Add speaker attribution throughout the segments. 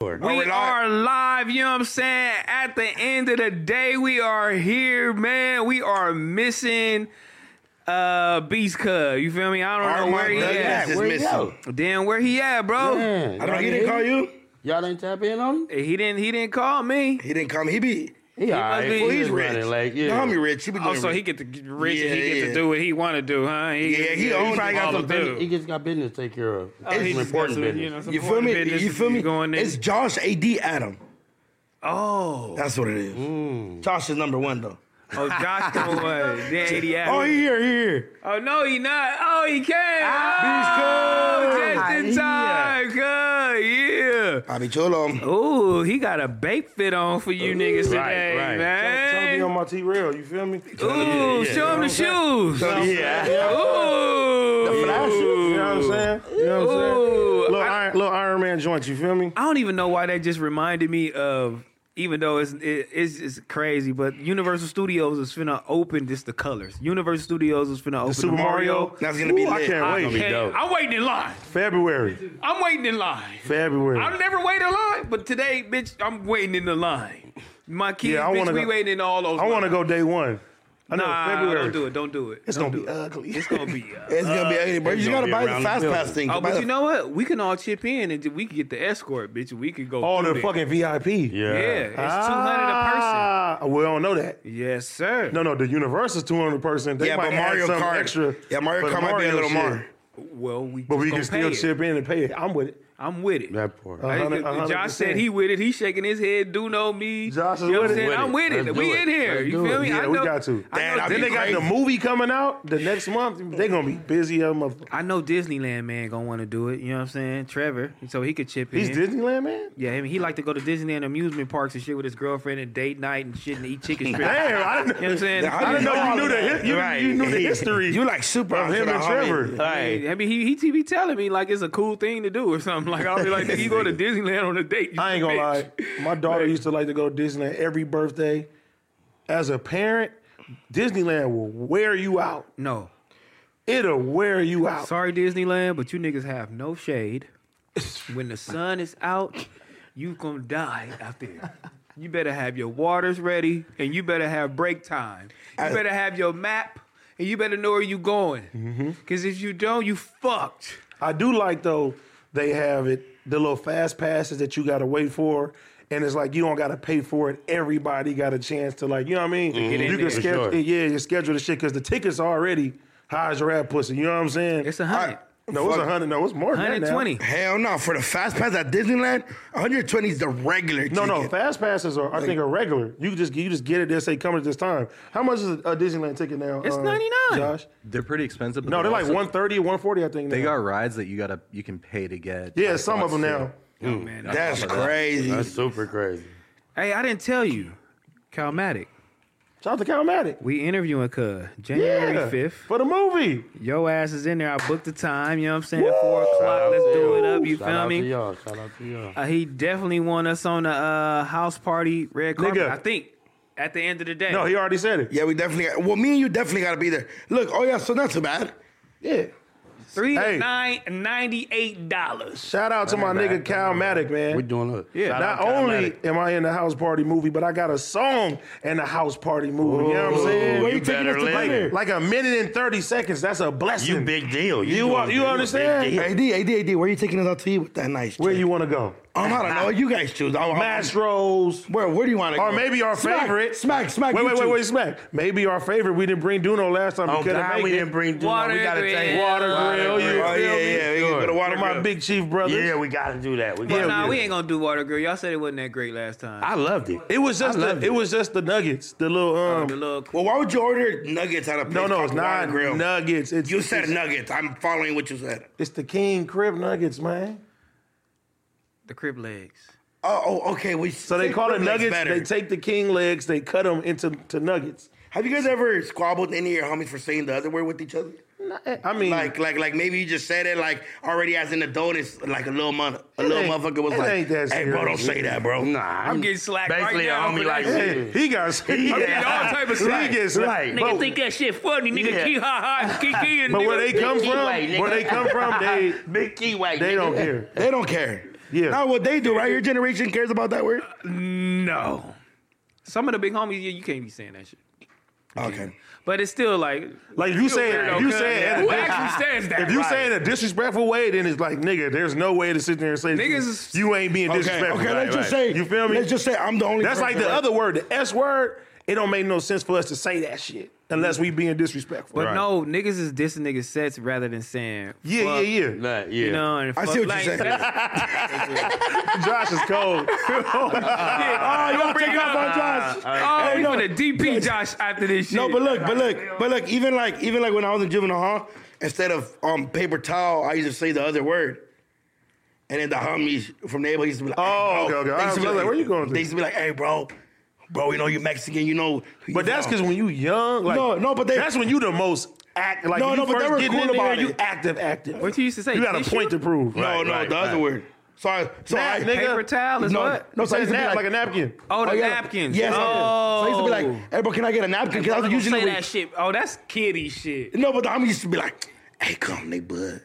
Speaker 1: We
Speaker 2: we're live.
Speaker 1: are live, you know what I'm saying? At the end of the day, we are here, man. We are missing uh Beast Cub. You feel me? I don't know where he
Speaker 2: Douglas
Speaker 1: at.
Speaker 2: is
Speaker 3: Where he
Speaker 2: missing.
Speaker 3: go?
Speaker 1: Damn, where he at,
Speaker 2: Oh,
Speaker 1: bro?
Speaker 3: Man,
Speaker 2: I don't.
Speaker 3: y'all
Speaker 2: He
Speaker 3: ain't-
Speaker 2: didn't call you.
Speaker 3: Y'all ain't tap in on him?
Speaker 1: He didn't he didn't call me.
Speaker 2: He didn't come. He be.
Speaker 3: He, all right.
Speaker 1: be-
Speaker 2: Well,
Speaker 1: He
Speaker 2: he's
Speaker 3: is
Speaker 2: rich.
Speaker 3: running late,
Speaker 2: The
Speaker 3: yeah.
Speaker 2: homie rich. He be doing.
Speaker 1: Oh, so
Speaker 2: rich.
Speaker 1: he get to get rich and he
Speaker 2: Yeah,
Speaker 1: get to
Speaker 2: yeah.
Speaker 1: do what he want to do, huh?
Speaker 2: Yeah, he
Speaker 1: yeah,
Speaker 2: own
Speaker 1: probably
Speaker 2: it.
Speaker 1: got
Speaker 2: All
Speaker 1: some
Speaker 2: the
Speaker 1: do.
Speaker 3: He just got business to take care of.
Speaker 1: Oh, he
Speaker 3: It's
Speaker 1: just
Speaker 3: important
Speaker 1: got some,
Speaker 3: business.
Speaker 1: know, some
Speaker 2: You feel
Speaker 1: important
Speaker 2: me?
Speaker 1: business
Speaker 2: You feel me?
Speaker 1: Going in.
Speaker 2: It's Josh AD Adam.
Speaker 1: oh,
Speaker 2: That's what it is.
Speaker 3: Mm.
Speaker 2: Josh is number one though.
Speaker 1: oh, Josh the one. Then 80
Speaker 2: Oh, he
Speaker 1: oh,
Speaker 2: here, he here.
Speaker 1: oh, no, he not. Oh, he came.
Speaker 2: Ah,
Speaker 1: Oh,
Speaker 2: he's
Speaker 1: just
Speaker 3: Yeah.
Speaker 1: in time. Good, yeah.
Speaker 2: Bobby Cholo.
Speaker 1: Ooh, he got a bait fit on for you niggas
Speaker 3: right,
Speaker 1: today,
Speaker 3: right.
Speaker 4: Trying to
Speaker 1: man.
Speaker 4: be on my T rail, you feel me? You
Speaker 1: Ooh, show him the shoes.
Speaker 2: Yeah.
Speaker 1: Ooh.
Speaker 4: know what I'm saying? You know what I'm saying?
Speaker 1: Ooh.
Speaker 4: Little
Speaker 1: I-
Speaker 4: Iron, little Iron Man joint, you feel me?
Speaker 1: I don't even know why that just reminded me of. Even though it's it, it's, it's crazy, but Universal Studios is finna open just the colors. Universal Studios is finna open
Speaker 4: Super
Speaker 1: the Mario.
Speaker 4: Mario.
Speaker 2: That's gonna be
Speaker 4: Ooh, I
Speaker 2: lit.
Speaker 4: can't
Speaker 1: I
Speaker 4: wait.
Speaker 3: be dope.
Speaker 1: am waiting in line.
Speaker 4: February,
Speaker 1: I'm waiting in line. I
Speaker 4: February.
Speaker 1: never wait in line, but today, bitch, I'm waiting in the line. My kids,
Speaker 4: Yeah, I
Speaker 1: bitch,
Speaker 4: wanna
Speaker 1: we
Speaker 4: go-
Speaker 1: waiting in all those.
Speaker 4: I want to
Speaker 1: lines.
Speaker 4: go day one. I know
Speaker 1: Nah,
Speaker 4: February.
Speaker 1: don't do it. Don't do it.
Speaker 4: It's gonna be ugly.
Speaker 1: It's gonna be. uh,
Speaker 2: It's gonna be ugly, bro. You
Speaker 3: gonna
Speaker 2: gotta
Speaker 3: be
Speaker 2: buy
Speaker 3: around
Speaker 2: the
Speaker 3: the
Speaker 2: fast
Speaker 3: building.
Speaker 2: pass thing.
Speaker 1: oh,
Speaker 2: Buy
Speaker 1: but
Speaker 2: the-
Speaker 1: you know what? We can all chip in and we can get the escort, bitch. We could go.
Speaker 4: all
Speaker 1: through
Speaker 4: the
Speaker 1: there.
Speaker 4: fucking VIP.
Speaker 3: Yeah.
Speaker 1: Yeah, it's two hundred a
Speaker 4: Ah, we don't know that.
Speaker 1: person. Yes, sir.
Speaker 4: No, no, the Universal's two hundred person. They
Speaker 2: yeah,
Speaker 4: might
Speaker 2: but
Speaker 4: add
Speaker 2: Mario
Speaker 4: something
Speaker 2: Kart.
Speaker 4: extra.
Speaker 2: yeah, Mario
Speaker 4: for the
Speaker 2: Kart might be a little
Speaker 4: shit.
Speaker 2: more.
Speaker 1: Well, we.
Speaker 4: But we
Speaker 1: gonna
Speaker 4: can still
Speaker 1: pay it.
Speaker 4: chip in and pay it. I'm with it.
Speaker 1: I'm with it.
Speaker 3: That part.
Speaker 4: Uh,
Speaker 1: Hey,
Speaker 4: 100, 100%.
Speaker 1: Josh said he with it. He shaking his head. Do know me.
Speaker 4: Josh is
Speaker 1: you know what
Speaker 4: with
Speaker 1: I'm
Speaker 4: it.
Speaker 1: saying?
Speaker 3: With
Speaker 1: I'm
Speaker 3: it.
Speaker 1: with it.
Speaker 3: Let's
Speaker 1: we
Speaker 3: do it.
Speaker 1: in here.
Speaker 3: Let's
Speaker 1: you
Speaker 3: do
Speaker 1: feel
Speaker 3: it.
Speaker 1: me?
Speaker 4: Yeah,
Speaker 1: I
Speaker 4: we
Speaker 1: know-
Speaker 4: got to.
Speaker 1: I
Speaker 2: Damn,
Speaker 1: know
Speaker 2: that'd
Speaker 4: Then
Speaker 1: Disney-
Speaker 4: they got the
Speaker 2: crazy.
Speaker 4: movie coming out the next month. They gonna be busy, as a motherfucker.
Speaker 1: I know Disneyland man gonna want to do it. You know what I'm saying, Trevor? So he could chip in.
Speaker 4: He's Disneyland man.
Speaker 1: Yeah, I mean, he like to go to Disneyland amusement parks and shit with his girlfriend and date night and shit and eat chicken strips. you know
Speaker 4: Damn, I didn't
Speaker 1: what I'm saying?
Speaker 2: Nah,
Speaker 4: I didn't know you
Speaker 2: all
Speaker 4: knew the
Speaker 2: that.
Speaker 4: hi- you,
Speaker 2: Right.
Speaker 4: you knew the history.
Speaker 2: You like super
Speaker 4: of
Speaker 2: to
Speaker 4: him
Speaker 2: the
Speaker 4: and
Speaker 2: homie.
Speaker 4: Trevor.
Speaker 1: I mean, he, he be telling me like it's a cool thing to do or something. Like I'll be like, nigga, you go to Disneyland on a date. you
Speaker 4: I ain't gonna
Speaker 1: bitch.
Speaker 4: lie. My daughter used to like to go to Disneyland every birthday. As a parent, Disneyland will wear you out.
Speaker 1: No,
Speaker 4: It'll wear you out.
Speaker 1: sorry Disneyland, but you niggas have no shade. When the sun is out, you gonna die out there. You better have your waters ready, and you better have break time. You better have your map, and you better know where you going.
Speaker 3: Mm-hmm.
Speaker 1: Cause if you don't, you fucked.
Speaker 4: I do like though they have it the little fast passes that you gotta wait for. And it's like you don't gotta pay for it. Everybody got a chance to like, you know what I mean?
Speaker 1: get in
Speaker 4: you
Speaker 1: there.
Speaker 4: can schedule,
Speaker 3: For sure.
Speaker 4: yeah, you schedule the shit because the tickets are already high as your rat pussy. You know what I'm saying?
Speaker 1: It's a hundred.
Speaker 4: no, it's a
Speaker 2: Fuck.
Speaker 4: hundred. No, it's more than that now.
Speaker 1: 120.
Speaker 2: Hell no! For the fast pass at Disneyland, 120 is the regular.
Speaker 4: No, no,
Speaker 2: ticket.
Speaker 4: fast passes are I think are regular. You just you just get it. They say come at this time. How much is a Disneyland ticket now? uh,
Speaker 1: It's 99.
Speaker 4: Josh.
Speaker 5: They're pretty expensive. But
Speaker 4: No, they're like
Speaker 5: also-
Speaker 4: 130, 140, I think.
Speaker 5: They
Speaker 4: now.
Speaker 5: got rides that you gotta you can pay to get.
Speaker 4: yeah,
Speaker 5: like,
Speaker 4: some of them
Speaker 5: lots
Speaker 4: now.
Speaker 1: man.
Speaker 2: That's
Speaker 4: Oh
Speaker 5: Some of that.
Speaker 2: crazy.
Speaker 3: That's super crazy.
Speaker 1: Hey, I didn't tell you, Calmatic.
Speaker 4: Shout out to Calmatic.
Speaker 1: We interviewing Cuz January
Speaker 4: Yeah,
Speaker 1: 5th.
Speaker 4: for the movie.
Speaker 1: Yo ass is in there. I booked the time. You know what I'm saying? Four o'clock. Let's do it up. You
Speaker 3: Shout
Speaker 1: feel
Speaker 3: out To
Speaker 1: me?
Speaker 3: y'all. Shout out to y'all.
Speaker 1: Uh, he definitely won us on the uh, house party red carpet.
Speaker 4: Nigga.
Speaker 1: I think at the end of the day.
Speaker 4: No, he already said it.
Speaker 2: Yeah, we definitely. Got, well, me and you definitely got to be there. Look, oh yeah, so not too bad.
Speaker 4: Yeah.
Speaker 1: three
Speaker 4: Hey.
Speaker 1: nine ninety eight dollars.
Speaker 4: Shout out to my nigga Calmatic, man.
Speaker 3: We doing it.
Speaker 1: Yeah,
Speaker 3: Shout out
Speaker 4: Not
Speaker 3: to
Speaker 4: only
Speaker 3: Automatic.
Speaker 4: am I in the house party movie, but I got a song in the house party movie. You know what I'm saying?
Speaker 2: Where you taking us to dinner?
Speaker 4: Like a minute and 30 seconds. That's a blessing.
Speaker 3: You big deal.
Speaker 4: You,
Speaker 3: doing
Speaker 4: are-
Speaker 3: big-
Speaker 4: you
Speaker 3: a big
Speaker 4: understand?
Speaker 3: deal.
Speaker 2: AD, AD, AD, where you taking us out to eat with that nice?
Speaker 4: Where
Speaker 2: chick?
Speaker 4: you want to go?
Speaker 2: Um, I don't know. You guys choose. I, I,
Speaker 4: Mastro's.
Speaker 2: Where? Where do you want to go?
Speaker 4: Or maybe our
Speaker 2: Smack,
Speaker 4: favorite.
Speaker 2: Smack, smack.
Speaker 4: Wait,
Speaker 2: you
Speaker 4: wait, wait,
Speaker 2: two.
Speaker 4: wait, smack. Maybe our favorite. We didn't bring Duno last time.
Speaker 3: Oh,
Speaker 4: we couldn't
Speaker 3: God,
Speaker 4: make
Speaker 3: we
Speaker 4: it.
Speaker 3: didn't bring Duno.
Speaker 1: Water
Speaker 3: we gotta
Speaker 1: grill.
Speaker 3: take
Speaker 4: Water grill, you
Speaker 2: Oh
Speaker 4: feel
Speaker 2: yeah,
Speaker 4: me?
Speaker 2: yeah. We can go to water.
Speaker 4: my
Speaker 2: Grill.
Speaker 4: big chief brother.
Speaker 3: Yeah, we gotta do that. We
Speaker 1: But
Speaker 3: gotta
Speaker 1: nah,
Speaker 3: do
Speaker 1: we
Speaker 3: that.
Speaker 1: ain't gonna do water girl. Y'all said it wasn't that great last time.
Speaker 3: I loved it.
Speaker 4: It was just
Speaker 3: I
Speaker 4: the,
Speaker 3: loved
Speaker 4: it. was just the nuggets, the little um.
Speaker 1: Oh, the little
Speaker 2: Well, why would you order nuggets out of
Speaker 4: no, no, it's not
Speaker 2: grill?
Speaker 4: nuggets. It's
Speaker 2: you said
Speaker 4: it's,
Speaker 2: nuggets. I'm following what you said.
Speaker 4: it's the king crib nuggets, man.
Speaker 1: the crib legs.
Speaker 2: Oh, oh okay. We
Speaker 4: So they call it nuggets. They take the king legs, they cut them into to nuggets.
Speaker 2: Have you guys ever squabbled any of your homies for saying the other word with each other?
Speaker 4: I mean,
Speaker 2: Like, like, like maybe you just said it like already as an adult. It's like a little mother, a
Speaker 4: It
Speaker 2: little
Speaker 4: ain't-
Speaker 2: motherfucker was
Speaker 4: it
Speaker 2: like,
Speaker 4: ain't that
Speaker 2: "Hey, bro, don't
Speaker 4: serious.
Speaker 2: say that, bro."
Speaker 3: Nah,
Speaker 1: I'm getting slack right
Speaker 3: Basically,
Speaker 1: now
Speaker 3: a homie
Speaker 1: for
Speaker 3: like
Speaker 1: that
Speaker 4: hey, he got
Speaker 1: getting all type of slack.
Speaker 4: He gets
Speaker 3: Right.
Speaker 4: But-
Speaker 1: Nigga think that shit funny. Nigga
Speaker 3: Yeah.
Speaker 1: key ha ha kiki and
Speaker 4: But
Speaker 1: nigga.
Speaker 4: where they come
Speaker 3: Keyway,
Speaker 4: from,
Speaker 3: nigga.
Speaker 4: where they come from, they
Speaker 3: big key white.
Speaker 4: they don't care.
Speaker 2: They don't care.
Speaker 4: Yeah.
Speaker 2: Not what they do, right? Your generation cares about that word.
Speaker 1: No. Some of the big homies, yeah, you can't be saying that shit.
Speaker 2: Uh, Okay.
Speaker 1: But it's still like,
Speaker 4: Like if you say it, if you say it,
Speaker 1: who actually says that?
Speaker 4: if you say it in a disrespectful way, then it's like nigga, there's no way to sit there and say
Speaker 1: Niggas is-
Speaker 4: you ain't being
Speaker 2: Okay.
Speaker 4: disrespectful.
Speaker 2: Okay. Let's just say.
Speaker 4: you feel me?
Speaker 2: Let's just say I'm the only.
Speaker 4: That's like
Speaker 2: person,
Speaker 4: the
Speaker 2: right?
Speaker 4: other word, the S word. It don't make no sense for us to say that shit unless we being disrespectful.
Speaker 1: But no, niggas is dissing niggas sets rather than saying,
Speaker 4: Yeah,
Speaker 1: fuck,
Speaker 4: yeah, yeah.
Speaker 3: Nah, yeah.
Speaker 1: You know, and
Speaker 2: I
Speaker 1: fuck
Speaker 2: see what
Speaker 1: like,
Speaker 2: you're saying.
Speaker 4: Josh is cold.
Speaker 2: Oh, y'all
Speaker 1: bring
Speaker 2: take
Speaker 1: it
Speaker 2: off
Speaker 1: up.
Speaker 2: on Josh.
Speaker 1: Oh,
Speaker 2: Hey,
Speaker 1: we
Speaker 2: no.
Speaker 1: gonna DP Josh after this shit.
Speaker 2: No, but look, but look, but look. Even like, even like when I was in juvenile hall, instead of um paper towel, I used to say the other word. And then the homies from the neighborhood used to be like,
Speaker 4: Oh,
Speaker 2: hey, bro.
Speaker 4: okay, okay.
Speaker 2: They used to
Speaker 4: I
Speaker 2: be
Speaker 4: was like, where you going to?
Speaker 2: They used to be like, hey, bro, bro, you know you Mexican, you know. you
Speaker 4: But that's
Speaker 2: from-
Speaker 4: because when you young, like
Speaker 2: No, no, but they-
Speaker 4: that's when you the most act. Like
Speaker 2: No,
Speaker 4: when
Speaker 2: no,
Speaker 4: you
Speaker 2: but they
Speaker 4: first
Speaker 2: were
Speaker 4: getting
Speaker 2: cool
Speaker 4: in there,
Speaker 2: about
Speaker 4: you
Speaker 2: it.
Speaker 4: active, active.
Speaker 1: What you used to say,
Speaker 4: You got a
Speaker 1: tissue?
Speaker 4: point to prove.
Speaker 2: No,
Speaker 4: Right,
Speaker 2: no,
Speaker 4: right,
Speaker 2: the other
Speaker 4: right.
Speaker 2: word. So I, so
Speaker 4: Nap,
Speaker 2: I,
Speaker 4: nigga.
Speaker 1: paper towel is
Speaker 2: no,
Speaker 1: what?
Speaker 2: no, so I
Speaker 4: Like,
Speaker 2: used
Speaker 4: a
Speaker 2: to be like,
Speaker 4: nap, like a napkin.
Speaker 1: Oh, the
Speaker 2: yeah.
Speaker 1: napkins.
Speaker 2: Yes.
Speaker 1: oh.
Speaker 2: So I used to be like, hey, bro, can I get a napkin? Because I was
Speaker 1: I'm
Speaker 2: usually
Speaker 1: say
Speaker 2: with-
Speaker 1: that shit. Oh, that's kiddie shit.
Speaker 2: No, but the homie used to be like, hey, come, nigga, bud.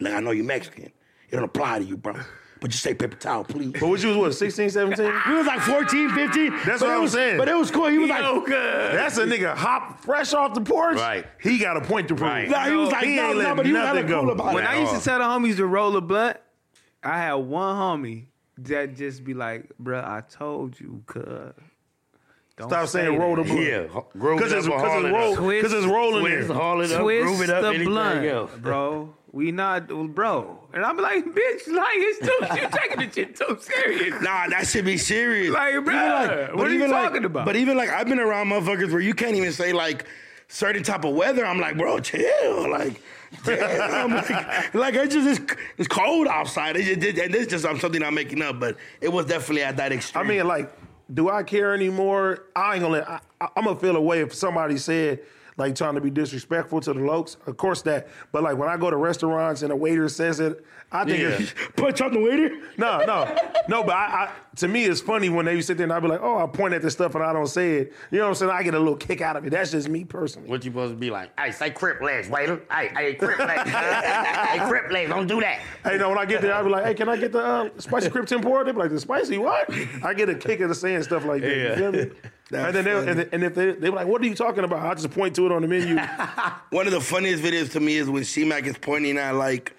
Speaker 2: Like, I know you Mexican. It don't apply to you, bro. But just say paper towel, please.
Speaker 4: But what you was what 16, 17?
Speaker 2: We was like 14, 15.
Speaker 4: That's
Speaker 2: but
Speaker 4: what
Speaker 2: it
Speaker 4: I'm
Speaker 2: was,
Speaker 4: saying.
Speaker 2: But it was cool. He was
Speaker 1: Yo,
Speaker 2: like,
Speaker 1: good.
Speaker 4: That's a nigga hop fresh off the porch.
Speaker 3: Right.
Speaker 4: He got a point to prove.
Speaker 3: Right.
Speaker 2: nah, he was
Speaker 1: No,
Speaker 2: like,
Speaker 4: he
Speaker 2: no,
Speaker 4: ain't
Speaker 2: no,
Speaker 4: let
Speaker 2: but he was hella
Speaker 4: nothing
Speaker 2: cool
Speaker 4: go.
Speaker 2: about
Speaker 1: When
Speaker 2: it.
Speaker 1: I
Speaker 3: at
Speaker 1: used to
Speaker 3: all.
Speaker 1: tell the homies to roll a blunt, I had one homie that just be like, bruh, I told you, cuz. Don't
Speaker 4: Stop
Speaker 1: say
Speaker 4: saying
Speaker 1: that.
Speaker 4: roll the blunt.
Speaker 3: Yeah. Groove
Speaker 4: Because it's,
Speaker 3: it up,
Speaker 4: cause
Speaker 3: haul
Speaker 4: it's,
Speaker 3: it
Speaker 4: roll,
Speaker 3: up.
Speaker 1: Twist-
Speaker 4: cause it's rolling
Speaker 3: Twist,
Speaker 4: in.
Speaker 3: haul it up,
Speaker 1: Twist
Speaker 3: groove it up,
Speaker 1: the
Speaker 3: anything else.
Speaker 1: blunt, bro. We not, bro. And I'm like, bitch, like it's too. You taking the shit too serious.
Speaker 2: Nah, that should be serious.
Speaker 1: Like,
Speaker 2: Even
Speaker 1: bruh,
Speaker 2: but
Speaker 1: what are you
Speaker 2: even like-
Speaker 1: talking about?
Speaker 2: But even like, I've been around motherfuckers where you can't even say like certain type of weather. I'm like, bro, chill. Like, damn. like, like it's just it's, it's cold outside. It just, did- and this just I'm something I'm making up, but it was definitely at that
Speaker 4: I
Speaker 2: extreme.
Speaker 4: mean, like, do I care anymore? I ain't gonna let, I, I, I'm gonna feel away if somebody said, like, trying to be disrespectful to the lokes. Of course that. But, like, when I go to restaurants and a waiter says it, I think
Speaker 3: Yeah.
Speaker 4: it's,
Speaker 2: punch on the waiter.
Speaker 4: No, no, no. But I, I, to me, it's funny when they sit there and I be like, "Oh, I point at this stuff and I don't say it." You know what I'm saying? I get a little kick out of it. That's just me personally.
Speaker 3: What you supposed to be like? Hey, say crip legs, waiter. Hey, hey, crip legs. hey, crip legs, don't do that.
Speaker 4: Hey, no, when I get there, I be like, "Hey, can I get the uh, spicy crib tempura?" They be like, "The spicy what?" I get a kick out of saying stuff like that. You feel me? And then, they, and, then- and if they they be like, "What are you talking about?" I just point to it on the menu.
Speaker 2: One of the funniest videos to me is when C Mac is pointing at like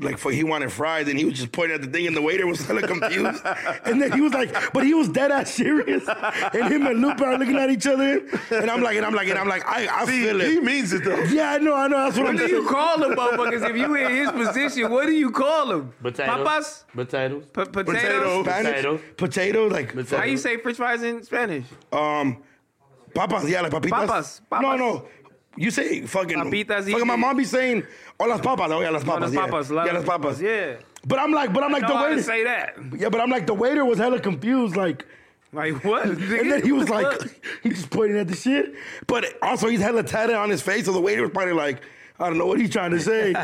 Speaker 2: like for he wanted fries and he was just pointing at the thing and the waiter was hella confused. and then he was like, but he was dead ass serious. And him and Lupe are looking at each other. And I'm like, and I'm like, and I'm like, I, I feel
Speaker 4: he
Speaker 2: it.
Speaker 4: means it though.
Speaker 2: Yeah, I know, I know. That's what,
Speaker 1: What
Speaker 2: I'm
Speaker 1: do
Speaker 2: saying.
Speaker 1: you call them, motherfuckers? If you in his position, what do you call them?
Speaker 3: Potatoes.
Speaker 1: Papas?
Speaker 3: Potatoes.
Speaker 1: P- potatoes?
Speaker 2: Potato, Spanish,
Speaker 3: Potato.
Speaker 2: potato, like
Speaker 3: Potato.
Speaker 1: How you say french fries in Spanish?
Speaker 2: um, papas, yeah, like papitas.
Speaker 1: Papas,
Speaker 2: No,
Speaker 1: papas.
Speaker 2: no. You say fucking
Speaker 1: Papitas,
Speaker 2: Fucking my
Speaker 1: easy.
Speaker 2: mom be saying, "Oh las papas, oh yeah, las papas,
Speaker 1: Las
Speaker 2: yeah,
Speaker 1: papas,
Speaker 2: yeah, las papas."
Speaker 1: Yeah.
Speaker 2: But I'm like, but I'm like
Speaker 1: No,
Speaker 2: the
Speaker 1: I
Speaker 2: waiter.
Speaker 1: didn't say that.
Speaker 2: Yeah, but I'm like the waiter was hella confused, like,
Speaker 1: Like what?
Speaker 2: and then he was like, he just pointing at the shit. But also he's hella tatted on his face, so the waiter was probably like, I don't know what he's trying to say.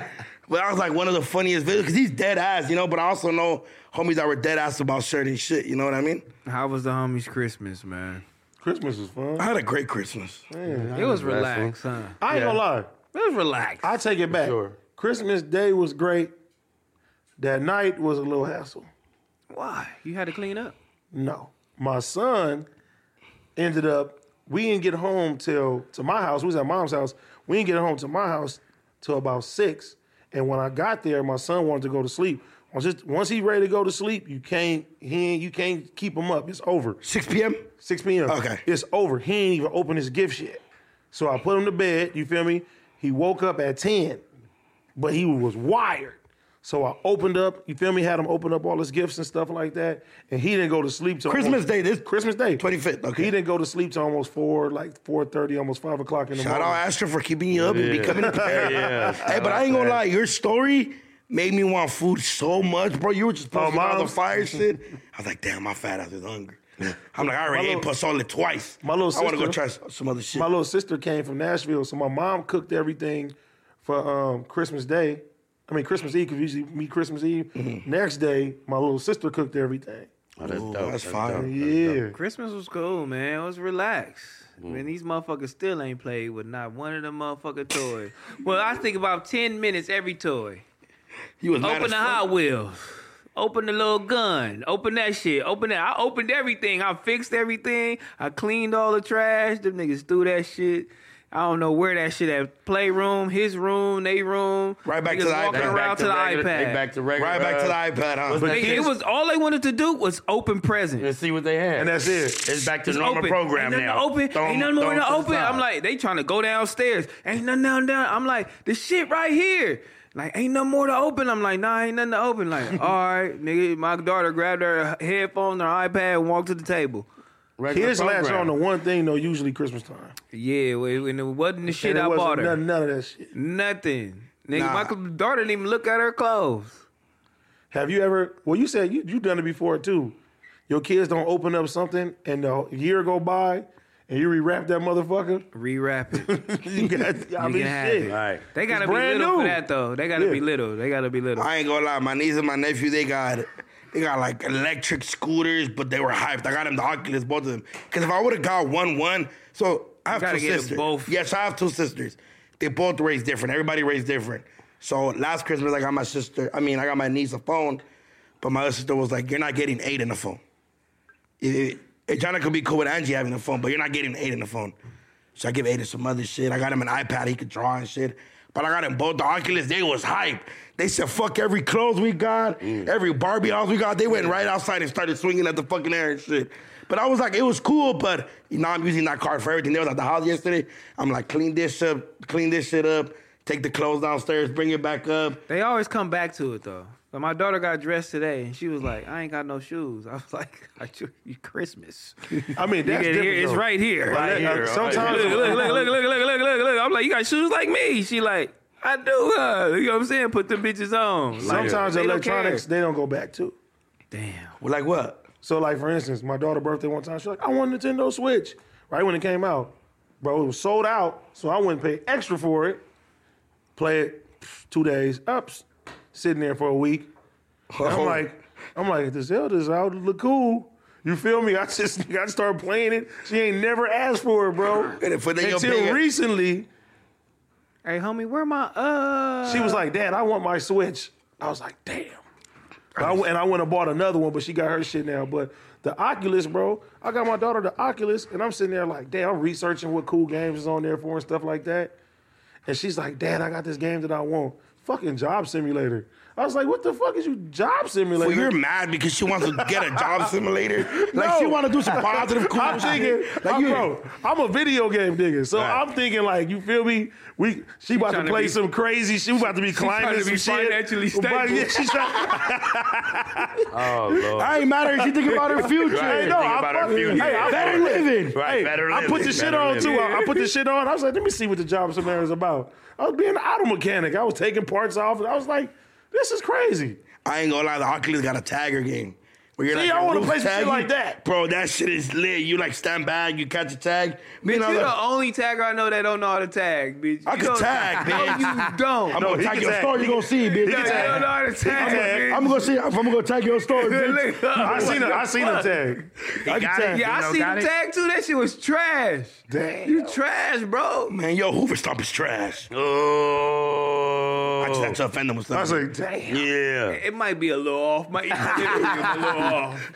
Speaker 2: but I was like one of the funniest videos because he's dead ass, you know. But I also know homies that were dead ass about certain shit. You know what I mean?
Speaker 1: How was the homies Christmas, man?
Speaker 4: Christmas is fun.
Speaker 2: I had a great Christmas.
Speaker 1: It was relaxed, huh?
Speaker 4: I ain't gonna lie.
Speaker 1: It was relaxed.
Speaker 4: I take it back.
Speaker 3: Sure.
Speaker 4: Christmas Day was great. That night was a little hassle.
Speaker 1: Why? You had to clean up.
Speaker 4: No. My son ended up, we didn't get home till to my house. We was at mom's house. We didn't get home to my house till about six. And when I got there, my son wanted to go to sleep. Once just once he ready to go to sleep, you can't he ain't, you can't keep him up. It's over.
Speaker 2: 6 p.m.
Speaker 4: 6 p.m.
Speaker 2: Okay.
Speaker 4: It's over. He ain't even opened his gift yet. So I put him to bed, you feel me? He woke up at 10, but he was wired. So I opened up, you feel me? Had him open up all his gifts and stuff like that. And he didn't go to sleep till
Speaker 2: Christmas
Speaker 4: almost-
Speaker 2: Day, this
Speaker 4: Christmas Day.
Speaker 2: 25th, okay.
Speaker 4: He didn't go to sleep till almost four, like 4:30, almost five o'clock in the
Speaker 2: Shout
Speaker 4: morning.
Speaker 2: out Astra for keeping you up and
Speaker 3: Yeah.
Speaker 2: becoming prepared.
Speaker 3: Yeah,
Speaker 2: hey,
Speaker 3: shout
Speaker 2: but I
Speaker 3: out
Speaker 2: ain't gonna
Speaker 3: to
Speaker 2: lie, your story made me want food so much, bro. You were just posting all the
Speaker 4: Oh, Mom's?
Speaker 2: fire shit. I was like, damn, my fat ass is hungry. I'm like, I already ate
Speaker 4: little-
Speaker 2: pozole twice.
Speaker 4: my little
Speaker 2: I want to go
Speaker 4: sister-
Speaker 2: try s- some other shit.
Speaker 4: my little sister came from Nashville, so my mom cooked everything for um, Christmas Day. I mean Christmas Eve, because usually me Christmas Eve. Next day, my little sister cooked everything.
Speaker 3: Oh, that's
Speaker 2: Ooh,
Speaker 3: dope.
Speaker 2: that's
Speaker 3: dope.
Speaker 2: fire.
Speaker 3: dope.
Speaker 4: Yeah.
Speaker 1: Christmas was cool, man. It was relaxed. Man, these motherfuckers still ain't played with not one of them motherfucking toys. well, I think about 10 minutes every toy.
Speaker 2: you was mad
Speaker 1: Open
Speaker 2: as
Speaker 1: the
Speaker 2: fuck.
Speaker 1: Hot Wheels. Open the little gun. Open that shit. Open that. I opened everything. I fixed everything. I cleaned all the trash. Them niggas threw that shit. I don't know where that shit at. Playroom, his room, they room.
Speaker 2: Right back to
Speaker 1: Niggas
Speaker 2: the
Speaker 1: walking
Speaker 2: iPad.
Speaker 1: around
Speaker 2: Back
Speaker 1: to the
Speaker 6: regular,
Speaker 1: iPad.
Speaker 6: They back to regular.
Speaker 2: Right back to the
Speaker 6: uh,
Speaker 2: iPad, huh?
Speaker 6: But
Speaker 1: They-
Speaker 6: kids-
Speaker 1: it was all they wanted to do was open presents.
Speaker 6: and see what they had.
Speaker 4: and that's it.
Speaker 6: it's back to
Speaker 1: It's
Speaker 6: normal
Speaker 1: open.
Speaker 6: program
Speaker 1: ain't nothing
Speaker 6: now.
Speaker 1: Open,
Speaker 6: Throw 'em-
Speaker 1: ain't nothing more
Speaker 6: throw 'em
Speaker 1: than
Speaker 6: to the
Speaker 1: open.
Speaker 6: side.
Speaker 1: I'm like, they trying to go downstairs. Ain't nothing down down. I'm like, the shit right here. Like, ain't nothing more to open. I'm like, nah, ain't nothing to open. Like, all right, nigga. My daughter grabbed her headphone, her iPad, and walked to the table.
Speaker 6: Regular
Speaker 4: Kids latch
Speaker 6: program.
Speaker 4: on to one thing though, usually Christmas time.
Speaker 1: Yeah, well, and it wasn't the shit
Speaker 4: And it
Speaker 1: I
Speaker 4: wasn't
Speaker 1: bought her.
Speaker 4: None, none of that shit.
Speaker 1: Nothing. Nigga,
Speaker 2: Nah.
Speaker 1: my daughter didn't even look at her clothes.
Speaker 4: Have you ever? Well, you said you you done it before too. Your kids don't open up something, and a year go by, and you rewrap that motherfucker.
Speaker 1: Rewrap it.
Speaker 4: You got, I
Speaker 1: You can
Speaker 4: mean,
Speaker 1: have
Speaker 4: shit.
Speaker 1: it.
Speaker 6: Right.
Speaker 1: They gotta
Speaker 4: It's
Speaker 1: be
Speaker 4: brand
Speaker 1: little for
Speaker 4: new.
Speaker 1: that though. They gotta be
Speaker 4: Yeah.
Speaker 1: little. They gotta be little.
Speaker 2: I ain't gonna lie, my niece and my nephew, they got they got like electric scooters, but they were hyped. I got them the Oculus, both of them. Cause if I would have got one one, so I have
Speaker 1: gotta
Speaker 2: two
Speaker 1: get 'em
Speaker 2: sisters.
Speaker 1: both.
Speaker 2: Yes, I have two sisters. They both raised different. Everybody raised different. So last Christmas I got my sister, I mean I got my niece a phone, but my other sister was like, You're not getting eight in the phone. It, it, Johnny could be cool with Angie having a phone, but you're not getting eight in the phone. So I give Aiden some other shit. I got him an iPad he could draw and shit. But I got him both the Oculus. They was hype. They said, fuck every clothes we got, every Barbie house we got. They went right outside and started swinging at the fucking air and shit. But I was like, it was cool, but you know, I'm using that card for everything. They was at the house yesterday. I'm like, clean this up, clean this shit up, take the clothes downstairs, bring it back up.
Speaker 1: They always come back to it though. So my daughter got dressed today, and she was like, "I ain't got no shoes." I was like, "I should be Christmas.
Speaker 4: I
Speaker 1: you
Speaker 4: mean, that's
Speaker 1: can
Speaker 4: different.
Speaker 1: hear it's
Speaker 4: though.
Speaker 1: right here.
Speaker 4: Like,
Speaker 6: Right
Speaker 4: uh,
Speaker 6: here, right
Speaker 4: Sometimes,
Speaker 1: look, look, look, look, look, look, look, look, look. I'm like, "You got shoes like me?" She like, "I do." Huh? You know what I'm saying? Put them bitches on. Like,
Speaker 4: sometimes
Speaker 1: They don't
Speaker 4: electronics
Speaker 1: care.
Speaker 4: they don't go back to.
Speaker 1: damn.
Speaker 2: Well, like what?
Speaker 4: So, like for instance, my daughter' birthday one time, she's like, "I want a Nintendo Switch." Right when it came out, bro, it was sold out, so I wouldn't pay extra for it. Play it pff, two days, ups, sitting there for a week. And I'm like, I'm like, this Zelda's out, it look cool. You feel me? I just I started playing it. She ain't never asked for it, bro.
Speaker 2: And if it ain't your
Speaker 4: Until
Speaker 2: opinion-
Speaker 4: recently,
Speaker 1: Hey, homie, where my uh?
Speaker 4: she was like, Dad, I want my Switch. I was like, damn. And I, went- and I went and bought another one, but she got her shit now. But the Oculus, bro, I got my daughter the Oculus, and I'm sitting there like, damn, I'm researching what cool games is on there for and stuff like that. And she's like, Dad, I got this game that I want. Fucking job simulator. I was like, what the fuck is you job simulator?
Speaker 2: Well, you're mad because she wants to get a job simulator. Like she want to do some positive, cool
Speaker 4: I'm thinking,
Speaker 2: shit.
Speaker 4: like
Speaker 2: Like you,
Speaker 4: bro, I'm a video game nigga, so I'm thinking like, you feel me? We she about to
Speaker 1: tryna
Speaker 4: play
Speaker 1: be-
Speaker 4: some crazy. She about to be climbing
Speaker 1: tryna
Speaker 4: some
Speaker 1: be
Speaker 4: shit.
Speaker 1: financially
Speaker 4: But- yeah,
Speaker 1: stable.
Speaker 4: she tryna-
Speaker 6: Oh lord.
Speaker 2: I ain't mad at her. She thinking about her future.
Speaker 6: Right.
Speaker 4: Hey,
Speaker 6: Think
Speaker 4: no, I
Speaker 6: about our
Speaker 4: fuck-
Speaker 6: future.
Speaker 4: hey, I
Speaker 2: Better
Speaker 4: fuck-
Speaker 2: living.
Speaker 6: Right,
Speaker 4: hey,
Speaker 6: better
Speaker 4: I put
Speaker 6: living,
Speaker 4: the shit
Speaker 6: better
Speaker 4: on
Speaker 6: living.
Speaker 4: too. I, I put the shit on. I was like, let me see what the job simulator is about. I was being an auto mechanic. I was taking parts off, and I was like, this is crazy.
Speaker 2: I ain't gonna lie. The Oculus got a tagger game. Where you're
Speaker 4: See,
Speaker 2: your
Speaker 4: I wanna
Speaker 2: roof
Speaker 4: play some
Speaker 2: tag
Speaker 4: shit
Speaker 2: you.
Speaker 4: like that.
Speaker 2: bro. That shit is lit. You like stand back, you catch a tag. Me and
Speaker 1: Bitch,
Speaker 2: I
Speaker 1: you
Speaker 2: like,
Speaker 1: the only tagger I know that don't know how to tag, bitch.
Speaker 2: I
Speaker 1: You
Speaker 2: can
Speaker 1: don't-
Speaker 2: tag,
Speaker 1: No,
Speaker 2: bitch.
Speaker 1: you don't.
Speaker 2: I'm
Speaker 4: No,
Speaker 2: gonna
Speaker 4: he
Speaker 2: tag
Speaker 4: can
Speaker 2: your
Speaker 4: tag.
Speaker 2: story. You gonna see, bitch.
Speaker 4: He can
Speaker 1: You don't know how to tag, bitch.
Speaker 2: I'm gonna see. I'm gonna tag your story, bitch.
Speaker 1: Look, uh,
Speaker 4: I seen her. I seen her tag. I
Speaker 6: got
Speaker 4: can
Speaker 6: it.
Speaker 4: tag.
Speaker 1: Yeah,
Speaker 6: You know,
Speaker 1: I seen
Speaker 6: got
Speaker 1: him
Speaker 6: it?
Speaker 1: tag too. That shit was trash.
Speaker 4: Damn.
Speaker 1: You trash, bro.
Speaker 2: Man, yo, Hoover Stomp is trash.
Speaker 6: Oh.
Speaker 2: I just had to offend him with
Speaker 4: I was
Speaker 2: something.
Speaker 4: like, damn.
Speaker 6: yeah.
Speaker 1: It might be a little off. Might a little off.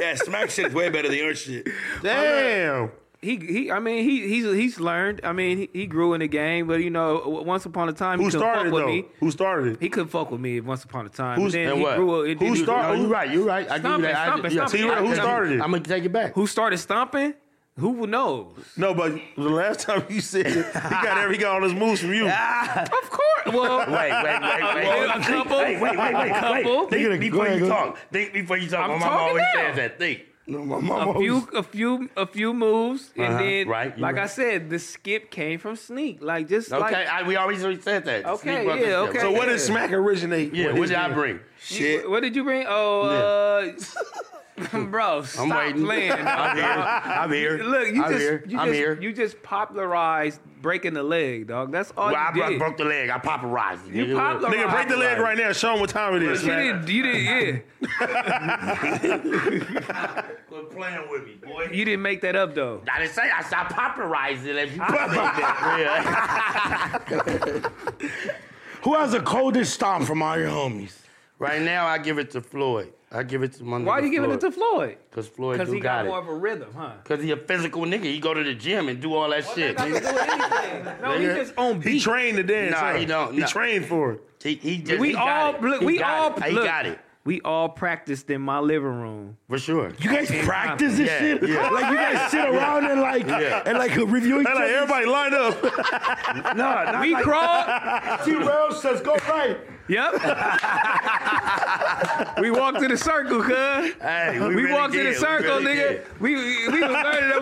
Speaker 2: yeah, smack shit is way better than your shit.
Speaker 4: Damn.
Speaker 1: He, he. I mean, he, he's he's learned. I mean, he, he grew in the game, but you know, w- once upon a time,
Speaker 4: Who
Speaker 1: he couldn't fuck
Speaker 4: started it,
Speaker 1: with
Speaker 4: though?
Speaker 1: me.
Speaker 4: Who started
Speaker 1: He
Speaker 4: it?
Speaker 1: couldn't fuck with me once upon a time.
Speaker 4: Who's-
Speaker 1: Who, then
Speaker 6: and
Speaker 1: he
Speaker 6: what?
Speaker 1: grew, it,
Speaker 4: Who
Speaker 1: then he-
Speaker 4: started-
Speaker 6: No, you're right. You're right. I give
Speaker 1: Stop
Speaker 6: you
Speaker 1: it,
Speaker 6: that.
Speaker 1: stop
Speaker 6: I,
Speaker 1: it,
Speaker 6: yeah.
Speaker 1: stop it.
Speaker 4: T-Ray, who started it?
Speaker 6: I'm gonna take it back.
Speaker 1: who started stomping? Who knows?
Speaker 4: No, but the last time you said it, he got every he got all his moves from you.
Speaker 1: Of course. Well,
Speaker 6: Wait, wait, wait, wait.
Speaker 1: Well, a couple.
Speaker 6: Wait, wait, wait, wait.
Speaker 1: Couple.
Speaker 6: wait. Think before
Speaker 2: ahead,
Speaker 6: you
Speaker 2: go
Speaker 6: talk. Think before you talk. My
Speaker 1: I'm
Speaker 6: mama
Speaker 1: talking
Speaker 6: always
Speaker 1: now.
Speaker 6: says that. Think.
Speaker 2: No, my mama.
Speaker 1: a few, a few, a few moves, and then,
Speaker 6: Uh-huh. right, you're
Speaker 1: like I
Speaker 6: right.
Speaker 1: said, the skip came from sneak. Like just
Speaker 6: Okay.
Speaker 1: like
Speaker 6: I, we always said that.
Speaker 1: Okay,
Speaker 6: Sneak brothers
Speaker 1: yeah,
Speaker 6: show.
Speaker 1: okay.
Speaker 4: So what did Smack originate?
Speaker 6: Yeah.
Speaker 4: with
Speaker 6: What
Speaker 4: his
Speaker 6: did I
Speaker 4: game?
Speaker 6: bring?
Speaker 2: shit.
Speaker 1: What did you bring? Oh, uh, bro, stop
Speaker 6: waiting.
Speaker 1: playing. dog.
Speaker 6: I'm here. I'm here.
Speaker 1: Look, you
Speaker 6: I'm
Speaker 1: just
Speaker 6: here.
Speaker 1: you
Speaker 6: I'm
Speaker 1: just
Speaker 6: here.
Speaker 1: you just popularized breaking the leg, dog. That's all
Speaker 6: Well, I
Speaker 1: you
Speaker 6: bro-
Speaker 1: did.
Speaker 6: broke the leg. I popularized it.
Speaker 1: You
Speaker 6: nigga.
Speaker 1: popularized
Speaker 4: Nigga, break the leg right now. Show him what time it is.
Speaker 1: you
Speaker 4: Smack.
Speaker 1: didn't. You didn't. Yeah,
Speaker 6: Quit playing with me, boy.
Speaker 1: you didn't make that up though.
Speaker 6: I didn't say I said I popularized it. If you put it that,
Speaker 2: Who has the coldest stomp from all your homies?
Speaker 6: yeah.
Speaker 3: Right now, I give it to Floyd. I give it to my
Speaker 1: Why are you giving it to Floyd?
Speaker 3: Because Floyd
Speaker 1: Because
Speaker 3: do
Speaker 1: he
Speaker 3: got,
Speaker 1: got more
Speaker 3: it.
Speaker 1: of a rhythm, huh?
Speaker 3: Because he a physical nigga. He go to the gym and do all that shit.
Speaker 1: Not to do anything. No, he just on
Speaker 4: He
Speaker 1: beat.
Speaker 4: trained to dance.
Speaker 3: Nah,
Speaker 4: huh?
Speaker 3: he don't.
Speaker 4: He
Speaker 3: Nah.
Speaker 4: trained for it.
Speaker 3: He, he just,
Speaker 1: we
Speaker 3: he
Speaker 1: all,
Speaker 3: got it.
Speaker 1: look,
Speaker 3: He
Speaker 1: we
Speaker 3: got
Speaker 1: all,
Speaker 3: it. he
Speaker 1: look,
Speaker 3: got it
Speaker 1: We all practiced in my living room.
Speaker 3: for sure.
Speaker 2: You guys practice this
Speaker 3: Yeah,
Speaker 2: shit?
Speaker 3: yeah.
Speaker 2: Like you guys sit around and like and like reviewing.
Speaker 4: And like everybody lined up. nah,
Speaker 1: We crawled.
Speaker 4: T. Rose says go right.
Speaker 1: Yep. we walked in a circle, cuz.
Speaker 3: Hey,
Speaker 1: We,
Speaker 3: really
Speaker 1: walked in
Speaker 3: did.
Speaker 1: a
Speaker 3: We
Speaker 1: circle,
Speaker 3: really did.
Speaker 1: nigga. We, we we was learning that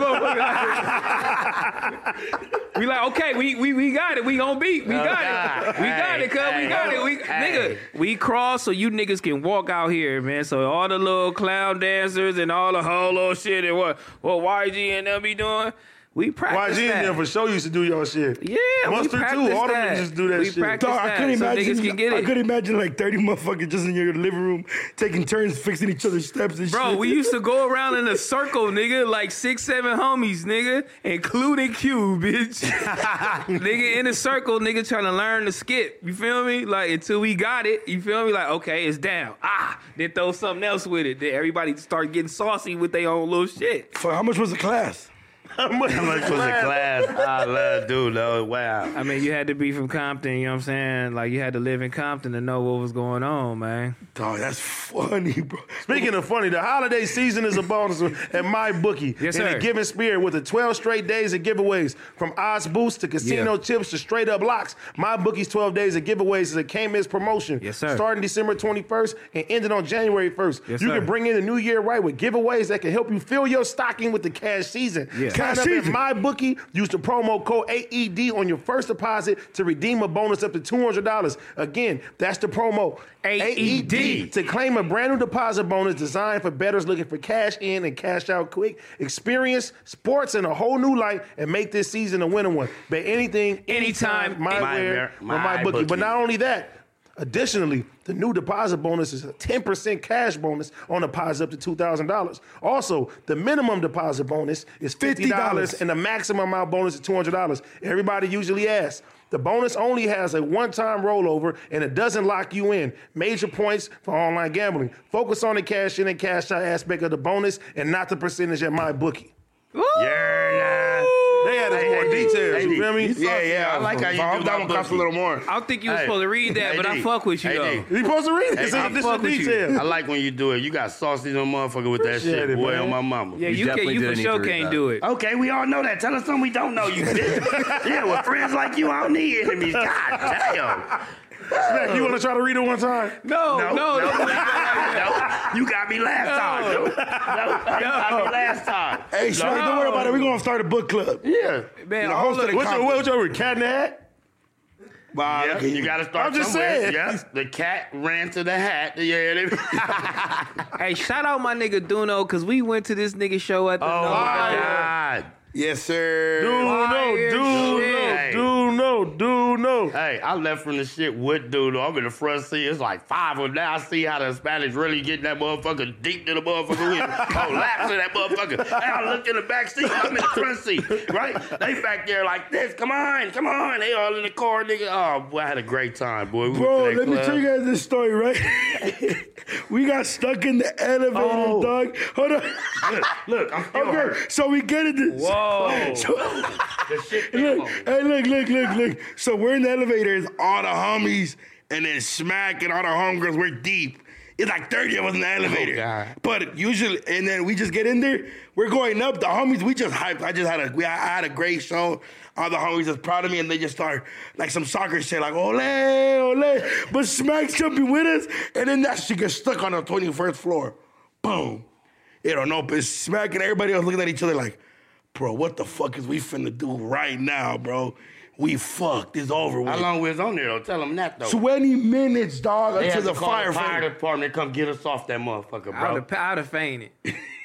Speaker 1: motherfucker. we like, okay, we we we got it. We on beat. We
Speaker 4: Oh,
Speaker 1: got it. We got it, cuz. We got it. We nigga. We cross so you niggas can walk out here, man. So all the little clown dancers and all the whole little shit and what what YG and them be doing. We practice
Speaker 4: YG in
Speaker 1: that.
Speaker 4: there for sure used to do your shit.
Speaker 1: yeah,
Speaker 4: Monster
Speaker 1: we
Speaker 4: too.
Speaker 1: practice
Speaker 4: All them
Speaker 1: that.
Speaker 4: niggas do that
Speaker 1: we
Speaker 4: shit.
Speaker 1: Practice
Speaker 2: Dog,
Speaker 1: that
Speaker 2: I couldn't
Speaker 1: so
Speaker 2: imagine.
Speaker 1: niggas can get
Speaker 2: I
Speaker 1: it.
Speaker 2: could imagine like thirty motherfuckers just in your living room taking turns fixing each other's steps and
Speaker 1: Bro,
Speaker 2: shit.
Speaker 1: we used to go around in a circle, nigga, like six, seven homies, nigga, including Q, bitch. nigga, in a circle, nigga, trying to learn to skip. You feel me? Like until we got it, you feel me? Like okay, it's down. Ah, then throw something else with it. Then everybody start getting saucy with their own little shit.
Speaker 2: For how much was the class?
Speaker 3: How much was a class? I love, dude, though. Wow.
Speaker 1: I mean, you had to be from Compton. You know what I'm saying? Like you had to live in Compton to know what was going on, man.
Speaker 2: Dog, that's funny, bro.
Speaker 4: Speaking of funny, the holiday season is a bonus at my bookie.
Speaker 1: Yes,
Speaker 4: In
Speaker 1: sir.
Speaker 4: the giving spirit with the 12 straight days of giveaways from odds boosts to casino
Speaker 1: Yeah.
Speaker 4: chips to straight up locks. My bookie's 12 days of giveaways is a K-Miss promotion.
Speaker 1: Yes, sir.
Speaker 4: Starting December 21st and ending on January 1st.
Speaker 1: Yes,
Speaker 4: you
Speaker 1: sir.
Speaker 4: can bring in the new year right with giveaways that can help you fill your stocking with the cash season.
Speaker 1: Yeah.
Speaker 4: Sign
Speaker 2: Cash
Speaker 4: up
Speaker 2: season.
Speaker 4: at my bookie. Use the promo code AED on your first deposit to redeem a bonus up to $200. Again, that's the promo
Speaker 1: AED.
Speaker 4: to claim a E brand new deposit bonus designed for bettors looking for cash in and cash out quick, experience sports in a whole new light, and make this season a winning one. Bet anything,
Speaker 1: Anytime,
Speaker 4: anytime, my,
Speaker 3: my
Speaker 4: where,
Speaker 3: bear-
Speaker 4: or my
Speaker 3: my
Speaker 4: bookie. But
Speaker 3: bookie.
Speaker 4: not only that, additionally, the new deposit bonus is a 10% cash bonus on deposits up to $2,000. Also, the minimum deposit bonus is $50,
Speaker 2: $50.
Speaker 4: and the maximum amount bonus is $200. Everybody usually asks. The bonus only has a one time rollover and it doesn't lock you in. Major points for online gambling. Focus on the cash in and cash out aspect of the bonus and not the percentage at my bookie.
Speaker 1: Woo!
Speaker 3: Yeah,
Speaker 4: They had us more details. You feel me?
Speaker 2: Yeah, yeah.
Speaker 3: I like how you
Speaker 2: Bob,
Speaker 3: do
Speaker 2: that
Speaker 3: my
Speaker 2: one costs a
Speaker 3: bookie.
Speaker 2: little more.
Speaker 1: I don't think you was
Speaker 3: Hey.
Speaker 1: supposed to read that, but I
Speaker 3: AD.
Speaker 1: fuck with you
Speaker 3: AD.
Speaker 1: though.
Speaker 4: You supposed to read it. It's
Speaker 3: Hey, I
Speaker 4: additional
Speaker 1: fuck with you.
Speaker 4: detail.
Speaker 3: I like when you do it. You got saucy little motherfucker with that
Speaker 4: Appreciate
Speaker 3: shit,
Speaker 4: it,
Speaker 3: boy,
Speaker 4: man.
Speaker 3: on my mama.
Speaker 1: Yeah,
Speaker 5: You
Speaker 1: you, can,
Speaker 5: definitely
Speaker 1: you
Speaker 5: do
Speaker 1: for
Speaker 5: need
Speaker 1: sure
Speaker 5: to read
Speaker 1: can't
Speaker 5: that.
Speaker 1: do it.
Speaker 3: Okay, we all know that. Tell us something we don't know, you bitch. yeah, with friends like you, I don't need enemies. God damn.
Speaker 4: Mac, you want to try to read it one time?
Speaker 1: No, no, no.
Speaker 3: no, no. You got me last time. No, no, you got me last time.
Speaker 2: Hey, Sean, don't worry about it. We're gonna start a book club.
Speaker 3: Yeah.
Speaker 1: Man,
Speaker 2: The
Speaker 1: all
Speaker 2: host of
Speaker 1: of
Speaker 2: the
Speaker 4: What's your, what's your word? Cat in the hat?
Speaker 2: Wow,
Speaker 3: Yeah, you gotta start
Speaker 4: I'm just
Speaker 3: somewhere.
Speaker 4: saying.
Speaker 3: Yeah, the cat ran to the hat. Yeah, they,
Speaker 1: Hey, shout out my nigga Duno, cause we went to this nigga show at the
Speaker 3: oh my
Speaker 1: Nova.
Speaker 3: god!
Speaker 2: Yes, sir.
Speaker 4: Do no,
Speaker 1: Fire
Speaker 4: do no,
Speaker 3: shit.
Speaker 4: do no, do no.
Speaker 3: Hey, I left from the shit with dude. I'm in the front seat. It's like five of them. Now I see how the Spanish really getting that motherfucker deep to the motherfucker with oh, laps to that motherfucker. And I looked in the back seat. I'm in the front seat, right? They back there like this. Come on, come on. They all in the car, nigga. Oh boy, I had a great time, boy. We
Speaker 2: Bro,
Speaker 3: went to
Speaker 2: let
Speaker 3: that
Speaker 2: me
Speaker 3: club.
Speaker 2: tell you guys this story, right? we got stuck in the elevator,
Speaker 3: Oh.
Speaker 2: dog. Hold on.
Speaker 3: Look, I'm still
Speaker 2: Okay,
Speaker 3: hurt.
Speaker 2: so we get in this.
Speaker 1: Whoa.
Speaker 2: So-
Speaker 3: The shit.
Speaker 2: look, hey, look, look, look, look. So we're in the elevator, it's all the homies, and then smack and all the homegirls, we're deep. It's like 30 of us in the elevator.
Speaker 3: Oh, God.
Speaker 2: But usually, and then we just get in there, we're going up. The homies, we just hyped. I just had a, we, I had a great show. All the homies is proud of me, and they just start like some soccer shit, like ole, ole. But Smack's jumping with us, and then that shit gets stuck on the 21st floor. Boom. It don't open. Smack and everybody else looking at each other like, bro, what the fuck is we finna do right now, bro? We fucked. It's over with.
Speaker 3: How long we was on there though? Tell them that though.
Speaker 2: 20 minutes, dog,
Speaker 3: They had
Speaker 2: until
Speaker 3: to
Speaker 2: the
Speaker 3: call
Speaker 2: fire.
Speaker 3: the fire department to come get us off that motherfucker,
Speaker 1: I
Speaker 3: bro.
Speaker 1: would have fainted.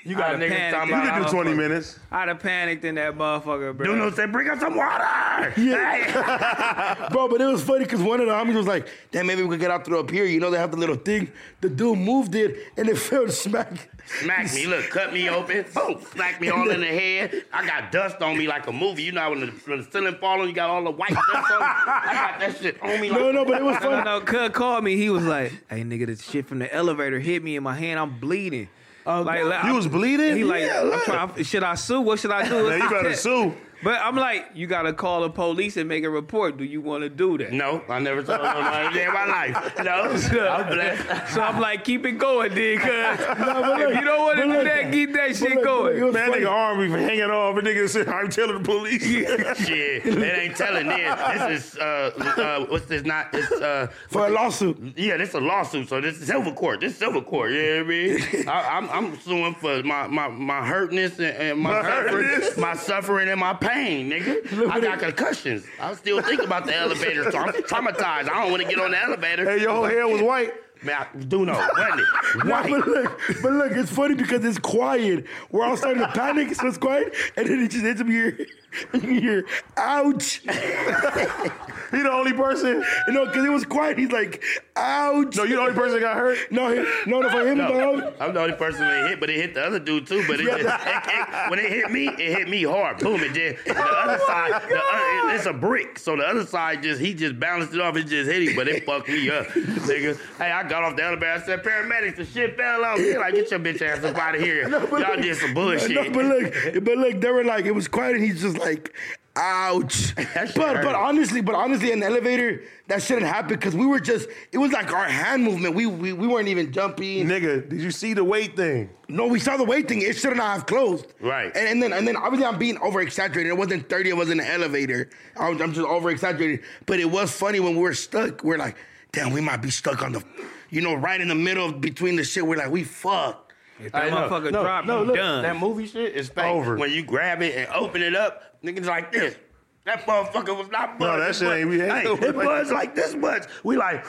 Speaker 1: You gotta
Speaker 3: niggas
Speaker 1: panic.
Speaker 3: talking
Speaker 1: in
Speaker 4: You
Speaker 1: that
Speaker 4: can do
Speaker 3: about-
Speaker 1: motherfucker.
Speaker 4: 20 minutes.
Speaker 1: I'd have panicked in that motherfucker, bro.
Speaker 3: Duno said, bring us some water. Yeah.
Speaker 2: Bro, but it was funny because one of the homies was like, damn, maybe we could get out through up here. You know, they have the little thing. The dude moved it and it fell smack.
Speaker 3: smack me. Look, cut me open. Boom. Smack me all in the head. I got dust on me like a movie. You know how when the, when the ceiling falling, you got all the white dust on me. I got that shit on me like
Speaker 2: No, no, but it was
Speaker 1: No,
Speaker 2: funny.
Speaker 1: no, Cud called me. He was like, "Hey, nigga, the shit from the elevator hit me in my hand. I'm bleeding."
Speaker 3: Oh,
Speaker 1: like, like,
Speaker 4: You was bleeding?
Speaker 1: He like,
Speaker 2: Yeah,
Speaker 1: I'm
Speaker 2: look.
Speaker 1: trying, should I sue? What should I do?
Speaker 4: Now you better sue.
Speaker 1: But I'm like, you gotta call the police and make a report. Do you want to do that?
Speaker 3: No, I never told nobody in my life. No, I'm blessed.
Speaker 1: So I'm like, keep it going, dude. Cause
Speaker 2: but
Speaker 1: if
Speaker 2: look,
Speaker 1: you don't want to
Speaker 2: but
Speaker 1: do
Speaker 2: look,
Speaker 1: that, keep that
Speaker 2: But
Speaker 1: shit
Speaker 2: look,
Speaker 1: going.
Speaker 2: It was
Speaker 4: Man,
Speaker 2: funny.
Speaker 4: nigga arm be hanging off. And nigga said, I'm telling the police.
Speaker 3: Shit, it ain't telling this. This is uh, uh what's this? Not it's uh,
Speaker 2: For a lawsuit.
Speaker 3: yeah, this is a lawsuit. So this is silver court. This is silver court. You know what I mean? I, I'm I'm suing for my my my hurtness and, and my,
Speaker 4: My
Speaker 3: suffering,
Speaker 4: hurtness.
Speaker 3: my suffering and my pain, nigga. I got concussions. I still think about the elevator, so I'm traumatized. I don't want to get on the elevator.
Speaker 4: Hey, your whole hair was white.
Speaker 3: Man, I do know, wasn't it?
Speaker 2: No,
Speaker 3: White.
Speaker 2: but look, but look, it's funny because it's quiet. We're all starting to panic, so it's quiet, and then it just hits me here. Here, ouch!
Speaker 4: He the only person.
Speaker 2: You know, because it was quiet. He's like, ouch!
Speaker 4: No, you the only person that got hurt.
Speaker 2: No, he, no, no, for him,
Speaker 3: No,
Speaker 2: dog.
Speaker 3: I'm the only person that hit, but it hit the other dude too. But it just, it- it- when it hit me, it hit me hard. Boom! It did.
Speaker 2: Oh
Speaker 3: The other side, the other, it- it's a brick. So the other side just he just balanced it off. It just hit him, but it fucked me up, nigga. Hey, I got off the elevator. I said, paramedics, the shit fell on me. Like, get your bitch ass up out of here.
Speaker 2: but
Speaker 3: Y'all
Speaker 2: look-
Speaker 3: did some bullshit.
Speaker 2: No, but look, but look, they were like, it was quiet, and he's just like,
Speaker 3: shit
Speaker 2: ouch. But
Speaker 3: hurt.
Speaker 2: but honestly, but honestly, in the elevator, that shouldn't happen because we were just, it was like our hand movement. We we, we weren't even jumping.
Speaker 4: Nigga, did you see the weight thing?
Speaker 2: No, we saw the wait thing. It should not have closed.
Speaker 3: Right.
Speaker 2: And, and then and then obviously I'm being over exaggerated. It wasn't 30, it was in the elevator. I was, I'm just over exaggerated. But it was funny when we were stuck. We're like, damn, we might be stuck on the, you know, right in the middle of- between the shit. We're like, we fucked.
Speaker 1: If
Speaker 3: I
Speaker 1: that
Speaker 3: know.
Speaker 1: motherfucker
Speaker 3: No,
Speaker 1: dropped,
Speaker 4: no,
Speaker 1: I'm
Speaker 4: look,
Speaker 1: done.
Speaker 3: That movie shit is fake.
Speaker 4: Over.
Speaker 3: When you grab it and open it up, niggas like this. That motherfucker was not buzzing.
Speaker 4: that shit ain't- we ain't
Speaker 3: Hey,
Speaker 4: over.
Speaker 3: It buzzed like this much. We like,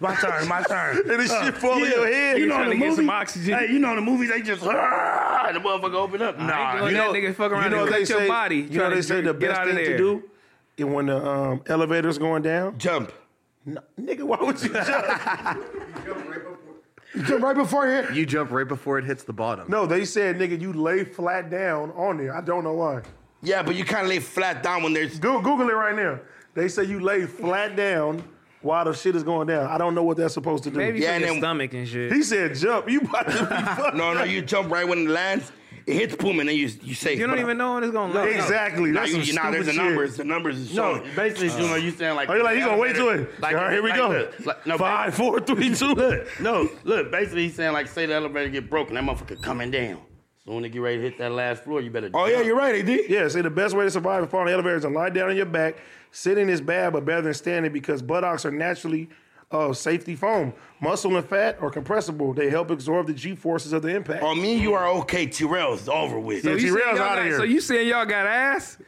Speaker 3: my turn, my turn.
Speaker 4: And this shit fall in
Speaker 3: Yeah.
Speaker 4: your head.
Speaker 3: You know
Speaker 1: Trying
Speaker 3: in
Speaker 1: to
Speaker 3: the
Speaker 1: get
Speaker 3: movie,
Speaker 1: some oxygen.
Speaker 3: Hey, you know in the movies they just "Ah," the motherfucker open up.
Speaker 1: ain't
Speaker 3: Nah,
Speaker 1: doing
Speaker 3: you know,
Speaker 1: that, nigga. Fuck around and cut your body.
Speaker 4: You
Speaker 1: Try
Speaker 4: know
Speaker 1: to
Speaker 4: they say the
Speaker 1: get
Speaker 4: best
Speaker 1: out of
Speaker 4: thing
Speaker 1: there.
Speaker 4: to do is when the um, elevator's going down.
Speaker 2: Jump.
Speaker 4: No, nigga, why would you jump?
Speaker 2: You Jump right before here.
Speaker 5: You jump right before it hits the bottom.
Speaker 4: no, they said, nigga, you lay flat down on there. I don't know why.
Speaker 2: Yeah, but you kind of lay flat down when there's.
Speaker 4: Go- Google it right now. They say you lay flat down while the shit is going down. I don't know what that's supposed to do.
Speaker 1: Maybe
Speaker 2: Yeah,
Speaker 1: from
Speaker 2: and
Speaker 1: your
Speaker 2: then-
Speaker 1: stomach and shit.
Speaker 4: He said jump. You about to be fucked.
Speaker 2: No, no, you jump right when it lands. It hits boom and then you you say.
Speaker 1: You don't even know when it's gonna land.
Speaker 4: Exactly.
Speaker 2: Nah,
Speaker 4: that's
Speaker 2: you,
Speaker 4: some
Speaker 2: you, nah, there's the
Speaker 4: stupid
Speaker 2: numbers.
Speaker 4: shit.
Speaker 2: The numbers is
Speaker 3: no,
Speaker 2: showing.
Speaker 3: basically, you know, you saying like,
Speaker 4: Oh, you're like, he
Speaker 3: the
Speaker 4: gonna wait till
Speaker 3: elevator-
Speaker 4: it. All right, here we
Speaker 3: like
Speaker 4: go.
Speaker 3: this, like- no,
Speaker 4: Five, four, three, two.
Speaker 3: Look, no, look. Basically, he's saying like, say the elevator get broken, that motherfucker coming down. So when they get ready to hit that last floor, you better.
Speaker 2: Oh yeah, you're right, Ad.
Speaker 4: Yeah, see, the best way to survive a fall in the elevator is to lie down on your back. Sitting is bad, but better than standing because buttocks are naturally uh, safety foam. Muscle and fat are compressible. They help absorb the G forces of the impact.
Speaker 2: Oh, me and you are okay. Terrell's over with.
Speaker 1: So you saying
Speaker 4: T-Rail's
Speaker 1: y'all
Speaker 4: outta
Speaker 1: got-
Speaker 4: here.
Speaker 1: So you saying y'all got ass?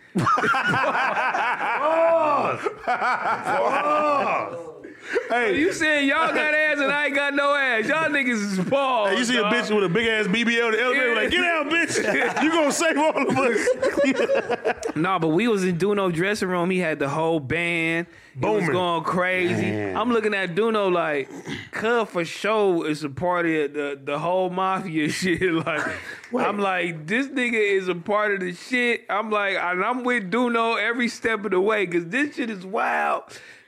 Speaker 1: So
Speaker 4: hey,
Speaker 1: you saying y'all got ass and I ain't got no ass? Y'all niggas is balls.
Speaker 4: hey, you see a
Speaker 1: dog.
Speaker 4: bitch with a big ass BBL in the elevator, like, get out, bitch. you gonna save all of us.
Speaker 1: Nah, but we was in Duno dressing room. He had the whole band. Booming. was
Speaker 4: Booming.
Speaker 1: going crazy. I'm looking at Duno like, Cub for sure is a part of the, the whole mafia shit. like, I'm like, this nigga is a part of the shit. I'm like, and I'm with Duno every step of the way because this shit is wild.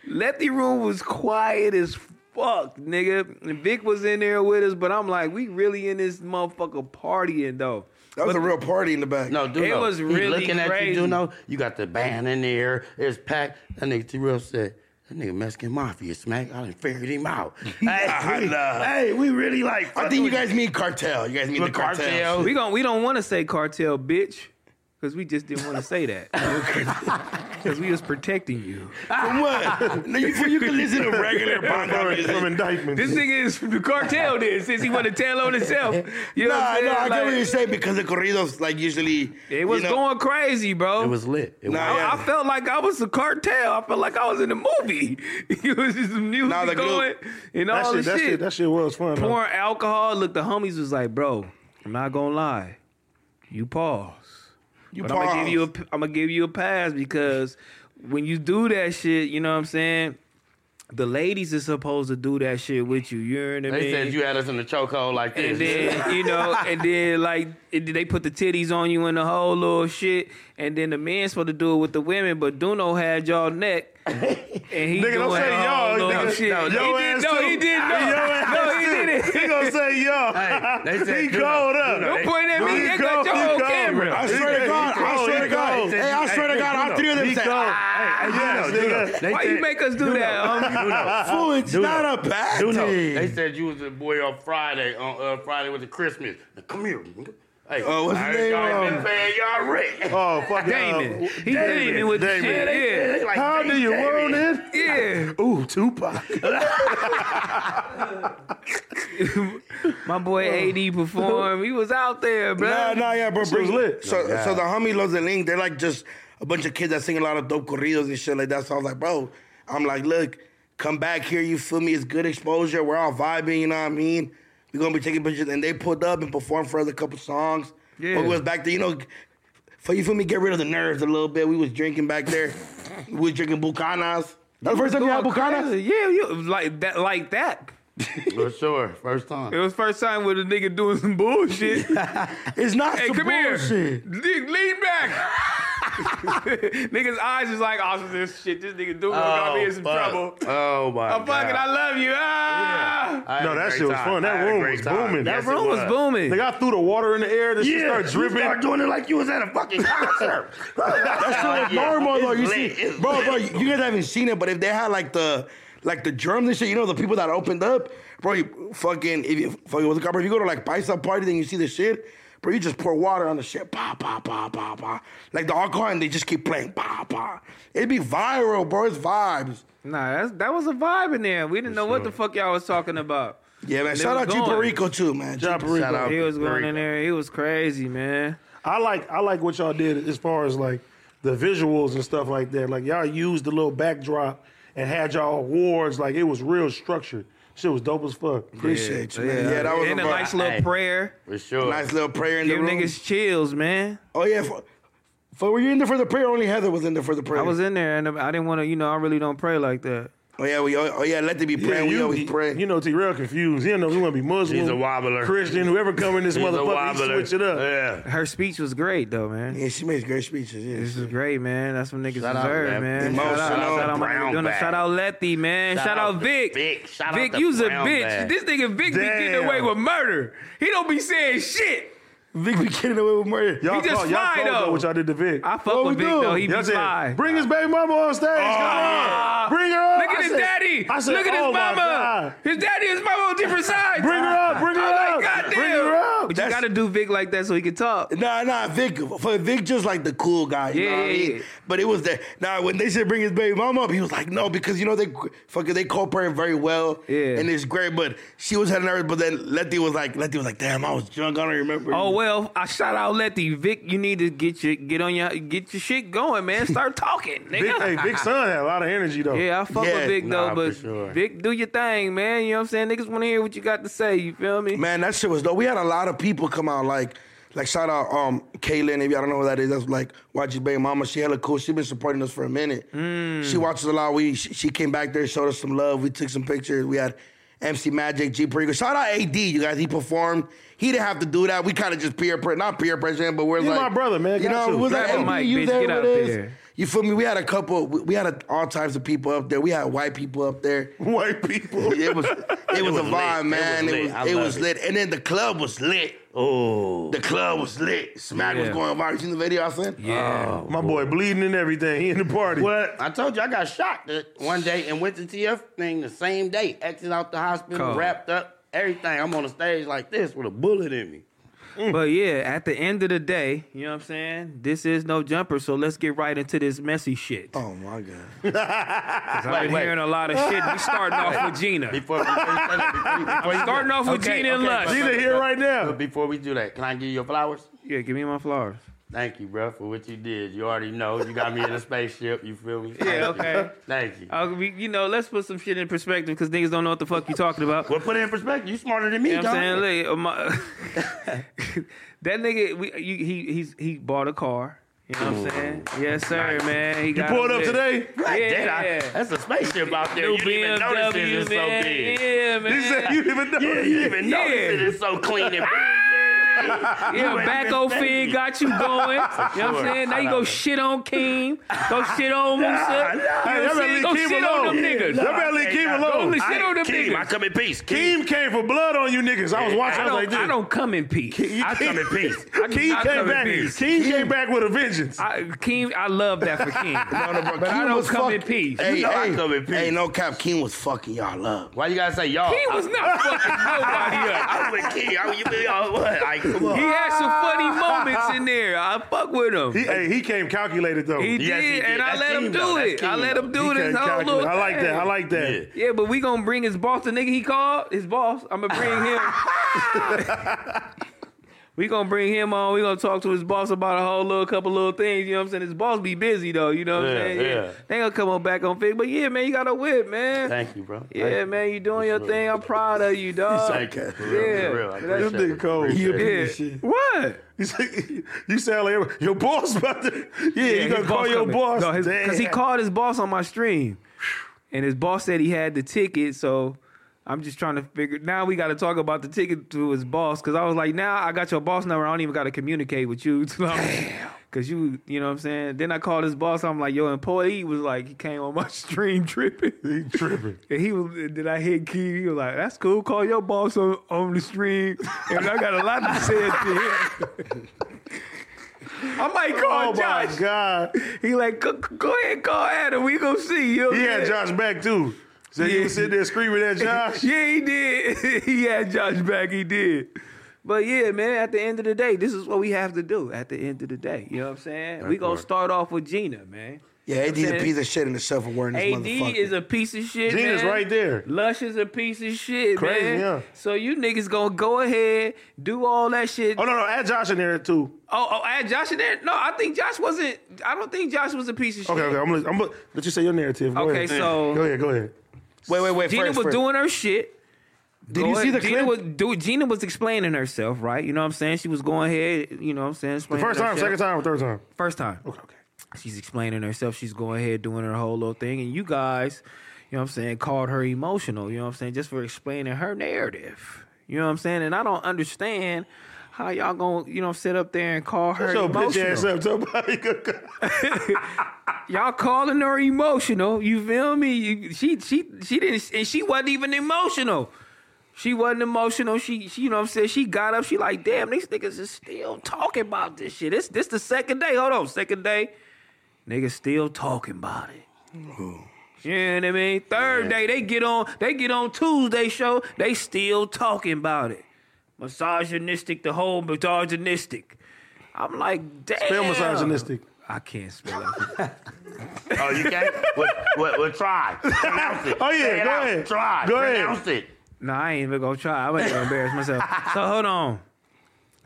Speaker 1: Lefty room was quiet as fuck, nigga. And Vic was in there with us, but I'm like, we really in this motherfucker partying though.
Speaker 2: That was a real party in the back.
Speaker 3: No, Duno.
Speaker 1: It was
Speaker 3: he
Speaker 1: really
Speaker 3: looking at
Speaker 1: crazy.
Speaker 3: you, Duno. You got the band in there. It's packed. That nigga T-Real said, that nigga Mexican Mafia smack. I done figured him out. hey, hey, we really like.
Speaker 2: I think you guys mean cartel. You guys mean the cartel.
Speaker 3: cartel.
Speaker 1: We gon' we don't want to say cartel, bitch, because we just didn't want to say that because we was protecting you.
Speaker 2: From what? no, you, you can listen to regular bongo
Speaker 4: From,
Speaker 2: music.
Speaker 4: from indictment.
Speaker 1: This nigga is the cartel. Then since he want to tell on himself, you know.
Speaker 2: Nah,
Speaker 1: what
Speaker 2: nah, I
Speaker 1: I'm saying?
Speaker 2: get what
Speaker 1: Like,
Speaker 2: you're saying because the corridos like usually
Speaker 1: it was
Speaker 2: you know,
Speaker 1: going crazy, bro.
Speaker 3: It was lit. It
Speaker 2: Nah,
Speaker 1: I,
Speaker 3: was,
Speaker 2: yeah.
Speaker 1: I felt like I was the cartel. I felt like I was in a movie. it was just music
Speaker 2: Nah, the glue.
Speaker 1: going and
Speaker 4: that,
Speaker 1: all
Speaker 4: shit,
Speaker 1: the
Speaker 4: that, shit, that shit was fun. though.
Speaker 1: pouring alcohol. Look, the homies was like, bro, I'm not gonna lie. You pause.
Speaker 2: You
Speaker 1: But I'm gonna give you a
Speaker 2: pause.
Speaker 1: p- I'm gonna give you a pass because when you do that shit, you know what I'm saying. The ladies is supposed to do that shit with you. You know what I mean?
Speaker 3: They said you had us in the chokehold like this.
Speaker 1: And then you know, and then like and then they put the titties on you and the whole little shit, and then the men's supposed to do it with the women, but Duno had y'all neck. And he
Speaker 4: Nigga, don't
Speaker 1: doing
Speaker 4: say
Speaker 1: all
Speaker 4: y'all.
Speaker 1: little
Speaker 4: Nigga,
Speaker 1: Oh, shit.
Speaker 4: no,
Speaker 1: he
Speaker 4: yo
Speaker 1: did,
Speaker 4: ass
Speaker 1: no,
Speaker 4: too.
Speaker 1: he did no,
Speaker 4: Yo ass
Speaker 1: no, he
Speaker 4: too.
Speaker 1: didn't.
Speaker 4: He gonna say yo.
Speaker 3: Hey, they said,
Speaker 4: he
Speaker 3: "Do
Speaker 4: gold
Speaker 3: not-
Speaker 4: up.
Speaker 3: do not-
Speaker 1: Don't point at me.
Speaker 4: He
Speaker 1: They
Speaker 4: cold,
Speaker 1: got your
Speaker 4: he
Speaker 1: whole
Speaker 4: cold.
Speaker 2: I
Speaker 1: camera.
Speaker 2: swear to
Speaker 4: He
Speaker 2: God, I
Speaker 4: cold, he
Speaker 2: swear to God.
Speaker 4: cold.
Speaker 2: Hey, I swear to God, all three of them
Speaker 4: He
Speaker 2: said,
Speaker 4: cold.
Speaker 2: ah,
Speaker 4: Yes, nigga.
Speaker 3: They
Speaker 1: Why
Speaker 3: said-
Speaker 1: you make us do that? homie?
Speaker 2: fool, it's not a bad
Speaker 3: do know.
Speaker 2: thing.
Speaker 3: They said you was a boy on Friday, on uh, Friday with the Christmas. Now, come here, nigga. Hey,
Speaker 2: Oh, what's
Speaker 3: I
Speaker 2: his
Speaker 3: heard
Speaker 2: name,
Speaker 3: Y'all
Speaker 2: um,
Speaker 3: been paying y'all rent.
Speaker 4: Oh, fucking
Speaker 1: Damon,
Speaker 4: uh,
Speaker 1: he Damon with the shit.
Speaker 3: They like,
Speaker 4: How
Speaker 3: "Hey,
Speaker 4: do you
Speaker 3: David."
Speaker 4: want it?
Speaker 1: Yeah, yeah.
Speaker 4: Ooh, Tupac.
Speaker 1: My boy AD performed. He was out there, bro.
Speaker 2: Oh. Nah, nah, yeah, bro.
Speaker 4: Shit was
Speaker 2: bro.
Speaker 4: lit.
Speaker 2: So, so the homie Los del Link, they're like just a bunch of kids that sing a lot of dope corridos and shit like that. So I was like, bro, I'm like, look, come back here. You feel me? It's good exposure. We're all vibing. You know what I mean? We're gonna be taking pictures. And they pulled up and performed for us a couple songs.
Speaker 1: Yeah.
Speaker 2: We was back there, you know. For you feel me, get rid of the nerves a little bit. We was drinking back there. we was drinking bucanas. That's the first time you had
Speaker 1: Going
Speaker 2: bucanas.
Speaker 1: crazy. Yeah, you it was like that, like that.
Speaker 3: For sure, first time.
Speaker 1: It was first time with a nigga doing some bullshit.
Speaker 2: It's not
Speaker 1: Hey,
Speaker 2: some
Speaker 1: come
Speaker 2: bullshit.
Speaker 1: here. Nigga, lean back. Niggas' eyes is like, oh, this shit, this nigga doing got me in some
Speaker 3: fuck.
Speaker 1: trouble.
Speaker 3: Oh my
Speaker 1: I'm fucking, I love you. Ah.
Speaker 3: I had
Speaker 4: No,
Speaker 3: a
Speaker 4: that
Speaker 3: great
Speaker 4: shit was
Speaker 3: time.
Speaker 4: fun. That
Speaker 3: I had a
Speaker 4: room
Speaker 3: great
Speaker 4: was
Speaker 3: time.
Speaker 4: booming.
Speaker 1: That
Speaker 3: Yes, it
Speaker 1: room was booming.
Speaker 4: They got threw the water in the air. This shit
Speaker 3: Yeah,
Speaker 4: started dripping.
Speaker 3: You start doing it like you was at a fucking concert.
Speaker 2: That's still like
Speaker 3: yeah.
Speaker 2: normal though. You
Speaker 3: It's
Speaker 2: see,
Speaker 3: lit. It's
Speaker 2: bro,
Speaker 3: lit.
Speaker 2: bro, you guys haven't seen it, but if they had like the like the germs and shit, you know, the people that opened up, bro, you fucking if you fucking what's it called, bro, if you go to like paisa party then you see the shit, bro, you just pour water on the shit, pa pa pa pa pa, like the alcohol, and they just keep playing, pa pa. It'd be viral, bro. It's vibes.
Speaker 1: Nah, that's, that was a vibe in there. We didn't know what the fuck y'all was talking about.
Speaker 2: Yeah, man.
Speaker 1: And it
Speaker 2: Shout
Speaker 1: was
Speaker 2: out to
Speaker 1: going.
Speaker 2: Perico too, man. Shout
Speaker 3: Shout out.
Speaker 1: He was going
Speaker 3: Perico.
Speaker 1: in there. He was crazy, man.
Speaker 4: I like I like what y'all did as far as like the visuals and stuff like that. Like y'all used the little backdrop and had y'all awards. Like it was real structured. Shit was dope as fuck.
Speaker 2: Appreciate you, man. Yeah, that was
Speaker 1: and
Speaker 2: a
Speaker 1: a nice little
Speaker 3: Hey.
Speaker 1: prayer.
Speaker 3: For sure.
Speaker 2: nice little prayer in the
Speaker 1: Give
Speaker 2: room.
Speaker 1: niggas chills, man.
Speaker 2: Oh yeah. For, for, were you in there for the prayer? Only Heather was in there for the prayer.
Speaker 1: I was in there and I didn't want to, you know, I really don't pray like that.
Speaker 2: Oh yeah, we. Oh yeah, let them be praying. we always pray.
Speaker 4: You know, T-Rail confused. He don't know if he want to be Muslim.
Speaker 3: He's a wobbler.
Speaker 4: Christian, whoever come in this
Speaker 3: He's a
Speaker 4: motherfucker, he
Speaker 3: wobbler.
Speaker 4: switch it up.
Speaker 3: Yeah.
Speaker 1: Her speech was great though, man.
Speaker 2: Yeah, she makes great speeches. Yeah,
Speaker 1: This is great, man. That's what niggas
Speaker 3: Shout out,
Speaker 1: deserve,
Speaker 3: man.
Speaker 1: man.
Speaker 2: Emotional
Speaker 1: Shout out, shout out, my
Speaker 3: brown
Speaker 1: nigga Duna.
Speaker 3: bag.
Speaker 1: shout out Letty, man. Shout,
Speaker 3: Shout
Speaker 1: out
Speaker 3: out to
Speaker 1: Vic.
Speaker 3: Vic. Shout out
Speaker 1: Vic,
Speaker 3: to
Speaker 1: you's a
Speaker 3: brown
Speaker 1: bitch.
Speaker 3: bag.
Speaker 1: This nigga Vic be getting
Speaker 4: Damn.
Speaker 1: away with murder. He don't be saying shit.
Speaker 2: Vic be getting away with murder.
Speaker 4: Y'all
Speaker 1: He just
Speaker 4: called- y'all
Speaker 1: fly,
Speaker 4: called,
Speaker 1: though.
Speaker 4: What y'all did to Vic?
Speaker 1: I fuck
Speaker 2: What
Speaker 1: with
Speaker 2: we
Speaker 1: Vic
Speaker 2: do?
Speaker 1: though. He
Speaker 4: Y'all
Speaker 1: be
Speaker 4: said,
Speaker 1: fly.
Speaker 4: Bring his baby mama on stage.
Speaker 1: Ah.
Speaker 4: Come on. Bring her up.
Speaker 1: Look at
Speaker 4: I
Speaker 1: his
Speaker 4: said-
Speaker 1: daddy.
Speaker 4: I said,
Speaker 1: Look at his
Speaker 4: oh my
Speaker 1: mama.
Speaker 4: God.
Speaker 1: His daddy and his mama on different sides.
Speaker 4: Bring her up. Bring her
Speaker 1: I'm
Speaker 4: up.
Speaker 1: like, goddamn.
Speaker 4: Bring her up.
Speaker 1: But you
Speaker 2: That's-
Speaker 1: gotta do Vic like that so he can talk.
Speaker 2: Nah, nah, Vic. For Vic, just like the cool guy. You
Speaker 1: Yeah,
Speaker 2: know what
Speaker 1: yeah,
Speaker 2: I mean?
Speaker 1: yeah.
Speaker 2: But it was that. Now, when they said bring his baby mom up, he was like, no, because you know they fucking they cooperate very well.
Speaker 1: Yeah.
Speaker 2: and it's great. But she was heading nervous. But then Letty was like, Letty was like, damn, I was drunk. I don't remember.
Speaker 1: Oh well, I shout out Letty. Vic, you need to get your get on your get your shit going, man. Start talking, nigga.
Speaker 4: Vic, hey, Big Son had a lot of energy though.
Speaker 1: Yeah, I fuck
Speaker 2: Yeah,
Speaker 1: with Vic
Speaker 3: nah,
Speaker 1: though,
Speaker 3: for
Speaker 1: but
Speaker 3: sure.
Speaker 1: Vic, do your thing, man. You know what I'm saying? Niggas want to hear what you got to say. You feel me?
Speaker 2: Man, that shit was dope. We had a lot of people come out like like shout out um Kaylin, if y'all don't know who that is, that's like watches baby mama. She hella cool. She been supporting us for a minute. She watches a lot. We she, she came back there, showed us some love. We took some pictures. We had MC Magic, G Perico. Shout out AD, you guys. He performed. He didn't have to do that. We kind of just peer pressure, not peer pressure, him, but we're
Speaker 4: He's
Speaker 2: like
Speaker 4: my brother, man.
Speaker 2: You
Speaker 4: Got
Speaker 2: know,
Speaker 4: to.
Speaker 2: we was
Speaker 1: Grab
Speaker 2: like,
Speaker 1: the
Speaker 2: hey,
Speaker 1: mic,
Speaker 2: you
Speaker 1: bitch.
Speaker 2: there
Speaker 1: Get
Speaker 2: with
Speaker 1: out
Speaker 2: us?
Speaker 1: there.
Speaker 2: You feel me? We had a couple. We we had a, all types of people up there. We had white people up there.
Speaker 4: White people.
Speaker 2: It was it was a
Speaker 3: was lit.
Speaker 2: vibe,
Speaker 3: It
Speaker 2: man.
Speaker 3: was
Speaker 2: It
Speaker 3: lit. I
Speaker 2: was it
Speaker 3: love
Speaker 2: was
Speaker 3: it.
Speaker 2: lit, and then the club was lit.
Speaker 3: Oh.
Speaker 2: The club was lit. Smack was
Speaker 1: Yeah.
Speaker 2: going viral. You seen the video I sent?
Speaker 1: yeah.
Speaker 3: oh.
Speaker 4: My boy bleeding and everything. He in the party.
Speaker 3: What? I told you I got shot the- one day and went to TF thing the same day. Exited out the hospital,
Speaker 1: Cold.
Speaker 3: wrapped up, everything. I'm on the stage like this with a bullet in me.
Speaker 1: But yeah, at the end of the day, you know what I'm saying? This is no jumper, so let's get right into this messy shit.
Speaker 2: Oh my god.
Speaker 1: 'Cause I've been
Speaker 3: wait.
Speaker 1: hearing a lot of shit. We starting off with Gina.
Speaker 3: Before, before you say that, before you- before you-
Speaker 1: Starting off with
Speaker 3: Okay,
Speaker 1: Gina and
Speaker 3: okay,
Speaker 1: Lux.
Speaker 3: but-
Speaker 4: Gina
Speaker 3: but-
Speaker 4: here
Speaker 3: but-
Speaker 4: right now.
Speaker 3: But before we do that, can I give you your flowers?
Speaker 1: Yeah, give me my flowers.
Speaker 3: Thank you, bro, for what you did. You already know. You got me in a spaceship. You feel me? Thank you.
Speaker 1: okay. Uh,
Speaker 3: Thank you.
Speaker 1: I'll be, you know, let's put some shit in perspective because niggas don't know what the fuck you talking about.
Speaker 3: well, put it in perspective. You smarter than me,
Speaker 1: You know what
Speaker 3: dog.
Speaker 1: I'm saying? Look, uh, my- that nigga, we, you, he he's he bought a car. You know what I'm saying? Yes, sir, man. He got
Speaker 4: Pulled
Speaker 1: him lit.
Speaker 4: up today.
Speaker 3: That I-
Speaker 1: Yeah,
Speaker 3: that's a spaceship out there.
Speaker 1: New
Speaker 3: you didn't even notice it. It's
Speaker 1: BMW,
Speaker 3: so
Speaker 1: man.
Speaker 3: big.
Speaker 1: Yeah, man.
Speaker 4: He said, you even know.
Speaker 3: You didn't even
Speaker 1: Yeah.
Speaker 3: notice it. It's so clean and
Speaker 1: Yeah, Backo Fig got you going. You know what I'm saying? Now you go shit on Keem. Go shit on Musa.
Speaker 4: Hey,
Speaker 1: You know
Speaker 4: y'all
Speaker 1: what I'm
Speaker 4: better
Speaker 1: saying?
Speaker 4: leave
Speaker 1: Go
Speaker 4: Keem
Speaker 1: shit on
Speaker 4: alone.
Speaker 1: them niggas.
Speaker 4: Y'all better leave Keem alone.
Speaker 1: Go shit on them
Speaker 3: Keem, I
Speaker 1: niggas.
Speaker 3: come in peace. Keem,
Speaker 4: Keem came for blood on you niggas. I was watching.
Speaker 1: I
Speaker 4: I, was like,
Speaker 1: don't,
Speaker 4: dude.
Speaker 1: I don't come in peace.
Speaker 3: I come in peace.
Speaker 4: Keem
Speaker 1: I
Speaker 4: came
Speaker 1: come in
Speaker 4: back.
Speaker 1: peace.
Speaker 4: Keem came back with a vengeance.
Speaker 1: I, Keem, I love that for Keem.
Speaker 2: No, no, bro,
Speaker 1: but I
Speaker 2: Keem
Speaker 1: don't
Speaker 2: was
Speaker 1: come in
Speaker 2: fuck-
Speaker 1: peace.
Speaker 2: Hey,
Speaker 3: You know I
Speaker 2: hey,
Speaker 3: come in peace.
Speaker 2: hey, no cap. King was fucking y'all up.
Speaker 3: Why you gotta say y'all?
Speaker 1: he was not fucking nobody up.
Speaker 3: I, I was with Keem. I was you with y'all. What? Like, come on.
Speaker 1: He had some funny moments in there. I fuck with him.
Speaker 4: He,
Speaker 1: He,
Speaker 4: hey, he came calculated though. He
Speaker 1: did,
Speaker 3: Yes, he did.
Speaker 1: and I
Speaker 3: That's
Speaker 1: let him
Speaker 3: Keem,
Speaker 1: do
Speaker 3: though. That's
Speaker 1: it. I
Speaker 3: Keem,
Speaker 1: let him
Speaker 3: though.
Speaker 1: do
Speaker 4: came
Speaker 1: this whole little
Speaker 4: calculated. I like that. I
Speaker 1: thing.
Speaker 4: like that.
Speaker 3: Yeah.
Speaker 1: Yeah, but we gonna bring his boss, the nigga he called, his boss. I'm gonna bring him. we gonna bring him on. We gonna talk to his boss about a whole little couple little things. You know what I'm saying? His boss be busy though. You know what
Speaker 3: Yeah,
Speaker 1: I'm saying?
Speaker 3: yeah.
Speaker 1: They gonna come on back on fig. But yeah, man, you got a whip, man.
Speaker 3: Thank you, bro.
Speaker 1: yeah,
Speaker 3: Thank
Speaker 1: man, you doing your thing. I'm proud of you, dog.
Speaker 3: Thank you. For
Speaker 1: Yeah.
Speaker 3: real. For real. I
Speaker 4: This
Speaker 3: appreciate it.
Speaker 4: nigga cold.
Speaker 3: Appreciate it.
Speaker 4: Yeah.
Speaker 1: Yeah. What?
Speaker 4: You say- you sound like everybody- your boss about to. Yeah, you
Speaker 1: his
Speaker 4: gonna call your
Speaker 1: coming.
Speaker 4: boss?
Speaker 1: No, his- Cause he
Speaker 4: Damn.
Speaker 1: called his boss on my stream, and his boss said he had the ticket. So I'm just trying to figure. Now we got to talk about the ticket to his boss. Cause I was like, now I got your boss number. I don't even got to communicate with you. So I'm- Cause you, you know what I'm saying. Then I called his boss. I'm like, your employee was like, he came on my stream tripping.
Speaker 4: He tripping.
Speaker 1: And he was, and then I hit Key. He was like, "That's cool. Call your boss on, on the stream." And I got a lot to say to him. I might call
Speaker 4: Oh
Speaker 1: Josh.
Speaker 4: my god.
Speaker 1: He like, go, go ahead, call Adam. We gonna see you. know what
Speaker 4: He
Speaker 1: I'm
Speaker 4: had
Speaker 1: saying?
Speaker 4: Josh back too. So you
Speaker 1: Yeah.
Speaker 4: was sitting there screaming at Josh.
Speaker 1: Yeah, he did. he had Josh back. He did. But yeah, man. At the end of the day, this is what we have to do. At the end of the day, you know what I'm saying? we gonna start off with Gina, man.
Speaker 2: Yeah, AD's a
Speaker 1: saying?
Speaker 2: piece of shit in the self awareness.
Speaker 1: AD is a piece of shit.
Speaker 4: Gina's
Speaker 1: man.
Speaker 4: right there.
Speaker 1: Lush is a piece of shit,
Speaker 4: Crazy,
Speaker 1: man.
Speaker 4: yeah.
Speaker 1: So you niggas gonna go ahead, do all that shit.
Speaker 4: Oh
Speaker 1: Oh,
Speaker 4: no, no, add Josh in there too.
Speaker 1: oh, add Josh in there. No, I think Josh wasn't. I don't think Josh was a piece of shit.
Speaker 4: Okay, okay, I'm gonna, I'm gonna let you say your narrative. Go
Speaker 1: Okay,
Speaker 4: ahead.
Speaker 1: so-
Speaker 4: go ahead, go ahead.
Speaker 2: Wait, wait, wait.
Speaker 1: Gina
Speaker 2: first,
Speaker 1: was
Speaker 2: first.
Speaker 1: doing her shit.
Speaker 2: Did you
Speaker 1: Go
Speaker 2: see the
Speaker 1: ahead- Gina
Speaker 2: clip?
Speaker 1: was do, Gina was explaining herself, right? You know what I'm saying? She was going ahead. You know what I'm saying?
Speaker 4: The first time, second time, or third time?
Speaker 1: First time. Okay, okay. She's explaining herself. She's going ahead doing her whole little thing. And you guys, you know what I'm saying, called her emotional, you know what I'm saying, just for explaining her narrative. You know what I'm saying? And I don't understand how y'all gonna, you know, sit up there and call her
Speaker 4: Show bitch ass
Speaker 1: emotional.
Speaker 4: up. Somebody go- go-
Speaker 1: Y'all calling her emotional. You feel me? You, she she she didn't and she wasn't even emotional. She wasn't emotional. She, she, you know what I'm saying? She got up. She like, damn, these niggas is still talking about this shit. This this the second day. Hold on, second day. Niggas still talking about it. You know what I mean? Third day, they get on, they get on Tuesday show, they still talking about it. Misogynistic, the whole misogynistic. I'm like, damn.
Speaker 4: Film misogynistic.
Speaker 1: I can't spell it.
Speaker 3: Oh, you can't? well, well, well, try. Pronounce it.
Speaker 4: Oh, yeah,
Speaker 3: Say it
Speaker 4: go
Speaker 3: out.
Speaker 4: ahead.
Speaker 3: Try.
Speaker 4: Go ahead.
Speaker 3: Pronounce it.
Speaker 1: no, I ain't even gonna try. I'm gonna embarrass myself. So hold on.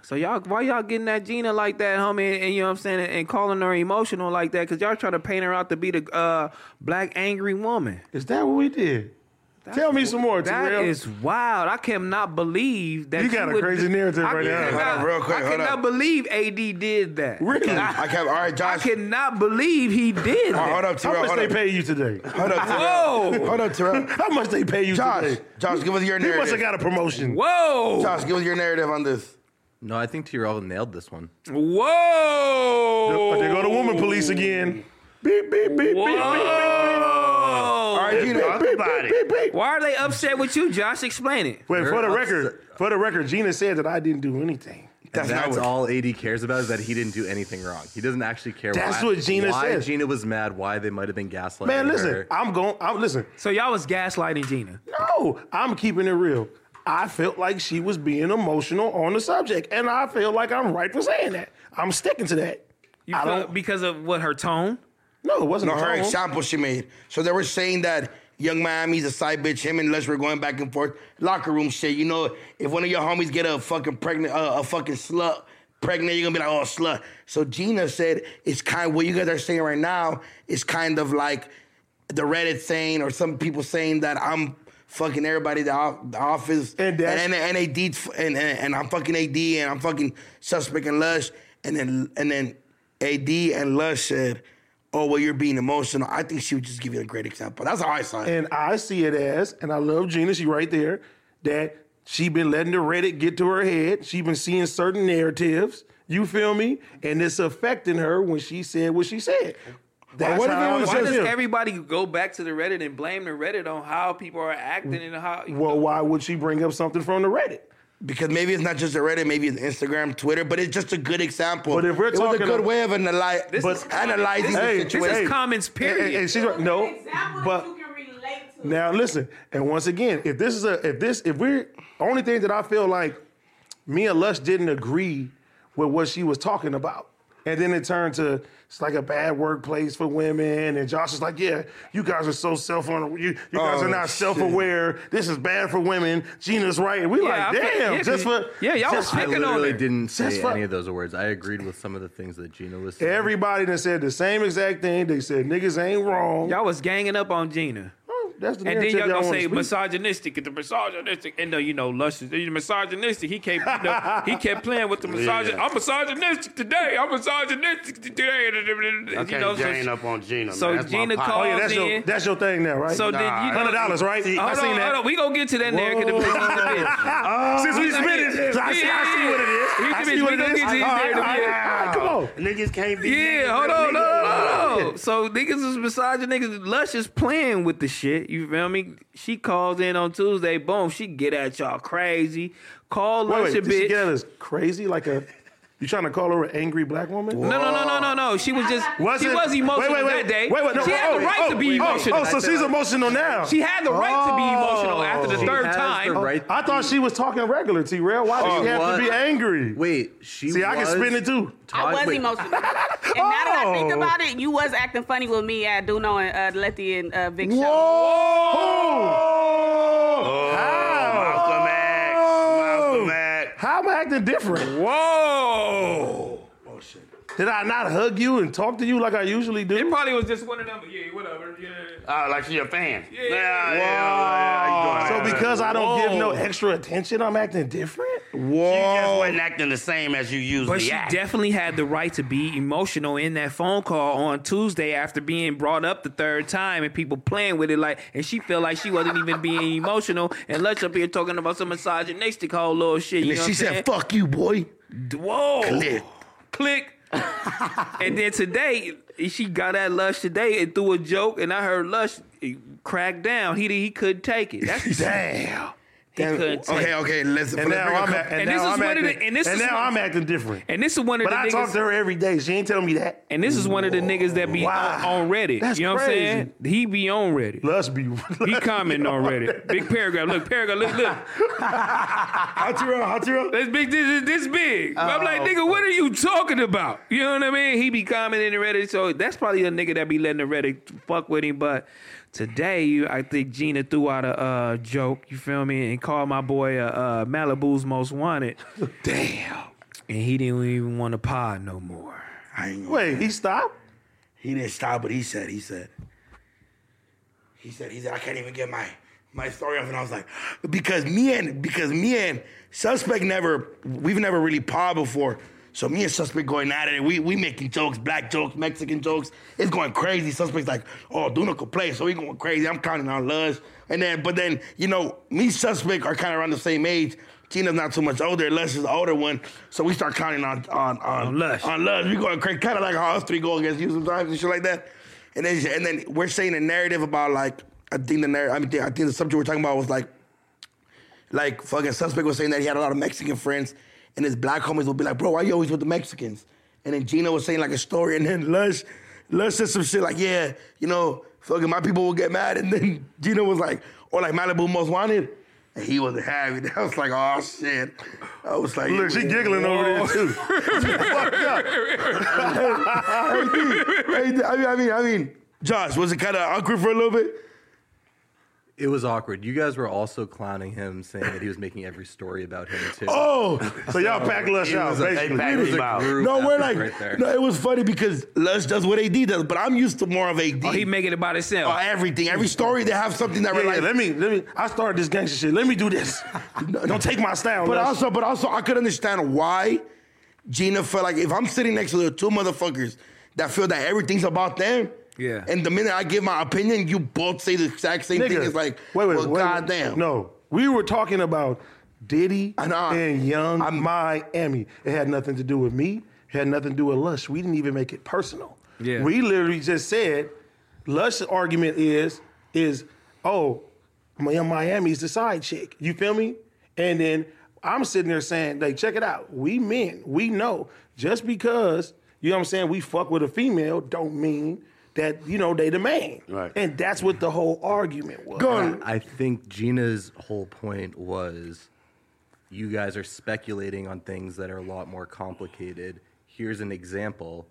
Speaker 1: So y'all, why y'all getting that Gina like that, homie? And, and you know what I'm saying, and, calling her emotional like that, cause y'all trying to paint her out to be the uh, black angry woman.
Speaker 4: Is that what we did? Tell me some more,
Speaker 1: That
Speaker 4: Terrell.
Speaker 1: is wild. I cannot believe that
Speaker 4: You got a
Speaker 1: would-
Speaker 4: crazy narrative
Speaker 1: I
Speaker 4: right now.
Speaker 1: cannot-
Speaker 2: Hold on, real quick,
Speaker 1: I
Speaker 2: hold
Speaker 1: cannot
Speaker 2: on.
Speaker 1: believe AD did that.
Speaker 4: Really? How
Speaker 2: I kept. All right,
Speaker 1: I
Speaker 2: Josh.
Speaker 1: cannot believe he did
Speaker 2: all right, hold
Speaker 1: that.
Speaker 2: up, Terrell.
Speaker 4: much
Speaker 2: Hold
Speaker 4: they
Speaker 2: up.
Speaker 4: pay you today?
Speaker 2: Hold up, Terrell.
Speaker 1: Whoa.
Speaker 2: Hold up, Terrell.
Speaker 4: How much they pay you
Speaker 2: Josh,
Speaker 4: today?
Speaker 2: Josh, give us your
Speaker 4: He must
Speaker 2: narrative.
Speaker 4: have got a promotion.
Speaker 1: Whoa!
Speaker 2: Josh, give us your narrative on this.
Speaker 5: No, I think Tyrell nailed this one.
Speaker 1: Whoa!
Speaker 4: But they go to woman police again. Beep beep beep beep
Speaker 1: Whoa!
Speaker 2: All right, Gina.
Speaker 3: Talk about
Speaker 4: beep beep
Speaker 3: it.
Speaker 4: beep.
Speaker 1: Why are they upset with you, Josh? Explain it.
Speaker 4: Wait, for the
Speaker 5: They're
Speaker 4: record, for the record, Gina said that I didn't do anything.
Speaker 2: That's, not
Speaker 5: That's,
Speaker 2: what.
Speaker 5: all AD cares about is that he didn't do anything wrong. He doesn't actually care.
Speaker 4: That's
Speaker 5: why,
Speaker 4: what Gina
Speaker 5: why
Speaker 4: says.
Speaker 5: Gina was mad. Why they might have been gaslighting
Speaker 4: Man, listen,
Speaker 5: her.
Speaker 4: I'm going. I'm listen.
Speaker 1: So y'all was gaslighting Gina.
Speaker 4: No, I'm keeping it real. I felt like she was being emotional on the subject, and I feel like I'm right for saying that. I'm sticking to that.
Speaker 1: You
Speaker 4: I
Speaker 1: felt-
Speaker 4: don't-
Speaker 1: because of what her tone.
Speaker 4: No, it wasn't
Speaker 2: No,
Speaker 4: a
Speaker 2: her
Speaker 4: tone.
Speaker 2: example she made. So they were saying that Young Miami's a side bitch. Him and Les were going back and forth. Locker room shit. You know, if one of your homies get a fucking pregnant, uh, a fucking slut pregnant, you're gonna be like, oh slut. So Gina said it's kind. What you guys are saying right now is kind of like the Reddit saying or some people saying that I'm fucking everybody the, off, the office
Speaker 4: And Dash.
Speaker 2: and and, and AD and, and and I'm fucking AD and I'm fucking suspect and Lush and then and then AD and Lush said, "Oh well, you're being emotional." I think she would just give you a great example. That's how I saw it.
Speaker 4: And I see it as, and I love Gina, she right there, that she been letting the Reddit get to her head. She been seeing certain narratives. You feel me? And it's affecting her when she said what she said. That's
Speaker 2: what if
Speaker 4: how
Speaker 2: it
Speaker 4: I
Speaker 2: was
Speaker 1: Why
Speaker 4: look
Speaker 2: just
Speaker 4: at
Speaker 1: does
Speaker 4: it.
Speaker 1: everybody go back to the Reddit and blame the Reddit on how people are acting and how?
Speaker 4: Well, why would she bring up something from the Reddit?
Speaker 2: because maybe it's not just a Reddit, maybe it's Instagram, Twitter, but it's just a good example.
Speaker 4: But if we're
Speaker 2: it was a
Speaker 4: talking
Speaker 2: good
Speaker 4: of-
Speaker 2: way of analy-
Speaker 1: This
Speaker 2: but
Speaker 1: is-
Speaker 2: analyzing
Speaker 1: this
Speaker 2: the
Speaker 1: is-
Speaker 2: situation.
Speaker 1: this is comments, period.
Speaker 4: And, and she's right. No,
Speaker 7: Example
Speaker 4: but
Speaker 7: that you can relate to.
Speaker 4: Now listen, and once again, if this is a if this if we're only thing that I feel like me and Lush didn't agree with what she was talking about. And then it turned to it's like a bad workplace for women. And Josh is like, yeah, you guys are so self aware. You, you guys
Speaker 2: Oh,
Speaker 4: are not
Speaker 2: shit.
Speaker 4: self aware. This is bad for women. Gina's right. And we
Speaker 1: I
Speaker 4: like,
Speaker 1: feel-
Speaker 4: damn,
Speaker 1: yeah,
Speaker 4: just
Speaker 1: 'cause-
Speaker 4: for
Speaker 1: yeah, y'all
Speaker 4: just-
Speaker 1: was
Speaker 5: I
Speaker 1: Picking on
Speaker 5: literally
Speaker 1: her.
Speaker 5: didn't
Speaker 4: That's
Speaker 5: say
Speaker 4: fine.
Speaker 5: any of those words. I agreed with some of the things that Gina was saying.
Speaker 4: Everybody that said the same exact thing. They said niggas ain't wrong.
Speaker 1: Y'all was ganging up on Gina.
Speaker 4: Oh, That's the
Speaker 1: And then
Speaker 4: narrative
Speaker 1: y'all
Speaker 4: y'all
Speaker 1: gonna
Speaker 4: wanna
Speaker 1: say
Speaker 4: speak.
Speaker 1: misogynistic, the misogynistic, and no, you know, luscious, you misogynistic. He kept, you know, he kept playing with the misogyn. I'm misogynistic today. I'm misogynistic today.
Speaker 3: I
Speaker 1: you
Speaker 3: can't
Speaker 1: know, so
Speaker 3: gain
Speaker 1: she-
Speaker 3: up on Gina.
Speaker 1: so
Speaker 3: man. That's my
Speaker 1: Gina
Speaker 3: pop.
Speaker 1: called-
Speaker 4: Oh yeah, that's your
Speaker 1: then-
Speaker 4: that's your thing now, right?
Speaker 1: so then
Speaker 3: Nah,
Speaker 1: you know,
Speaker 4: Hundred dollars, right? I
Speaker 1: Hold
Speaker 4: seen
Speaker 1: on,
Speaker 4: that.
Speaker 1: hold on. We gonna get to that narrative.
Speaker 4: Whoa.
Speaker 1: in just a bit.
Speaker 4: Since we spit it, I see, I see what it is.
Speaker 1: Yeah, yeah,
Speaker 4: I
Speaker 1: yeah.
Speaker 4: see
Speaker 1: We
Speaker 4: what it
Speaker 1: gonna
Speaker 4: is.
Speaker 1: get you
Speaker 4: All
Speaker 1: there
Speaker 4: right,
Speaker 1: to
Speaker 4: all
Speaker 1: be-
Speaker 4: right, come on.
Speaker 3: Niggas can't be. niggas,
Speaker 1: Yeah, hold
Speaker 3: real
Speaker 1: on, no,
Speaker 3: niggas.
Speaker 1: no, no. So niggas is massaging niggas. Lush is playing with the shit. You feel me? She calls in on Tuesday. Boom, she get at y'all crazy. Call
Speaker 4: Wait,
Speaker 1: Lush
Speaker 4: wait.
Speaker 1: a
Speaker 4: Did she
Speaker 1: bitch.
Speaker 4: get at us crazy? Like a, you trying to call her an angry black woman?
Speaker 1: No, no, no, no, no, no. She was just.
Speaker 4: Was
Speaker 1: she
Speaker 4: it-
Speaker 1: was emotional
Speaker 4: wait, wait, wait,
Speaker 1: that day.
Speaker 4: Wait, wait, no.
Speaker 1: she had
Speaker 4: oh,
Speaker 1: the right
Speaker 4: oh,
Speaker 1: to be
Speaker 4: oh,
Speaker 1: emotional.
Speaker 4: Oh, so she's emotional now.
Speaker 1: she had the right to be emotional after the
Speaker 4: Oh.
Speaker 1: third
Speaker 5: has the
Speaker 1: time.
Speaker 5: right-
Speaker 4: I thought she was talking regular, T-Rail. Why did she have
Speaker 5: what?
Speaker 4: to be angry?
Speaker 5: Wait, she.
Speaker 4: See, I can
Speaker 5: was
Speaker 4: spin it too.
Speaker 7: I
Speaker 5: taught-
Speaker 7: was
Speaker 5: wait,
Speaker 7: emotional. and now that I
Speaker 4: Oh.
Speaker 7: think about it, you was acting funny with me at Duno and uh, Letty and uh, Vic show.
Speaker 4: Whoa! How?
Speaker 3: Malcolm X. Malcolm X.
Speaker 4: How am I acting different?
Speaker 1: Whoa!
Speaker 4: Did I not hug you and talk to you like I usually do?
Speaker 1: It probably was just one of them. Yeah, whatever. Yeah.
Speaker 3: Oh, like she a fan. Yeah, yeah, yeah. how
Speaker 4: so
Speaker 3: you doing?
Speaker 4: because I don't give no extra attention, I'm acting different.
Speaker 3: you just wasn't acting the same as you usually
Speaker 1: But she
Speaker 3: act.
Speaker 1: definitely had the right to be emotional in that phone call on Tuesday after being brought up the third time and people playing with it like, and she felt like she wasn't even being emotional. And Lutch up here talking about some misogynistic whole little shit. You
Speaker 2: And
Speaker 1: know
Speaker 2: she
Speaker 1: what I'm
Speaker 2: said, "Fuck you, boy."
Speaker 1: saying? "Whoa,
Speaker 2: Click.
Speaker 1: click." and then today she got at Lush today and threw a joke, and I heard Lush crack down. He he couldn't take it. That's
Speaker 4: Damn.
Speaker 2: Then-
Speaker 1: couldn't take
Speaker 2: okay,
Speaker 1: it.
Speaker 2: okay. Let's. let's
Speaker 4: And
Speaker 2: bring
Speaker 4: now
Speaker 2: a
Speaker 4: I'm,
Speaker 2: couple-
Speaker 4: act- and
Speaker 1: And this
Speaker 4: now
Speaker 1: is one
Speaker 4: I'm
Speaker 1: of
Speaker 4: acting,
Speaker 1: the- and this is
Speaker 4: now
Speaker 1: one-
Speaker 4: I'm acting different.
Speaker 1: And this is one of
Speaker 4: But
Speaker 1: the
Speaker 4: I
Speaker 1: niggas.
Speaker 4: talk to her every day. She ain't telling me that.
Speaker 1: And this is one of the niggas that be
Speaker 4: Wow.
Speaker 1: on, on Reddit.
Speaker 4: That's
Speaker 1: you know
Speaker 4: crazy.
Speaker 1: what I'm saying? He be on Reddit.
Speaker 4: Let's be.
Speaker 1: He commenting on Reddit. Big paragraph. Look, paragraph. Look, look.
Speaker 4: Hot Tyrell, hot Tyrell.
Speaker 1: This big. This is this big. I'm like,
Speaker 4: Oh,
Speaker 1: nigga, what are you talking about? You know what I mean? He be commenting in Reddit. So that's probably the nigga that be letting the Reddit fuck with him. But today, I think Gina threw out a uh, joke. You feel me? And called my boy uh, uh, Malibu's most wanted.
Speaker 2: Damn.
Speaker 1: And he didn't even want to pod no more.
Speaker 2: I ain't gonna-
Speaker 4: Wait, he stopped?
Speaker 2: He didn't stop, but he said, he said, he said, he said, I can't even get my my story off. And I was like, because me and because me and suspect never we've never really pod before. So me and suspect going at it, and we we making jokes, black jokes, Mexican jokes. It's going crazy. Suspect's like, oh, Duna could play, so he going crazy. I'm counting on Luz, and then but then you know me suspect are kind of around the same age. Tina's not too much older. Lush is the older one, so we start counting on on on,
Speaker 1: On Lush.
Speaker 2: on Luz. We going crazy, kind of like how us three go against you sometimes and shit like that. And then and then we're saying a narrative about like I think the narrative. I mean, I think the subject we're talking about was like like fucking suspect was saying that he had a lot of Mexican friends, and his black homies would be like, "Bro, why you always with the Mexicans?" And then Gino was saying like a story, and then Lush, Lush said some shit like, "Yeah, you know, fucking my people will get mad," and then Gino was like, "Or like Malibu Most Wanted." And he wasn't having it. I was like, oh shit. I was like,
Speaker 4: Look, she giggling over there too.
Speaker 2: I mean, I mean, I mean, Josh, was it kind of awkward for a little bit?
Speaker 5: It was awkward. You guys were also clowning him, saying that he was making every story about him too.
Speaker 2: Oh,
Speaker 4: So y'all pack Lush
Speaker 5: It
Speaker 4: out,
Speaker 5: was a-
Speaker 4: basically.
Speaker 5: it
Speaker 3: packed
Speaker 5: was
Speaker 3: him
Speaker 5: a
Speaker 3: out.
Speaker 5: group
Speaker 2: no, we're
Speaker 5: effort
Speaker 2: like,
Speaker 5: right there.
Speaker 2: no, it was funny because Lush does what AD does, but I'm used to more of AD.
Speaker 1: Oh, he making it by himself.
Speaker 2: on everything, every story they have something that
Speaker 4: Yeah,
Speaker 2: we're
Speaker 4: yeah,
Speaker 2: like.
Speaker 4: let me, let me. I started this gangster shit. Let me do this. Don't take my style.
Speaker 2: But
Speaker 4: Lush.
Speaker 2: also, but also, I could understand why Gina felt like if I'm sitting next to the two motherfuckers that feel that everything's about them.
Speaker 1: Yeah.
Speaker 2: And the minute I give my opinion, you both say the exact same thing. It's like,
Speaker 4: wait, wait,
Speaker 2: well,
Speaker 4: wait.
Speaker 2: goddamn.
Speaker 4: No, we were talking about Diddy
Speaker 2: I know.
Speaker 4: and Young
Speaker 2: I'm-
Speaker 4: Miami. It had nothing to do with me. It had nothing to do with Lush. We didn't even make it personal.
Speaker 1: Yeah.
Speaker 4: We literally just said Lush's argument is is oh, my Young Miami's the side chick. You feel me? And then I'm sitting there saying like, check it out. We men, we know just because you know what I'm saying we fuck with a female don't mean. That you know they the man,
Speaker 3: Right.
Speaker 4: and that's what the whole argument was.
Speaker 5: And I think Gina's whole point was you guys are speculating on things that are a lot more complicated. Here's an example.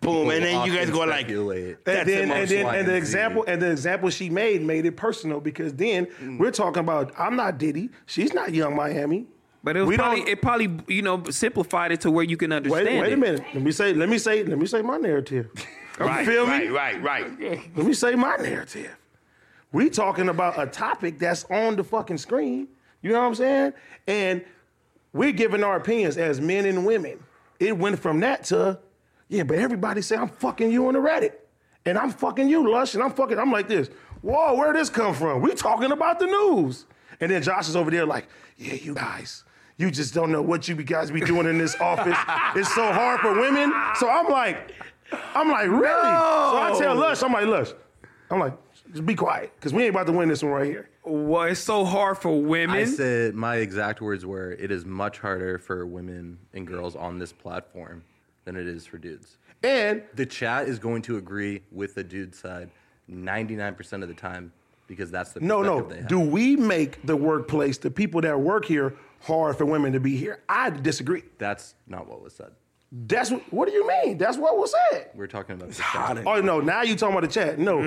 Speaker 2: Boom. And then you guys go like,
Speaker 5: like
Speaker 4: and then and then and the
Speaker 5: Y Z.
Speaker 4: example and the example she made made it personal because then we're talking about I'm not Diddy, she's not Young Miami.
Speaker 1: But it was
Speaker 4: We
Speaker 1: probably
Speaker 4: don't-
Speaker 1: it probably you know simplified it to where you can
Speaker 4: Wait,
Speaker 1: understand.
Speaker 4: wait
Speaker 1: it.
Speaker 4: a minute. Let me say, let me say, let me say my narrative.
Speaker 3: Right,
Speaker 4: you feel me?
Speaker 3: right, right, right.
Speaker 4: Let me say my narrative. We talking about a topic that's on the fucking screen. You know what I'm saying? And we're giving our opinions as men and women. It went from that to, yeah, but everybody say I'm fucking you on the Reddit. And I'm fucking you, Lush, and I'm fucking, I'm like this. Whoa, where this come from? We talking about the news. And then Josh is over there like, yeah, you guys. You just don't know what you guys be doing in this office. It's so hard for women. So I'm like, I'm like, really? So I tell Lush, I'm like, Lush, I'm like, just be quiet, because we ain't about to win this one right here.
Speaker 1: Well, it's so hard for women.
Speaker 5: I said my exact words were it is much harder for women and girls on this platform than it is for dudes.
Speaker 4: And
Speaker 5: The chat is going to agree with the dude side 99% of the time because that's the
Speaker 4: no, no,
Speaker 5: perspective they have.
Speaker 4: do we make the workplace, the people that work here, hard for women to be here? I disagree.
Speaker 5: That's not what was said.
Speaker 4: That's what, what do you mean? That's what was said.
Speaker 5: We're talking about the chat.
Speaker 2: hot.
Speaker 4: Oh no, now you talking about the chat? No,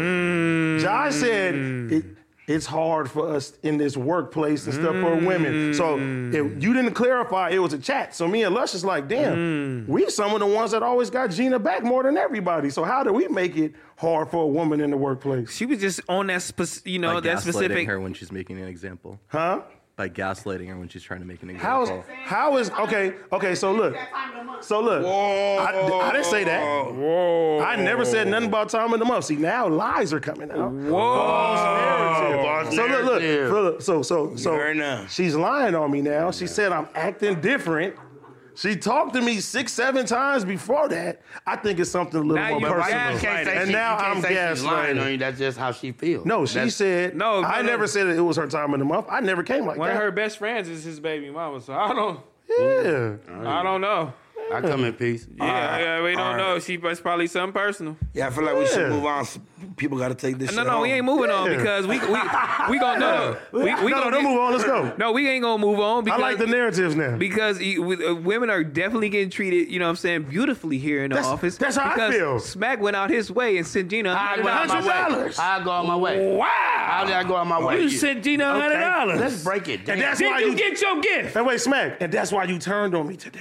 Speaker 4: Josh said it, it's hard for us in this workplace and stuff for women. So if you didn't clarify, it was a chat. So me and Lush is like, damn, we some of the ones that always got Gina back more than everybody. So how do we make it hard for a woman in the workplace?
Speaker 1: she was just on that spec- you know
Speaker 5: By
Speaker 1: that
Speaker 5: gaslighting
Speaker 1: specific.
Speaker 5: her when she's making an example.
Speaker 4: Huh?
Speaker 5: By gaslighting her when she's trying to make an
Speaker 4: How's
Speaker 5: example.
Speaker 4: how is okay? Okay, so look, so look, I, I didn't say that. I never said
Speaker 3: Oh.
Speaker 4: nothing about time of the month. See, now lies are coming out.
Speaker 3: False
Speaker 4: So look, look,
Speaker 3: narrative.
Speaker 4: look, so so so
Speaker 2: Fair enough.
Speaker 4: she's lying on me now. She said I'm acting different. She talked to me six, seven times before that. I think it's something a little
Speaker 1: Now
Speaker 4: more
Speaker 1: you
Speaker 4: personal.
Speaker 1: gaslighting.
Speaker 3: You can't say
Speaker 4: And
Speaker 3: she-
Speaker 4: now
Speaker 3: you can't
Speaker 4: I'm
Speaker 3: say she's lying on
Speaker 4: gaslighting.
Speaker 3: you. That's just how she feels.
Speaker 4: No, she
Speaker 3: That's-
Speaker 4: said
Speaker 1: No,
Speaker 4: I
Speaker 1: no, no.
Speaker 4: never said that it was her time of the month. I never came like
Speaker 1: One
Speaker 4: that.
Speaker 1: of her best friends is his baby mama, so I don't,
Speaker 4: yeah.
Speaker 1: I don't know.
Speaker 3: I come in peace.
Speaker 1: Yeah,
Speaker 2: right,
Speaker 1: yeah, we
Speaker 2: all
Speaker 1: don't
Speaker 2: right.
Speaker 1: know. She it's probably something personal.
Speaker 2: Yeah, I feel like we
Speaker 4: Yeah.
Speaker 2: should move on. People got to take this
Speaker 1: No,
Speaker 2: shit
Speaker 1: no, we
Speaker 2: home.
Speaker 1: ain't moving on
Speaker 4: Yeah.
Speaker 1: because we we we gonna know. We, we
Speaker 4: no, no,
Speaker 1: gonna
Speaker 4: don't
Speaker 1: get-
Speaker 4: move on. Let's go.
Speaker 1: No, we ain't gonna move on
Speaker 4: I
Speaker 1: because
Speaker 4: like the narratives now.
Speaker 1: because you- with- uh, women are definitely getting treated, you know what I'm saying, beautifully here in the
Speaker 4: That's-
Speaker 1: office.
Speaker 4: that's how I
Speaker 1: because
Speaker 4: feel.
Speaker 1: Smack went out his way and sent Gina
Speaker 3: I
Speaker 1: $100.
Speaker 3: go out my way.
Speaker 4: $100.
Speaker 3: I go out my way.
Speaker 1: Wow.
Speaker 3: How did I go out my way?
Speaker 1: You sent Gina $100.
Speaker 3: Let's break it down.
Speaker 4: And that's
Speaker 1: Did
Speaker 4: why
Speaker 1: you,
Speaker 4: you
Speaker 1: get your gift?
Speaker 4: and wait, smack. And that's why you turned on me today.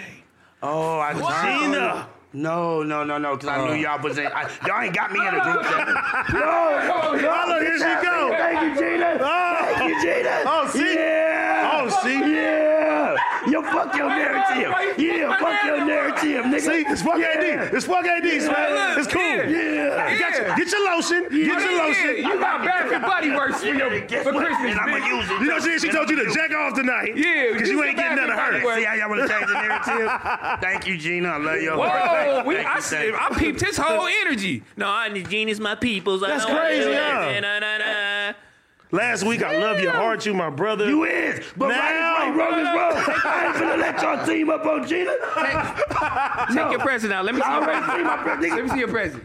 Speaker 3: Oh, I turned.
Speaker 4: Gina.
Speaker 3: No, no, no, no, because I
Speaker 2: Uh,
Speaker 3: knew y'all was in. I, y'all ain't got me in a group chat.
Speaker 4: Oh, look, here she go.
Speaker 3: Thank you, Gina.
Speaker 4: Oh,
Speaker 3: Thank you, Gina.
Speaker 4: oh, see?
Speaker 3: Yeah.
Speaker 4: Oh, see?
Speaker 3: Yeah. You fuck your narrative. Yeah, fuck your narrative, nigga.
Speaker 4: See, it's fuck AD. It's fuck AD, man.
Speaker 1: look,
Speaker 4: It's cool.
Speaker 1: yeah.
Speaker 4: Yeah. Get, your, get your lotion. Get your lotion.
Speaker 1: You got Bath and Body Works for, your, for Christmas,
Speaker 3: And I'm
Speaker 1: bitch.
Speaker 3: gonna use it.
Speaker 4: You know what she, she told you to jack off tonight.
Speaker 1: Yeah,
Speaker 4: Because
Speaker 1: you
Speaker 4: you ain't
Speaker 1: the
Speaker 4: getting none of
Speaker 1: bathroom
Speaker 4: her.
Speaker 1: buddy.
Speaker 3: See how y'all want to change the narrative? Thank you, Gina. I love you.
Speaker 1: Whoa, we, I,
Speaker 3: Thank you,
Speaker 1: I peeped his whole energy. No, I need Genius, my peoples.
Speaker 4: That's crazy, huh?
Speaker 1: huh?
Speaker 4: Last week, I love you, heart you, my brother.
Speaker 3: You is, but right is right, wrong is wrong. I ain't finna let y'all team up on Gina.
Speaker 1: Take your present out. Let me see
Speaker 3: I
Speaker 1: your
Speaker 3: already see
Speaker 1: present.
Speaker 3: my brother.
Speaker 1: Let me see your present.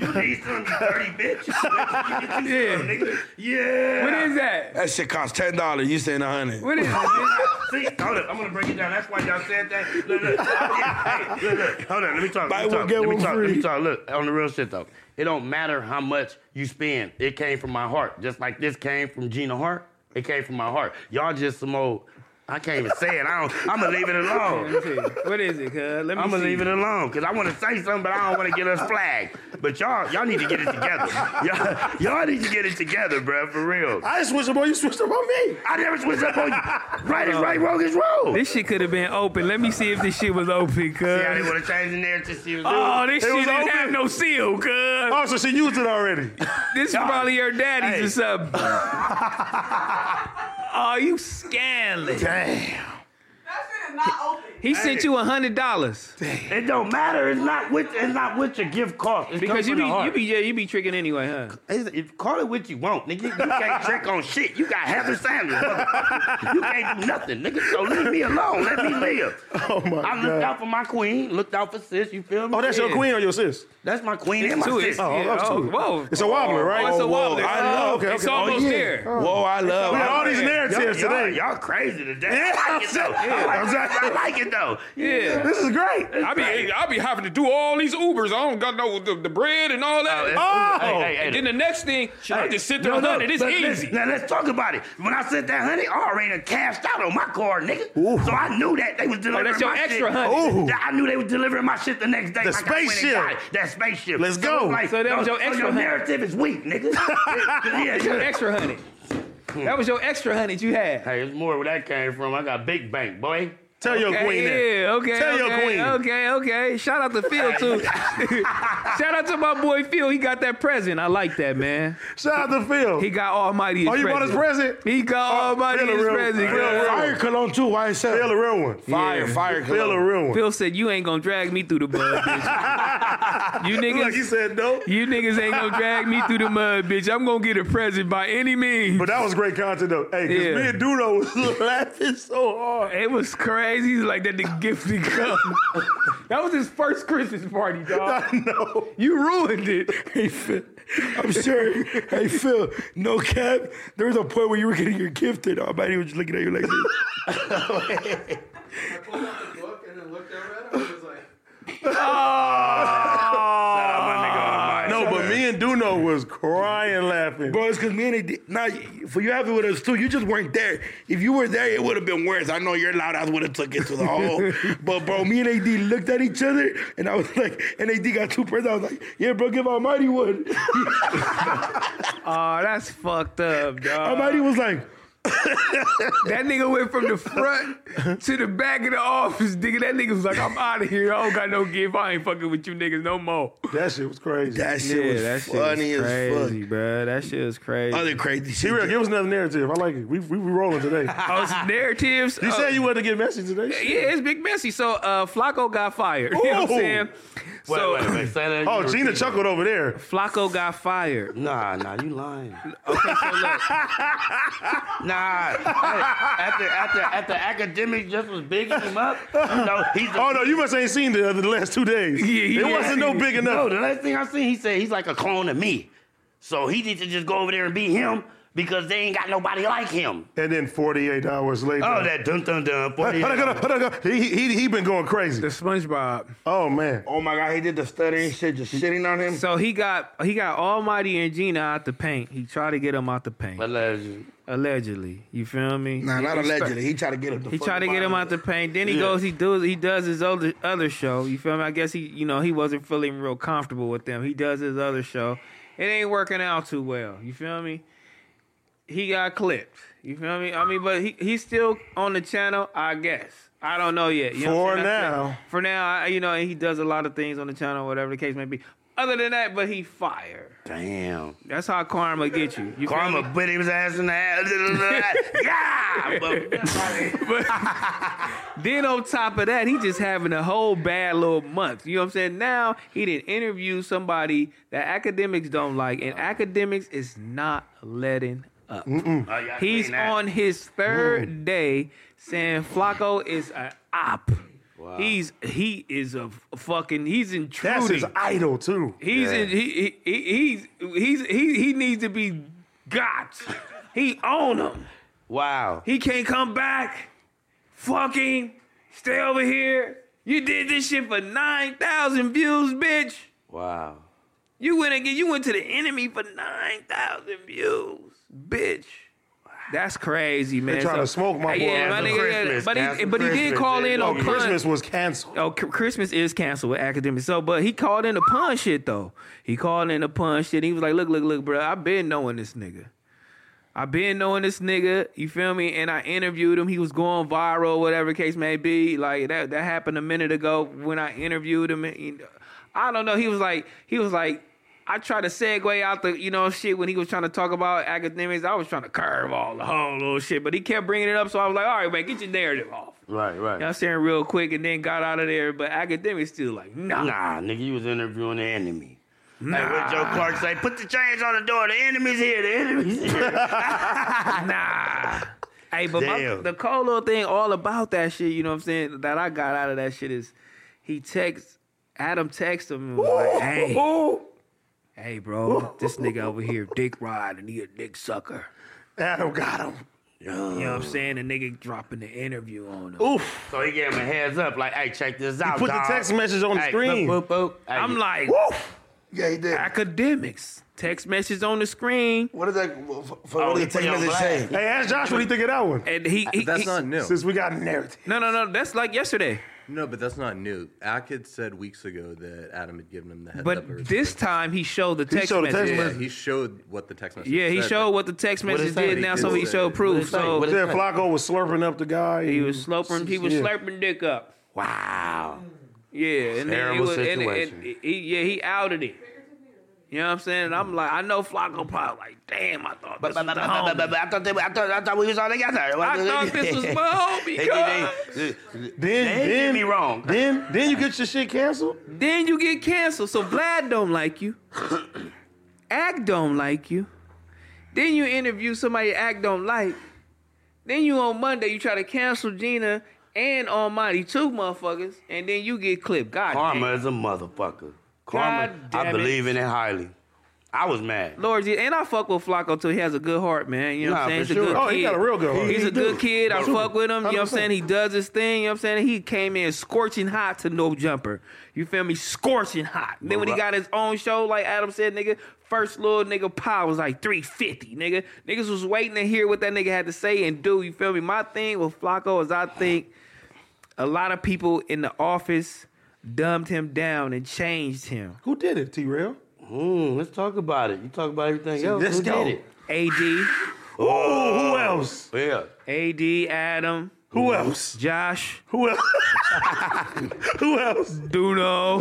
Speaker 3: You need some dirty bitch.
Speaker 1: Yeah.
Speaker 3: Nigga. Yeah.
Speaker 1: What is that?
Speaker 2: That shit costs ten dollars. You saying a hundred?
Speaker 1: What is that?
Speaker 3: See, hold up. I'm gonna break it down. That's why y'all said that. Look, look. Hey, look, look. Hold on. Let me talk.
Speaker 2: Buy
Speaker 3: Let me
Speaker 2: one,
Speaker 3: talk.
Speaker 2: get
Speaker 3: Let me
Speaker 2: one
Speaker 3: talk.
Speaker 2: free.
Speaker 3: Let me talk. Look, on the real shit though. It don't matter how much you spend. It came from my heart. Just like this came from Gina Hart. It came from my heart. Y'all just some old. I can't even say it. I don't, I'm gonna leave it alone.
Speaker 1: Let me see. What is it, cuz? Let me
Speaker 3: I'm gonna
Speaker 1: see.
Speaker 3: leave it alone because I want to say something, but I don't want to get us flagged. But y'all, y'all need to get it together. y'all, y'all need to get it together, bruh, for real. I,
Speaker 4: I didn't switch up on you, switched up on me.
Speaker 3: never switch up on you. Right is right, wrong is wrong.
Speaker 1: This shit could have been open. Let me see if this shit was open, cuz.
Speaker 3: yeah, they want to change the narrative. She was
Speaker 1: Oh, this
Speaker 4: It
Speaker 1: shit
Speaker 4: was
Speaker 1: didn't
Speaker 4: open.
Speaker 1: have no seal, cuz.
Speaker 4: Oh, so she used it already.
Speaker 1: This is probably your daddy's
Speaker 3: Hey.
Speaker 1: or something. oh, you scandalous.
Speaker 4: Damn.
Speaker 7: That shit is not open.
Speaker 1: He sent you a hundred dollars
Speaker 3: It don't matter. It's not what it's not what your gift costs. It
Speaker 1: because
Speaker 3: comes
Speaker 1: you
Speaker 3: from
Speaker 1: be
Speaker 3: the heart.
Speaker 1: you be yeah, you be tricking anyway, huh?
Speaker 3: It's- it- call it what you want, nigga. You can't trick on shit. You got Heather Sanders. motherfucker. you can't do nothing, nigga. So leave me alone. Let me live.
Speaker 4: Oh my
Speaker 3: I looked
Speaker 4: God.
Speaker 3: out for my queen. Looked out for sis. You feel me?
Speaker 4: Oh, that's your
Speaker 1: Yeah.
Speaker 4: queen or your sis?
Speaker 3: That's my queen and my
Speaker 1: Two is-
Speaker 3: sis.
Speaker 4: Oh,
Speaker 1: yeah,
Speaker 4: that's
Speaker 1: oh,
Speaker 4: two.
Speaker 1: whoa.
Speaker 4: It's a wobbler, right?
Speaker 1: Oh, it's a
Speaker 4: Oh,
Speaker 1: wobbler.
Speaker 4: I
Speaker 1: Oh,
Speaker 4: love- okay,
Speaker 1: it's
Speaker 4: okay. Oh,
Speaker 1: almost
Speaker 4: yeah.
Speaker 1: there.
Speaker 2: Whoa, I love.
Speaker 4: We got all
Speaker 2: I-
Speaker 4: these
Speaker 3: Y'all,
Speaker 4: narratives
Speaker 3: y'all,
Speaker 4: today.
Speaker 3: y'all crazy today. I like it though.
Speaker 4: Yeah.
Speaker 3: I, like it. I like it though.
Speaker 1: Yeah.
Speaker 4: This is great.
Speaker 8: I be I be having to do all these Ubers. I don't got no the, the bread and all that.
Speaker 3: Oh, hey, hey, hey.
Speaker 8: and then the next thing, should I
Speaker 3: Hey,
Speaker 8: just sit there
Speaker 3: no,
Speaker 8: and
Speaker 3: no,
Speaker 8: hunt it? It's
Speaker 3: let- let's-
Speaker 8: easy.
Speaker 3: Now let's talk about it. When I sent that honey, I already done cashed out on my card, nigga.
Speaker 4: Ooh.
Speaker 3: So I knew that they was delivering
Speaker 1: that's your
Speaker 3: my
Speaker 1: extra
Speaker 3: shit.
Speaker 1: honey.
Speaker 4: Ooh.
Speaker 3: Yeah, I knew they was delivering my shit the next day.
Speaker 4: The
Speaker 3: like I went and
Speaker 4: spaceship.
Speaker 3: got it. That spaceship.
Speaker 4: Let's go.
Speaker 3: it's
Speaker 1: So that was your extra
Speaker 3: your
Speaker 1: honey.
Speaker 3: narrative is weak, nigga. yeah,
Speaker 1: Your
Speaker 3: yeah.
Speaker 1: extra hundred.
Speaker 4: Hmm.
Speaker 1: That was your extra hundred you had.
Speaker 3: Hey, it's more where that came from. I got big bank, boy.
Speaker 4: Tell your queen that.
Speaker 1: Yeah, okay.
Speaker 4: Tell
Speaker 1: okay,
Speaker 4: your queen.
Speaker 1: Okay, okay. Shout out to Phil too. Shout out to my boy Phil. He got that present. I like that man.
Speaker 4: Shout out to Phil.
Speaker 1: He got Almighty.
Speaker 4: oh, you bought his present? Oh,
Speaker 1: He got Almighty
Speaker 4: Phil a
Speaker 1: his
Speaker 4: real-
Speaker 1: present.
Speaker 4: Phil a
Speaker 1: girl.
Speaker 4: real-
Speaker 2: Fire cologne too. Why is
Speaker 4: Phil
Speaker 2: that?
Speaker 4: a real one.
Speaker 2: Fire, fire
Speaker 4: Phil a
Speaker 2: cologne.
Speaker 4: real one.
Speaker 1: Phil said, "You ain't gonna drag me through the mud, bitch. you
Speaker 4: Look, he
Speaker 1: niggas,
Speaker 4: said no.
Speaker 1: you niggas ain't gonna drag me through the mud, bitch. I'm gonna get a present by any means."
Speaker 4: But that was great content though. Hey, because
Speaker 1: Yeah.
Speaker 4: me and Dudo was laughing so hard.
Speaker 1: It was crazy. He's like that the gift did come. that was his first Christmas party, dog.
Speaker 4: I know.
Speaker 1: You ruined it.
Speaker 2: Hey, Phil. I'm sure. Hey, Phil. No cap. There was a point where you were getting your gift, and Almighty was just looking at you like this.
Speaker 4: No, but me and Duno was crying laughing.
Speaker 2: Bro, it's because me and it, now for you have it with us too. You just weren't there. If you were there, it would have been worse. I know your loud ass would have took it to the hole. but bro, me and AD looked at each other, and I was like, and AD got two presents. I was like, yeah, bro, give Almighty one.
Speaker 1: Oh, that's fucked up, dog.
Speaker 2: Almighty was like,
Speaker 1: That nigga went from the front to the back of the office, nigga. That nigga was like, "I'm out of here. I don't got no gift. I ain't fucking with you niggas no more."
Speaker 4: That shit was crazy.
Speaker 2: that shit was funny as fuck.
Speaker 1: bro. That shit was crazy.
Speaker 2: Other crazy
Speaker 4: Be
Speaker 2: shit.
Speaker 4: real, give us another narrative. I like it. We we, we rolling today.
Speaker 1: Oh, it's narratives.
Speaker 4: You
Speaker 1: uh,
Speaker 4: said you wanted to get messy today. Shit.
Speaker 1: Yeah, it's big messy. So uh, Flacco got fired. You know what I'm
Speaker 4: Ooh.
Speaker 1: saying? so
Speaker 3: wait, wait, wait. Say that.
Speaker 4: Oh, Gina chuckled over there.
Speaker 1: Flacco got fired.
Speaker 3: Nah, nah, you lying.
Speaker 1: Okay, so look.
Speaker 3: Nah, hey, after after after academics just was bigging him up, you know, he's a
Speaker 4: Oh no, you must ain't seen the, the last two days.
Speaker 1: Yeah, he
Speaker 4: it
Speaker 1: did.
Speaker 4: wasn't no big
Speaker 3: No,
Speaker 4: enough.
Speaker 3: the last thing I seen, he said he's like a clone of me. So he needs to just go over there and be him because they ain't got nobody like him.
Speaker 4: And then 48 hours later.
Speaker 3: Oh, that dun dun dun. 48 hours.
Speaker 4: He, he, he been going
Speaker 1: The
Speaker 4: crazy.
Speaker 1: SpongeBob.
Speaker 4: Oh man.
Speaker 2: Oh my god, he did the stuttering shit, just shitting on him.
Speaker 1: So he got he got Almighty and Gina out the paint. He tried to get him out the paint.
Speaker 3: Allegedly.
Speaker 1: Allegedly. You feel me?
Speaker 2: Nah,
Speaker 1: He-
Speaker 2: not
Speaker 1: he start-
Speaker 2: allegedly. He tried to get him. The
Speaker 1: He tried to
Speaker 2: fucking
Speaker 1: get him
Speaker 2: bottom.
Speaker 1: out the paint. Then he goes, he does, he does his other other show. You feel me? I guess he, you know, he wasn't feeling real comfortable with them. He does his other show. It ain't working out too well. You feel me? He got clipped. You feel me? I mean, but he he's still on the channel, I guess. I don't know yet. You know what I'm
Speaker 4: For
Speaker 1: saying? I
Speaker 4: now.
Speaker 1: said- for now, I, you know, he does a lot of things on the channel, whatever the case may be. Other than that, but he fired.
Speaker 3: Damn.
Speaker 1: That's how karma get you. You feel me?
Speaker 3: Karma put his ass in the ass. yeah! But,
Speaker 1: Then on top of that, he just having a whole bad little month. You know what I'm saying? Now he did interview somebody that academics don't like, and academics is not letting up.
Speaker 3: Oh, y'all
Speaker 1: He's
Speaker 3: seen that? Mm.
Speaker 1: on his third day saying Flacco is an op. He's he is a f- fucking he's intruding.
Speaker 4: That's his idol too.
Speaker 1: He's in, he, he he he's he's he he needs to be got. He own him.
Speaker 3: Wow.
Speaker 1: He can't come back. Fucking stay over here. You did this shit for 9,000 views, bitch.
Speaker 3: Wow.
Speaker 1: You went again. You went to the enemy for nine thousand views, bitch. That's crazy, man.
Speaker 4: They trying to smoke my boy
Speaker 1: Yeah, my
Speaker 4: after
Speaker 1: nigga,
Speaker 3: Christmas.
Speaker 1: but
Speaker 3: That's
Speaker 1: he,
Speaker 3: for
Speaker 1: but he did
Speaker 3: Christmas,
Speaker 1: call in
Speaker 3: yeah.
Speaker 1: on
Speaker 4: Oh, Christmas
Speaker 1: Christmas.
Speaker 4: was canceled.
Speaker 1: Oh, C- Christmas is canceled with academic. So, but he called in the pun shit though. He called in the pun shit. He was like, "Look, look, look, bro. I've been knowing this nigga. I've been knowing this nigga. You feel me? And I interviewed him. He was going viral, whatever the case may be. Like that. That happened a minute ago when I interviewed him. And he- I don't know. He was like, he was like, I tried to segue out the, you know, shit when he was trying to talk about academics. I was trying to curve all the whole little shit, but he kept bringing it up. So I was like, all right, man, get your narrative off.
Speaker 3: Right, right.
Speaker 1: You know what I'm saying real quick and then got out of there, but academics still like, nah.
Speaker 3: Nah, nigga, you was interviewing the enemy. Nah. Like what Joe Clark say, put the chains on the door. The enemy's here. The enemy's here.
Speaker 1: nah. Hey, but my,
Speaker 3: Damn.
Speaker 1: the cool little thing all about that shit, you know what I'm saying, that I got out of that shit is he texts, Adam texts him and was like, hey, hey, bro, this nigga over here, dick ride and he a dick sucker.
Speaker 4: Adam got him.
Speaker 1: You know what I'm saying? The nigga dropping the interview on him.
Speaker 4: Oof.
Speaker 3: so he gave him a heads up, like, hey, check this out.
Speaker 4: Put the
Speaker 3: dog.
Speaker 4: text message on the
Speaker 3: Hey,
Speaker 4: screen.
Speaker 3: boop, boop, boop. Hey,
Speaker 1: I'm like,
Speaker 2: Yeah, he did.
Speaker 1: academics. Text message on the screen.
Speaker 2: What is that? For, for what did the
Speaker 3: they put
Speaker 2: text
Speaker 3: you on
Speaker 2: message
Speaker 3: blast.
Speaker 2: say?
Speaker 4: Hey, ask Josh what he think of that one.
Speaker 1: And he, he
Speaker 5: That's
Speaker 1: he-
Speaker 5: not new.
Speaker 4: Since we got a narrative.
Speaker 1: No, no, no. That's like yesterday.
Speaker 5: No, but that's not new. Akid said weeks ago that Adam had given him the heads up. or
Speaker 1: But this
Speaker 5: something.
Speaker 1: time he showed the text
Speaker 4: showed the text
Speaker 1: message.
Speaker 5: yeah,
Speaker 4: message.
Speaker 5: he showed what the text message.
Speaker 1: Yeah, he
Speaker 5: said,
Speaker 1: showed what the text message
Speaker 3: say?
Speaker 1: did. Now,
Speaker 5: He
Speaker 1: so
Speaker 5: did
Speaker 1: he
Speaker 5: say.
Speaker 1: showed proof.
Speaker 3: say?
Speaker 1: So
Speaker 3: What
Speaker 4: Said Flacco was slurping up the guy.
Speaker 1: he was slurping. He was
Speaker 4: Yeah.
Speaker 1: slurping dick up.
Speaker 3: wow.
Speaker 1: Yeah, and then it
Speaker 3: Terrible
Speaker 1: was, and, and
Speaker 3: situation.
Speaker 1: he, yeah, he outed it. You know what I'm saying? And I'm like, I know Flacco probably like, damn, I thought this was the homie.
Speaker 3: I thought, they, I, thought, I thought we was all together.
Speaker 1: I thought this was my homie.
Speaker 3: They,
Speaker 1: cuz.
Speaker 3: they, they,
Speaker 4: Then,
Speaker 3: They
Speaker 4: then
Speaker 3: did me wrong.
Speaker 4: Then, then you get your shit canceled.
Speaker 1: Then you get canceled. So Vlad don't like you. Act don't like you. Then you interview somebody Act don't like. Then you on Monday you try to cancel Gina and Almighty two motherfuckers, and then you get clipped. God
Speaker 3: karma
Speaker 1: damn.
Speaker 3: is a motherfucker. Karma,
Speaker 1: God damn
Speaker 3: I
Speaker 1: it.
Speaker 3: believe in it highly. I was mad.
Speaker 1: Lord, Je- and I fuck with Flacco too. He has a good heart, man. You know what I'm
Speaker 3: Nah,
Speaker 1: saying?
Speaker 3: for
Speaker 1: He's a good
Speaker 3: sure.
Speaker 4: Oh, he
Speaker 1: kid.
Speaker 4: got a real good heart.
Speaker 1: He's
Speaker 4: He
Speaker 1: a good kid. I fuck with him. You know what I'm
Speaker 4: 100%.
Speaker 1: saying? He does his thing. You know what I'm saying? He came in scorching hot to no jumper. You feel me? Scorching hot. Then when he got his own show, like Adam said, nigga, first little nigga pop was like 350, nigga. Niggas was waiting to hear what that nigga had to say and do. You feel me? My thing with Flacco is I think a lot of people in the office dumbed him down and changed him.
Speaker 4: Who did it, T Rail?
Speaker 3: Mm, let's talk about it. You talk about everything else.
Speaker 4: let's
Speaker 3: Who
Speaker 4: go.
Speaker 3: did it?
Speaker 1: AD,
Speaker 4: Oh, who else?
Speaker 3: Yeah.
Speaker 1: AD, Adam,
Speaker 4: Who else?
Speaker 1: Josh,
Speaker 4: Who else? who else?
Speaker 1: Duno,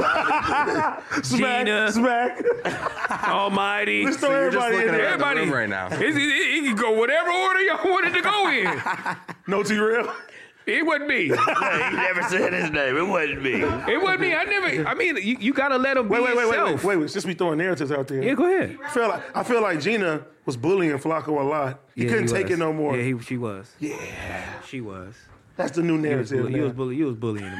Speaker 4: Smack,
Speaker 1: Gina.
Speaker 4: smack.
Speaker 1: Almighty.
Speaker 4: Let's throw
Speaker 5: So you're just
Speaker 4: everybody in there.
Speaker 5: looking around the
Speaker 1: Everybody-
Speaker 5: room right now.
Speaker 1: It, it, it can go whatever order y'all wanted to go in.
Speaker 4: No T Rail.
Speaker 1: It wasn't
Speaker 3: Hey,
Speaker 1: me.
Speaker 3: he never said his name. It wasn't me.
Speaker 1: It wasn't me. I never. I mean, you, you gotta let him be
Speaker 4: Wait, wait, wait, wait,
Speaker 1: himself.
Speaker 4: wait, wait, wait. Since we throwing narratives out there,
Speaker 1: Yeah, go ahead.
Speaker 4: I feel like I feel like Gina was bullying Flacco a lot. He couldn't take it no more.
Speaker 1: Yeah, he, she was. Yeah, she was.
Speaker 4: That's the new
Speaker 1: You was,
Speaker 4: narrative.
Speaker 1: bully, you was,
Speaker 4: now.
Speaker 1: bully, you was bullying my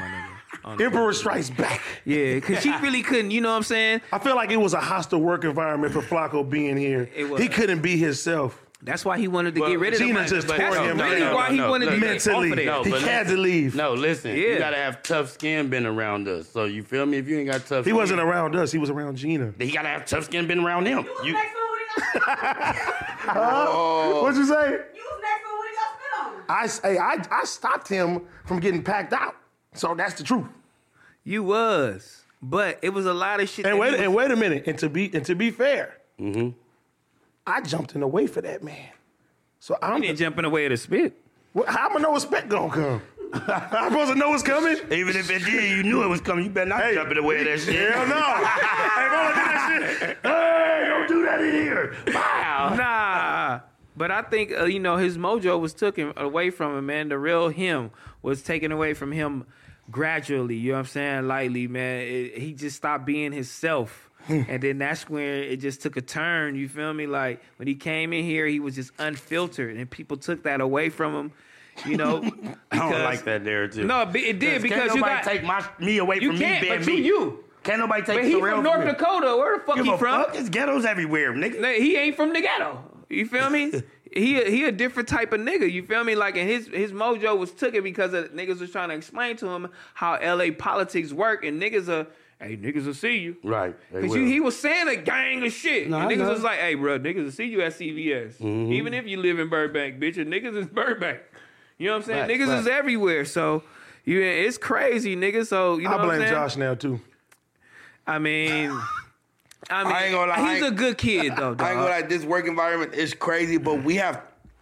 Speaker 1: nigga. Honestly.
Speaker 4: Emperor Strikes Back.
Speaker 1: Yeah, cause she really couldn't. You know what I'm saying?
Speaker 4: I feel like it was a hostile work environment for Flacco being here.
Speaker 1: It was.
Speaker 4: He couldn't be himself.
Speaker 1: That's why he wanted to get rid of
Speaker 4: Gina
Speaker 1: the
Speaker 4: just
Speaker 1: That's
Speaker 4: tore him
Speaker 1: really
Speaker 4: down.
Speaker 1: why he
Speaker 3: No,
Speaker 1: wanted
Speaker 3: no,
Speaker 1: to
Speaker 3: no.
Speaker 1: get off of
Speaker 4: Mentally,
Speaker 1: there.
Speaker 3: No,
Speaker 4: he
Speaker 3: but
Speaker 4: had to
Speaker 3: listen.
Speaker 4: leave.
Speaker 3: No, listen.
Speaker 1: Yeah.
Speaker 3: You gotta have tough skin been around us. So you feel me? If you ain't got tough,
Speaker 4: He
Speaker 3: skin,
Speaker 4: wasn't around us. He was around Gina.
Speaker 3: He gotta have tough skin been around him.
Speaker 7: You,
Speaker 3: You,
Speaker 7: next for Woody Gus-
Speaker 1: Oh.
Speaker 4: What'd you say?
Speaker 7: you was next for Woody Gus spit on.
Speaker 4: I, s- hey, I, I stopped him from getting packed out. So that's the truth.
Speaker 1: You was, but it was a lot of shit.
Speaker 4: And
Speaker 1: that
Speaker 4: wait,
Speaker 1: he
Speaker 4: and
Speaker 1: was- Mm-hmm.
Speaker 4: wait a minute. And to be and to be fair, I jumped in the way for that man. So I'm
Speaker 1: He didn't
Speaker 4: the,
Speaker 1: jump in the way of the spit.
Speaker 4: well, how am I know what's back gonna come? I'm supposed to know what's coming?
Speaker 3: even if it did, you knew it was coming. You better not jump in the way of that shit.
Speaker 4: Hell no! hey, if I'm gonna do that shit, hey, don't do that in here.
Speaker 3: Wow.
Speaker 1: Nah. But I think uh, you know his mojo was taken away from him, man. The real him was taken away from him gradually. You know what I'm saying? Lightly, man. It, he just stopped being himself,
Speaker 3: Hmm.
Speaker 1: and then that's when it just took a turn. You feel me? Like when he came in here, he was just unfiltered, and people took that away from him. You know?
Speaker 3: I don't
Speaker 1: because-
Speaker 3: like that narrative.
Speaker 1: No, but it did
Speaker 3: Can't nobody
Speaker 1: because you got
Speaker 3: take my me away
Speaker 1: you
Speaker 3: from
Speaker 1: can't,
Speaker 3: me being
Speaker 1: but
Speaker 3: me.
Speaker 1: you you.
Speaker 3: Can't nobody take
Speaker 1: But he
Speaker 3: Pharrell
Speaker 1: from North
Speaker 3: me.
Speaker 1: Dakota. Where the fuck
Speaker 3: Give
Speaker 1: he
Speaker 3: a
Speaker 1: from?
Speaker 3: fuck? It's ghettos everywhere, nigga.
Speaker 1: Like, he ain't from the ghetto. You feel me? he a, he a different type of nigga. You feel me? Like and his his mojo was took it because of, niggas was trying to explain to him how L.A. politics work and niggas are hey, niggas will see you.
Speaker 3: Right. they
Speaker 1: Cause
Speaker 3: will.
Speaker 1: you, he was saying a gang of shit.
Speaker 9: No,
Speaker 1: and
Speaker 9: I
Speaker 1: niggas
Speaker 9: know.
Speaker 1: was like, "Hey, bro, niggas will see you at CVS, even if you live in Burbank, bitch. And niggas is Burbank. You know what I'm saying?
Speaker 3: Facts,
Speaker 1: niggas
Speaker 3: facts.
Speaker 1: is everywhere. So you, it's crazy, niggas. So you know
Speaker 4: I
Speaker 1: what I'm
Speaker 4: blame
Speaker 1: saying?
Speaker 4: Josh now too.
Speaker 1: I mean, I mean,
Speaker 2: ain't gonna lie, I
Speaker 1: he's
Speaker 2: ain't-
Speaker 1: a good kid though. Dog.
Speaker 2: I ain't gonna lie, this work environment is crazy, but we have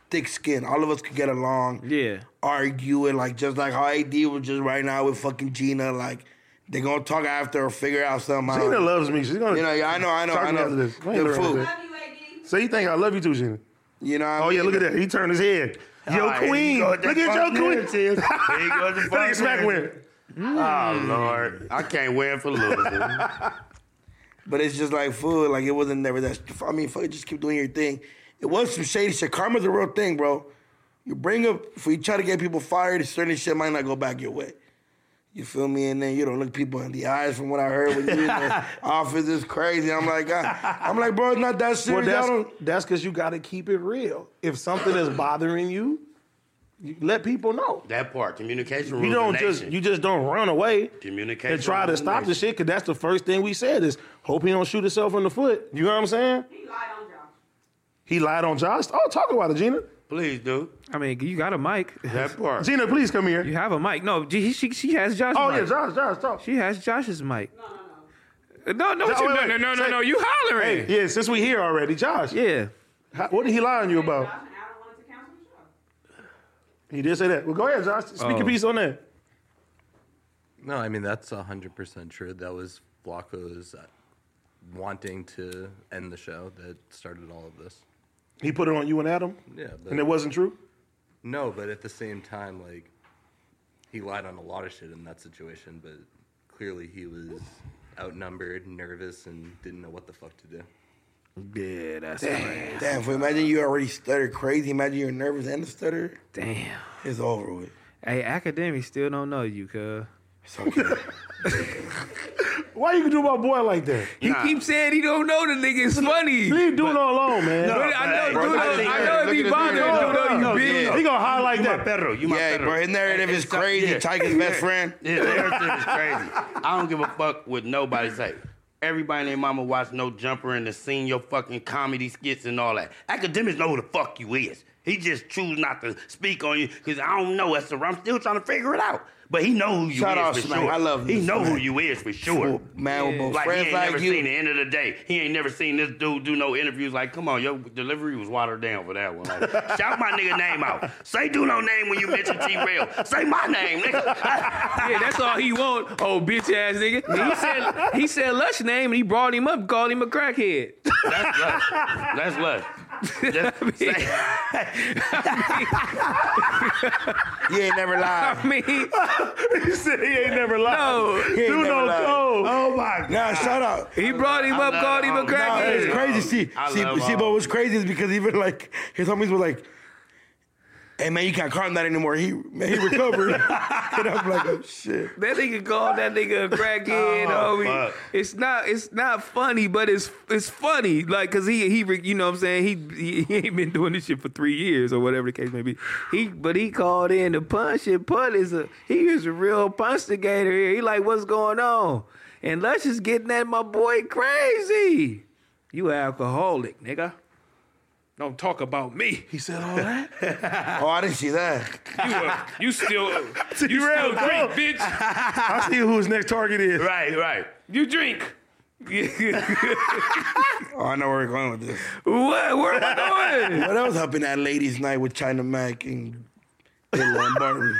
Speaker 2: thick skin. All of us can get along,
Speaker 1: Yeah,
Speaker 2: argue, and like just like how AD was just right now with fucking Gina, like they're gonna talk after or figure out something.
Speaker 4: Gina
Speaker 3: Oh,
Speaker 2: out.
Speaker 4: loves me. She's gonna.
Speaker 2: You know, yeah, I know, I know,
Speaker 4: talk
Speaker 2: I
Speaker 4: to me
Speaker 2: know.
Speaker 4: after this. I ain't
Speaker 2: The
Speaker 4: learned
Speaker 2: food.
Speaker 4: that. So you think I love you too, Gina?
Speaker 2: You know. What
Speaker 4: Oh
Speaker 2: I mean?
Speaker 4: yeah, look at that. He turned his head. Yo,
Speaker 3: All right,
Speaker 4: queen.
Speaker 3: here you go with
Speaker 4: Look
Speaker 3: the
Speaker 4: at
Speaker 3: fuck
Speaker 4: your queen.
Speaker 3: narrative. Here you go with the
Speaker 4: Look at
Speaker 3: fuck
Speaker 4: Smack
Speaker 3: narrative.
Speaker 4: win.
Speaker 3: Oh Lord, I can't win for losing.
Speaker 2: But it's just like food. Like it wasn't never that. I mean, fuck, it, just keep doing your thing. It was some shady shit. Karma's a real thing, bro. You bring up if you try to get people fired, certain shit might not go back your way. You feel me? And then you don't look people in the eyes. From what I heard, when you in the office is crazy. I'm like, I, I'm like, bro, it's not that
Speaker 4: Well,
Speaker 2: serious. I
Speaker 4: that's
Speaker 2: don't.
Speaker 4: that's because you got to keep it real. If something is bothering you, you let people know.
Speaker 3: That part, communication.
Speaker 4: You
Speaker 3: rules
Speaker 4: don't
Speaker 3: the
Speaker 4: just
Speaker 3: nation.
Speaker 4: you just don't run away
Speaker 3: communication
Speaker 4: and try to
Speaker 3: rules the
Speaker 4: stop the
Speaker 3: nation.
Speaker 4: shit. Because that's the first thing we said is hope he don't shoot himself in the foot. You know what I'm saying?
Speaker 7: He lied on Josh.
Speaker 4: He lied on Josh. Oh, talk about it, Gina.
Speaker 3: Please do
Speaker 1: I mean, you got a mic.
Speaker 3: that part.
Speaker 4: Gina, please come here.
Speaker 1: You have a mic. No, she she, she has Josh's
Speaker 4: Oh
Speaker 1: mic.
Speaker 4: yeah, Josh, Josh, talk.
Speaker 1: She has Josh's mic. No, no, no. No, no,
Speaker 4: Oh,
Speaker 1: what you-
Speaker 4: wait,
Speaker 1: no,
Speaker 4: wait.
Speaker 1: no, no, no,
Speaker 4: Say-
Speaker 1: no. You hollering?
Speaker 4: Hey, yeah, since we here already, Josh.
Speaker 1: Yeah.
Speaker 4: how- what did he lie on you about?
Speaker 7: Josh and Adam wanted to cancel the show.
Speaker 4: He did say that. Well, go ahead, Josh. Speak your piece on that.
Speaker 5: No, I mean that's hundred percent true. That was Flacco's uh, wanting to end the show that started all of this.
Speaker 4: He put it on you and Adam,
Speaker 5: Yeah, but
Speaker 4: and it wasn't true.
Speaker 5: no, but at the same time, like he lied on a lot of shit in that situation. But clearly, he was outnumbered, nervous, and didn't know what the fuck to do.
Speaker 1: Yeah, that's crazy.
Speaker 2: Damn, fool, imagine you already stutter crazy. Imagine you're nervous and a stutter.
Speaker 1: Damn.
Speaker 2: It's over with.
Speaker 1: Hey, academics still don't know you, cuz.
Speaker 2: It's okay.
Speaker 4: Why you do my boy like that?
Speaker 1: He keeps saying he don't know the nigga. It's funny.
Speaker 4: Leave Duno alone, man.
Speaker 1: But I know,
Speaker 3: bro,
Speaker 1: dude,
Speaker 3: I
Speaker 1: I,
Speaker 3: think-
Speaker 1: know
Speaker 3: look
Speaker 1: it
Speaker 3: at
Speaker 1: be
Speaker 3: the
Speaker 1: bothering,
Speaker 3: dude.
Speaker 1: dude, though, you
Speaker 4: No,
Speaker 1: bitch.
Speaker 4: He gonna hide like
Speaker 3: My
Speaker 4: that.
Speaker 3: Pedro, you my
Speaker 2: yeah,
Speaker 3: Pedro.
Speaker 2: bro, his narrative is crazy. Tiger's best friend.
Speaker 3: Yeah, everything is crazy. I don't give a fuck what nobody say. Everybody and their mama watch No Jumper and the senior fucking comedy skits and all that. Academics know who the fuck you is. He just choose not to speak on you because I don't know. That's the, I'm still trying to figure it out. But he know who you
Speaker 2: Shout
Speaker 3: is
Speaker 2: out,
Speaker 3: for
Speaker 2: Smack.
Speaker 3: sure.
Speaker 2: I love
Speaker 3: He
Speaker 2: this,
Speaker 3: know who
Speaker 2: Smack.
Speaker 3: you is for sure.
Speaker 2: Man, with both
Speaker 3: Like he
Speaker 2: friends
Speaker 3: ain't
Speaker 2: like
Speaker 3: never
Speaker 2: you.
Speaker 3: seen the end of the day. He ain't never seen this dude do no interviews. Like, come on, your delivery was watered down for that one. Like, shout my nigga name out. Say do no name when you mention T Rail. Say my name, nigga.
Speaker 1: Yeah, that's all he want. Oh, bitch ass nigga. He said he said Lush name and he brought him up, called him a crackhead.
Speaker 3: That's lust. That's lust. Just say-
Speaker 2: You ain't never lied.
Speaker 1: I mean,
Speaker 4: He said he ain't never lied.
Speaker 1: no.
Speaker 2: He ain't
Speaker 4: Duno
Speaker 2: never lied.
Speaker 4: cold.
Speaker 2: Oh my god. Nah, shout out.
Speaker 1: He brought him
Speaker 3: I
Speaker 1: up,
Speaker 3: love
Speaker 1: called him a
Speaker 3: all- Nah,
Speaker 2: Nah,
Speaker 1: crackhead.
Speaker 2: it's crazy. See,
Speaker 3: I
Speaker 2: see,
Speaker 3: love
Speaker 2: see,
Speaker 3: all-
Speaker 2: but what's crazy is because even like his homies were like, "Hey man, you can't call him that anymore. He man, he recovered." and I'm like, "Oh shit."
Speaker 1: That nigga called that nigga a crackhead,
Speaker 3: Oh,
Speaker 1: homie.
Speaker 3: fuck.
Speaker 1: It's not, it's not funny, but it's it's funny, like, cause he he, re- you know, what I'm saying he, he he ain't been doing this shit for three years or whatever the case may be. He, but he called in to punch and put is a he is a real punstigator here. He like, what's going on? And Lush is getting at my boy crazy. You alcoholic, nigga. Don't talk about me.
Speaker 4: He said all that.
Speaker 2: Oh, I didn't see that.
Speaker 8: You, uh, you still, you still drink,
Speaker 4: T-Rail, go.
Speaker 8: bitch.
Speaker 4: I see who his next target is.
Speaker 3: right, right.
Speaker 8: You drink.
Speaker 2: Oh, I know where we're going with this.
Speaker 1: What? Where am I going?
Speaker 2: What else happened at ladies' night with China Mac and and Lombardi?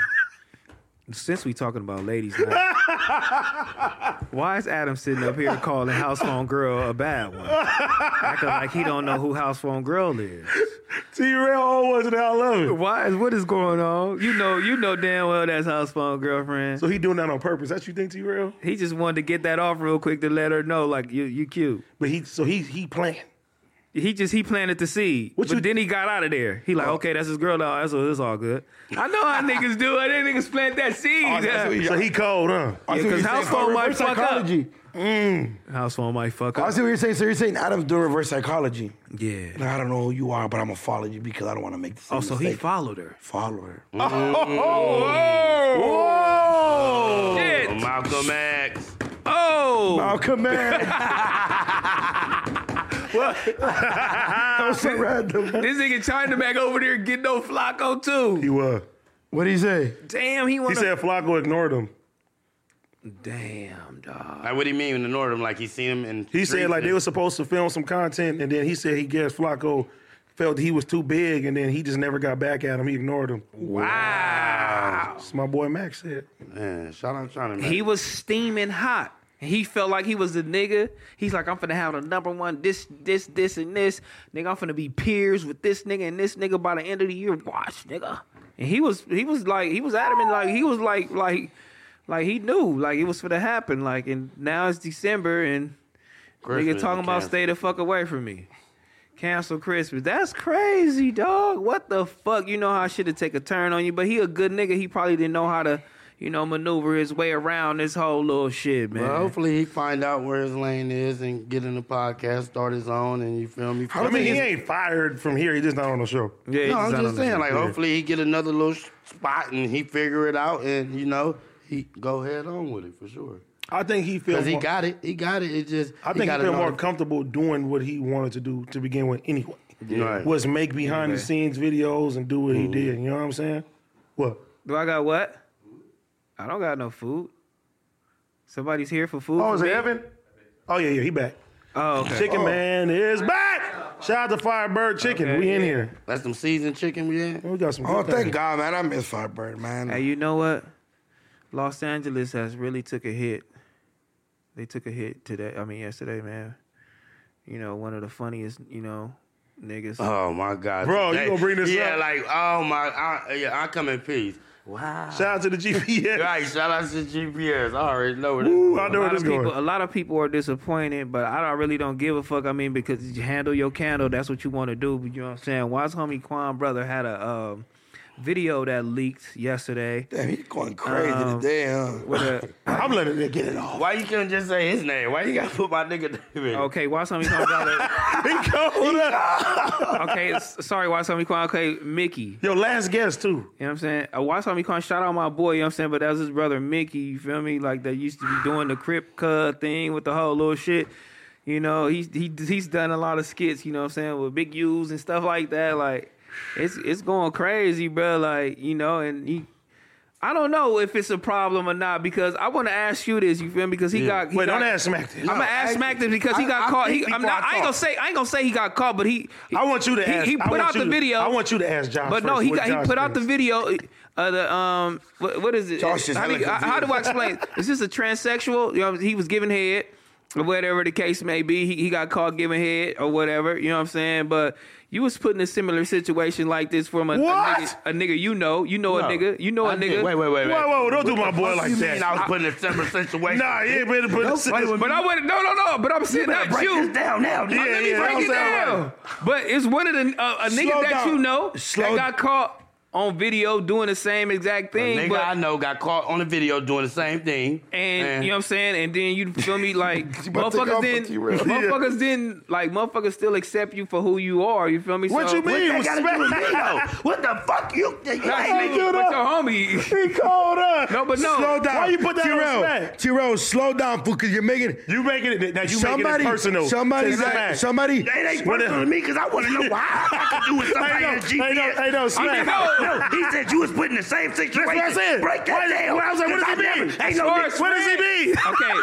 Speaker 1: Since we talking about ladies, night, why is Adam sitting up here calling house phone girl a bad one? Acting like he don't know who house phone girl is.
Speaker 4: T-Rail always and I love it.
Speaker 1: Why is what is going on? You know, you know damn well that's house phone girlfriend.
Speaker 4: So he doing that on purpose. That's you think T-Rail?
Speaker 1: He just wanted to get that off real quick to let her know, like you, you cute.
Speaker 4: But he so he he playing.
Speaker 1: He just he planted the seed,
Speaker 4: What
Speaker 1: but
Speaker 4: you-
Speaker 1: then he got out of there. He like, okay, that's his girl. Now that's all. It's all good. I know how niggas do it. They niggas plant that seed.
Speaker 2: Oh, that's what he-
Speaker 4: So he cold, huh?
Speaker 2: I see what
Speaker 1: 'cause
Speaker 2: you're
Speaker 1: house
Speaker 2: saying. Oh,
Speaker 1: phone might
Speaker 2: reverse
Speaker 1: fuck up.
Speaker 2: psychology.
Speaker 1: house phone might fuck
Speaker 2: I
Speaker 1: up.
Speaker 2: see what you're saying. So you're saying Adam's doing reverse psychology.
Speaker 1: Yeah.
Speaker 2: Like, I don't know who you are, but I'm gonna follow you because I don't want to make the same
Speaker 1: Oh, so he
Speaker 2: mistake.
Speaker 1: followed her.
Speaker 2: follow her.
Speaker 8: Oh,
Speaker 4: Whoa!
Speaker 1: Shit.
Speaker 3: Oh, Malcolm X.
Speaker 1: Oh,
Speaker 2: Malcolm man. that was so random.
Speaker 1: this nigga China back over there getting no Flacco too.
Speaker 4: He was.
Speaker 2: What'd he say?
Speaker 1: Damn, he
Speaker 4: He
Speaker 1: wanna.
Speaker 4: said Flacco ignored him.
Speaker 1: Damn, dog.
Speaker 3: Like, what do you mean? Ignored him? Like he seen him and
Speaker 4: He said like they were supposed to film some content, and then he said he guessed Flacco felt he was too big, and then he just never got back at him. He ignored him.
Speaker 3: Wow.
Speaker 4: That's my boy Max said.
Speaker 3: Man, shout out China. Man.
Speaker 1: He was steaming hot. And He felt like he was the nigga. He's like, I'm finna have the number one, this, this, this, and this. Nigga, I'm finna be peers with this nigga and this nigga by the end of the year. Watch, nigga. And he was, he was like, he was adamant, like he was like, like, like he knew, like it was finna happen. Like, and now it's December, and
Speaker 3: Christmas
Speaker 1: nigga talking about
Speaker 3: canceled.
Speaker 1: stay the fuck away from me. Cancel Christmas. That's crazy, dog. What the fuck? You know how shit to take a turn on you, but he a good nigga. He probably didn't know how to, you know, maneuver his way around this whole little shit, man.
Speaker 3: Well, hopefully he find out where his lane is and get in the podcast, start his own, and you feel me.
Speaker 4: I mean, he ain't fired from here. He just not on the show.
Speaker 1: yeah,
Speaker 3: No, I'm
Speaker 1: I
Speaker 3: just
Speaker 1: don't know.
Speaker 3: saying, like, hopefully he get another little sh- spot and he figure it out, and you know, he go head on with it for sure.
Speaker 4: I think he feels.
Speaker 3: Cause he
Speaker 4: more-
Speaker 3: got it, he got it. It just
Speaker 4: I think he
Speaker 3: got
Speaker 4: felt more comfortable doing what he wanted to do to begin with. Anyway,
Speaker 3: Right.
Speaker 4: was make behind the scenes videos and do what he did. You know what I'm saying? What?
Speaker 1: Do I got what? I don't got no food. Somebody's here for food.
Speaker 4: Oh,
Speaker 1: for
Speaker 4: is it
Speaker 1: me?
Speaker 4: Evan? Oh yeah, yeah, he back.
Speaker 1: Oh, okay.
Speaker 4: Chicken man is back. Shout out to Firebird Chicken.
Speaker 1: Okay,
Speaker 4: we in
Speaker 1: yeah.
Speaker 4: here.
Speaker 3: That's some seasoned chicken we had.
Speaker 4: We got some.
Speaker 2: Oh,
Speaker 4: good things.
Speaker 2: thank God, man. I miss Firebird, man.
Speaker 1: Hey, you know what? Los Angeles has really took a hit. They took a hit today. I mean, yesterday, man. You know, one of the funniest, you know, niggas.
Speaker 3: Oh my god,
Speaker 4: Bro, you gonna bring this
Speaker 3: yeah,
Speaker 4: up?
Speaker 3: like oh my, I, yeah, I come in peace. Wow.
Speaker 4: Shout out to the GPS.
Speaker 3: Right, shout out to GPS. I already know where this
Speaker 4: Ooh,
Speaker 3: going.
Speaker 4: I
Speaker 1: a
Speaker 4: know where
Speaker 1: lot
Speaker 4: this
Speaker 1: of people, uh,
Speaker 4: going.
Speaker 1: a lot of people are disappointed, but I don't, really don't give a fuck. I mean, because you handle your candle, that's what you want to do. You know what I'm saying? Wise homie Quan brother had a um, video that leaked yesterday.
Speaker 2: Damn, he's going crazy
Speaker 1: Um,
Speaker 2: today, huh?
Speaker 1: With a,
Speaker 4: I'm letting it get it off.
Speaker 3: Why you couldn't just say his name? Why you gotta put my nigga name in?
Speaker 1: okay, Wise homie Quan brother. okay, s- sorry, Wise homie Quan. Okay, Mickey.
Speaker 4: Yo, last guest too.
Speaker 1: You know what I'm saying? Uh, Why saw me calling shout out my boy, you know what I'm saying? But that was his brother Mickey, you feel me? Like that used to be doing the Crip Cud thing with the whole little shit. You know, he's he, he's done a lot of skits, you know what I'm saying, with big U's and stuff like that. Like it's it's going crazy, bro. Like, you know, and he I don't know if it's a problem or not because I want to ask you this. You feel me? Because he got he
Speaker 4: Wait, don't
Speaker 1: got-
Speaker 4: ask Mac this.
Speaker 1: I'm gonna ask Smack this because he got caught. He,
Speaker 2: think
Speaker 1: I'm
Speaker 2: before
Speaker 1: not.
Speaker 2: I
Speaker 1: I
Speaker 2: talk.
Speaker 1: ain't gonna say. I ain't gonna say he got caught, but he.
Speaker 4: I want you to
Speaker 1: he,
Speaker 4: ask.
Speaker 1: He
Speaker 4: I
Speaker 1: put
Speaker 4: want
Speaker 1: out
Speaker 4: you
Speaker 1: the
Speaker 4: to-
Speaker 1: video.
Speaker 4: I want you to ask Josh.
Speaker 1: But no,
Speaker 4: first
Speaker 1: he
Speaker 4: what
Speaker 1: got, he
Speaker 4: Josh
Speaker 1: put out the
Speaker 4: thinks.
Speaker 1: video. Uh, the um, what, what is it?
Speaker 2: Josh is
Speaker 1: how, do,
Speaker 2: hella
Speaker 1: you- I- how do I explain? is this a transsexual? You know, he was giving head, or whatever the case may be. He, he got caught giving head or whatever. You know what I'm saying? But you was put in a similar situation like this from a, a
Speaker 4: What?
Speaker 1: nigga. A nigga you know, you know a
Speaker 3: No.
Speaker 1: nigga, you know a
Speaker 3: I did-
Speaker 1: nigga.
Speaker 3: Wait, wait, wait, wait.
Speaker 4: Whoa, whoa, don't do my boy
Speaker 3: What
Speaker 4: like
Speaker 3: you mean I
Speaker 4: that.
Speaker 3: was put in a similar situation.
Speaker 4: Nah, he ain't been put this.
Speaker 1: But I wouldn't. No, no, no. But I'm saying not you.
Speaker 3: down now.
Speaker 4: Yeah,
Speaker 1: Let me
Speaker 4: yeah,
Speaker 1: break
Speaker 4: that
Speaker 1: it
Speaker 4: don't
Speaker 1: down.
Speaker 4: sound right.
Speaker 1: But it's one of the uh, a nigga
Speaker 2: Slow
Speaker 1: that
Speaker 2: down.
Speaker 1: you know
Speaker 2: Slow-
Speaker 1: that got caught on video doing the same exact thing.
Speaker 3: Nigga
Speaker 1: but,
Speaker 3: I know got caught on the video doing the same thing.
Speaker 1: and
Speaker 3: Man.
Speaker 1: you know what I'm saying, and then you feel me like
Speaker 2: about to
Speaker 1: motherfuckers
Speaker 2: go
Speaker 1: didn't,
Speaker 2: for T-Rail.
Speaker 1: motherfuckers didn't like motherfuckers still accept you for who you are. You feel me?
Speaker 4: What
Speaker 1: So-
Speaker 4: you mean?
Speaker 3: What that gotta do with me, though? What the fuck you? you
Speaker 1: Like,
Speaker 3: ain't making-
Speaker 1: nigga, but your homie,
Speaker 4: He called up.
Speaker 1: no, but no,
Speaker 2: Slow down.
Speaker 4: Why you put that on
Speaker 2: Tyrell,
Speaker 4: Smack?
Speaker 2: Tyrell, slow down, fool, because you're making it.
Speaker 4: You making it that you
Speaker 2: somebody,
Speaker 4: making it personal.
Speaker 2: somebody,
Speaker 4: Say
Speaker 2: that,
Speaker 4: Smack.
Speaker 2: somebody.
Speaker 3: It ain't
Speaker 4: What
Speaker 3: personal
Speaker 4: the-
Speaker 3: to me because I want to know why I could do with
Speaker 4: Hey,
Speaker 3: somebody
Speaker 4: no,
Speaker 3: in
Speaker 4: hey, no,
Speaker 3: GPS.
Speaker 4: hey, no, Smack.
Speaker 3: No, he said you was put in the same situation.
Speaker 4: what I said.
Speaker 3: Break that
Speaker 4: What-
Speaker 3: down.
Speaker 4: what I was like, what does
Speaker 3: Because
Speaker 4: he
Speaker 3: I
Speaker 4: mean?
Speaker 3: never- Ain't no
Speaker 1: As far
Speaker 3: nigga-
Speaker 1: as
Speaker 4: What does he mean?
Speaker 1: okay,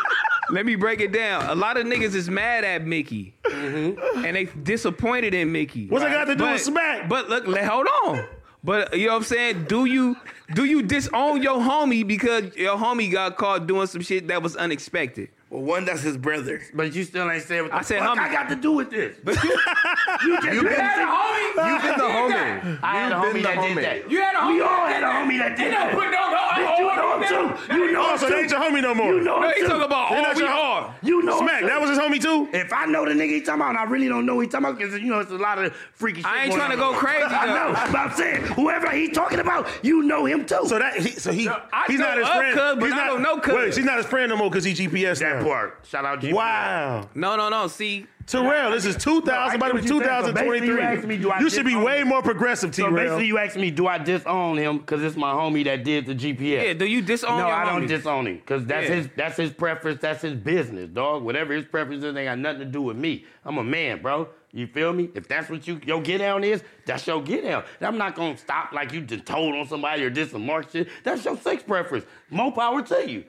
Speaker 1: let me break it down. A lot of niggas is mad at Mickey, and they disappointed in Mickey.
Speaker 4: Mm-hmm. What's that got to do with smack?
Speaker 1: But look, let, hold on. But you know what I'm saying? Do you do you disown your homie because your homie got caught doing some shit that was unexpected?
Speaker 2: Well, one, that's his brother.
Speaker 3: But you still ain't saying what the
Speaker 1: I said
Speaker 3: fuck
Speaker 1: homie.
Speaker 3: I got to do with this. But you, you just you had a homie.
Speaker 2: You've been the homie.
Speaker 3: I had a homie
Speaker 2: been
Speaker 3: that
Speaker 2: the
Speaker 3: did
Speaker 2: homie.
Speaker 3: that.
Speaker 1: You had a
Speaker 3: We
Speaker 1: homie
Speaker 3: all
Speaker 1: that
Speaker 3: had a homie that did that.
Speaker 1: put no- no, I'm
Speaker 3: Bitch, you
Speaker 1: all
Speaker 3: know
Speaker 1: with
Speaker 3: him too. You know
Speaker 4: Oh,
Speaker 3: him
Speaker 4: so
Speaker 3: too.
Speaker 4: they ain't your homie no more.
Speaker 3: You know
Speaker 1: No,
Speaker 3: him
Speaker 1: he
Speaker 3: too.
Speaker 1: talking about
Speaker 4: They
Speaker 1: all
Speaker 4: not
Speaker 1: we
Speaker 4: your-
Speaker 1: are.
Speaker 3: You know him
Speaker 4: Smack,
Speaker 3: too.
Speaker 4: that was his homie too.
Speaker 3: If I know the nigga he talking about, and I really don't know who he talking about because you know it's a lot of freaky shit.
Speaker 1: I ain't
Speaker 3: going
Speaker 1: trying to
Speaker 3: on.
Speaker 1: go crazy,
Speaker 3: I know,
Speaker 1: though.
Speaker 3: but I'm saying whoever he talking about, you know him too.
Speaker 4: So that he, so he
Speaker 1: I
Speaker 4: he's not
Speaker 1: know
Speaker 4: his
Speaker 1: of
Speaker 4: friend.
Speaker 1: Cub, but
Speaker 4: he's
Speaker 1: I
Speaker 4: not,
Speaker 1: don't know Cub.
Speaker 4: Wait, he's not his friend no more because he GPS now.
Speaker 3: airport. Shout out G.
Speaker 4: Wow.
Speaker 1: No, no, no. See,
Speaker 4: Terrell, this is 2000, about to be
Speaker 3: what you're saying. So basically
Speaker 4: 2023.
Speaker 3: you asked me, do I
Speaker 4: you should be
Speaker 3: disown
Speaker 4: way
Speaker 3: him?
Speaker 4: more progressive,
Speaker 3: So
Speaker 4: Terrell.
Speaker 3: basically, you asked me, do I disown him? Because it's my homie that did the GPS.
Speaker 1: yeah. Do you disown?
Speaker 3: no,
Speaker 1: your
Speaker 3: I don't
Speaker 1: homie?
Speaker 3: disown him because that's
Speaker 1: Yeah.
Speaker 3: his that's his preference. That's his business, dog. Whatever his preference is, ain't got nothing to do with me. I'm a man, bro. You feel me? If that's what you your get down is, that's your get down. And I'm not gonna stop like you just told on somebody or did some mark shit. That's your sex preference. More power to you.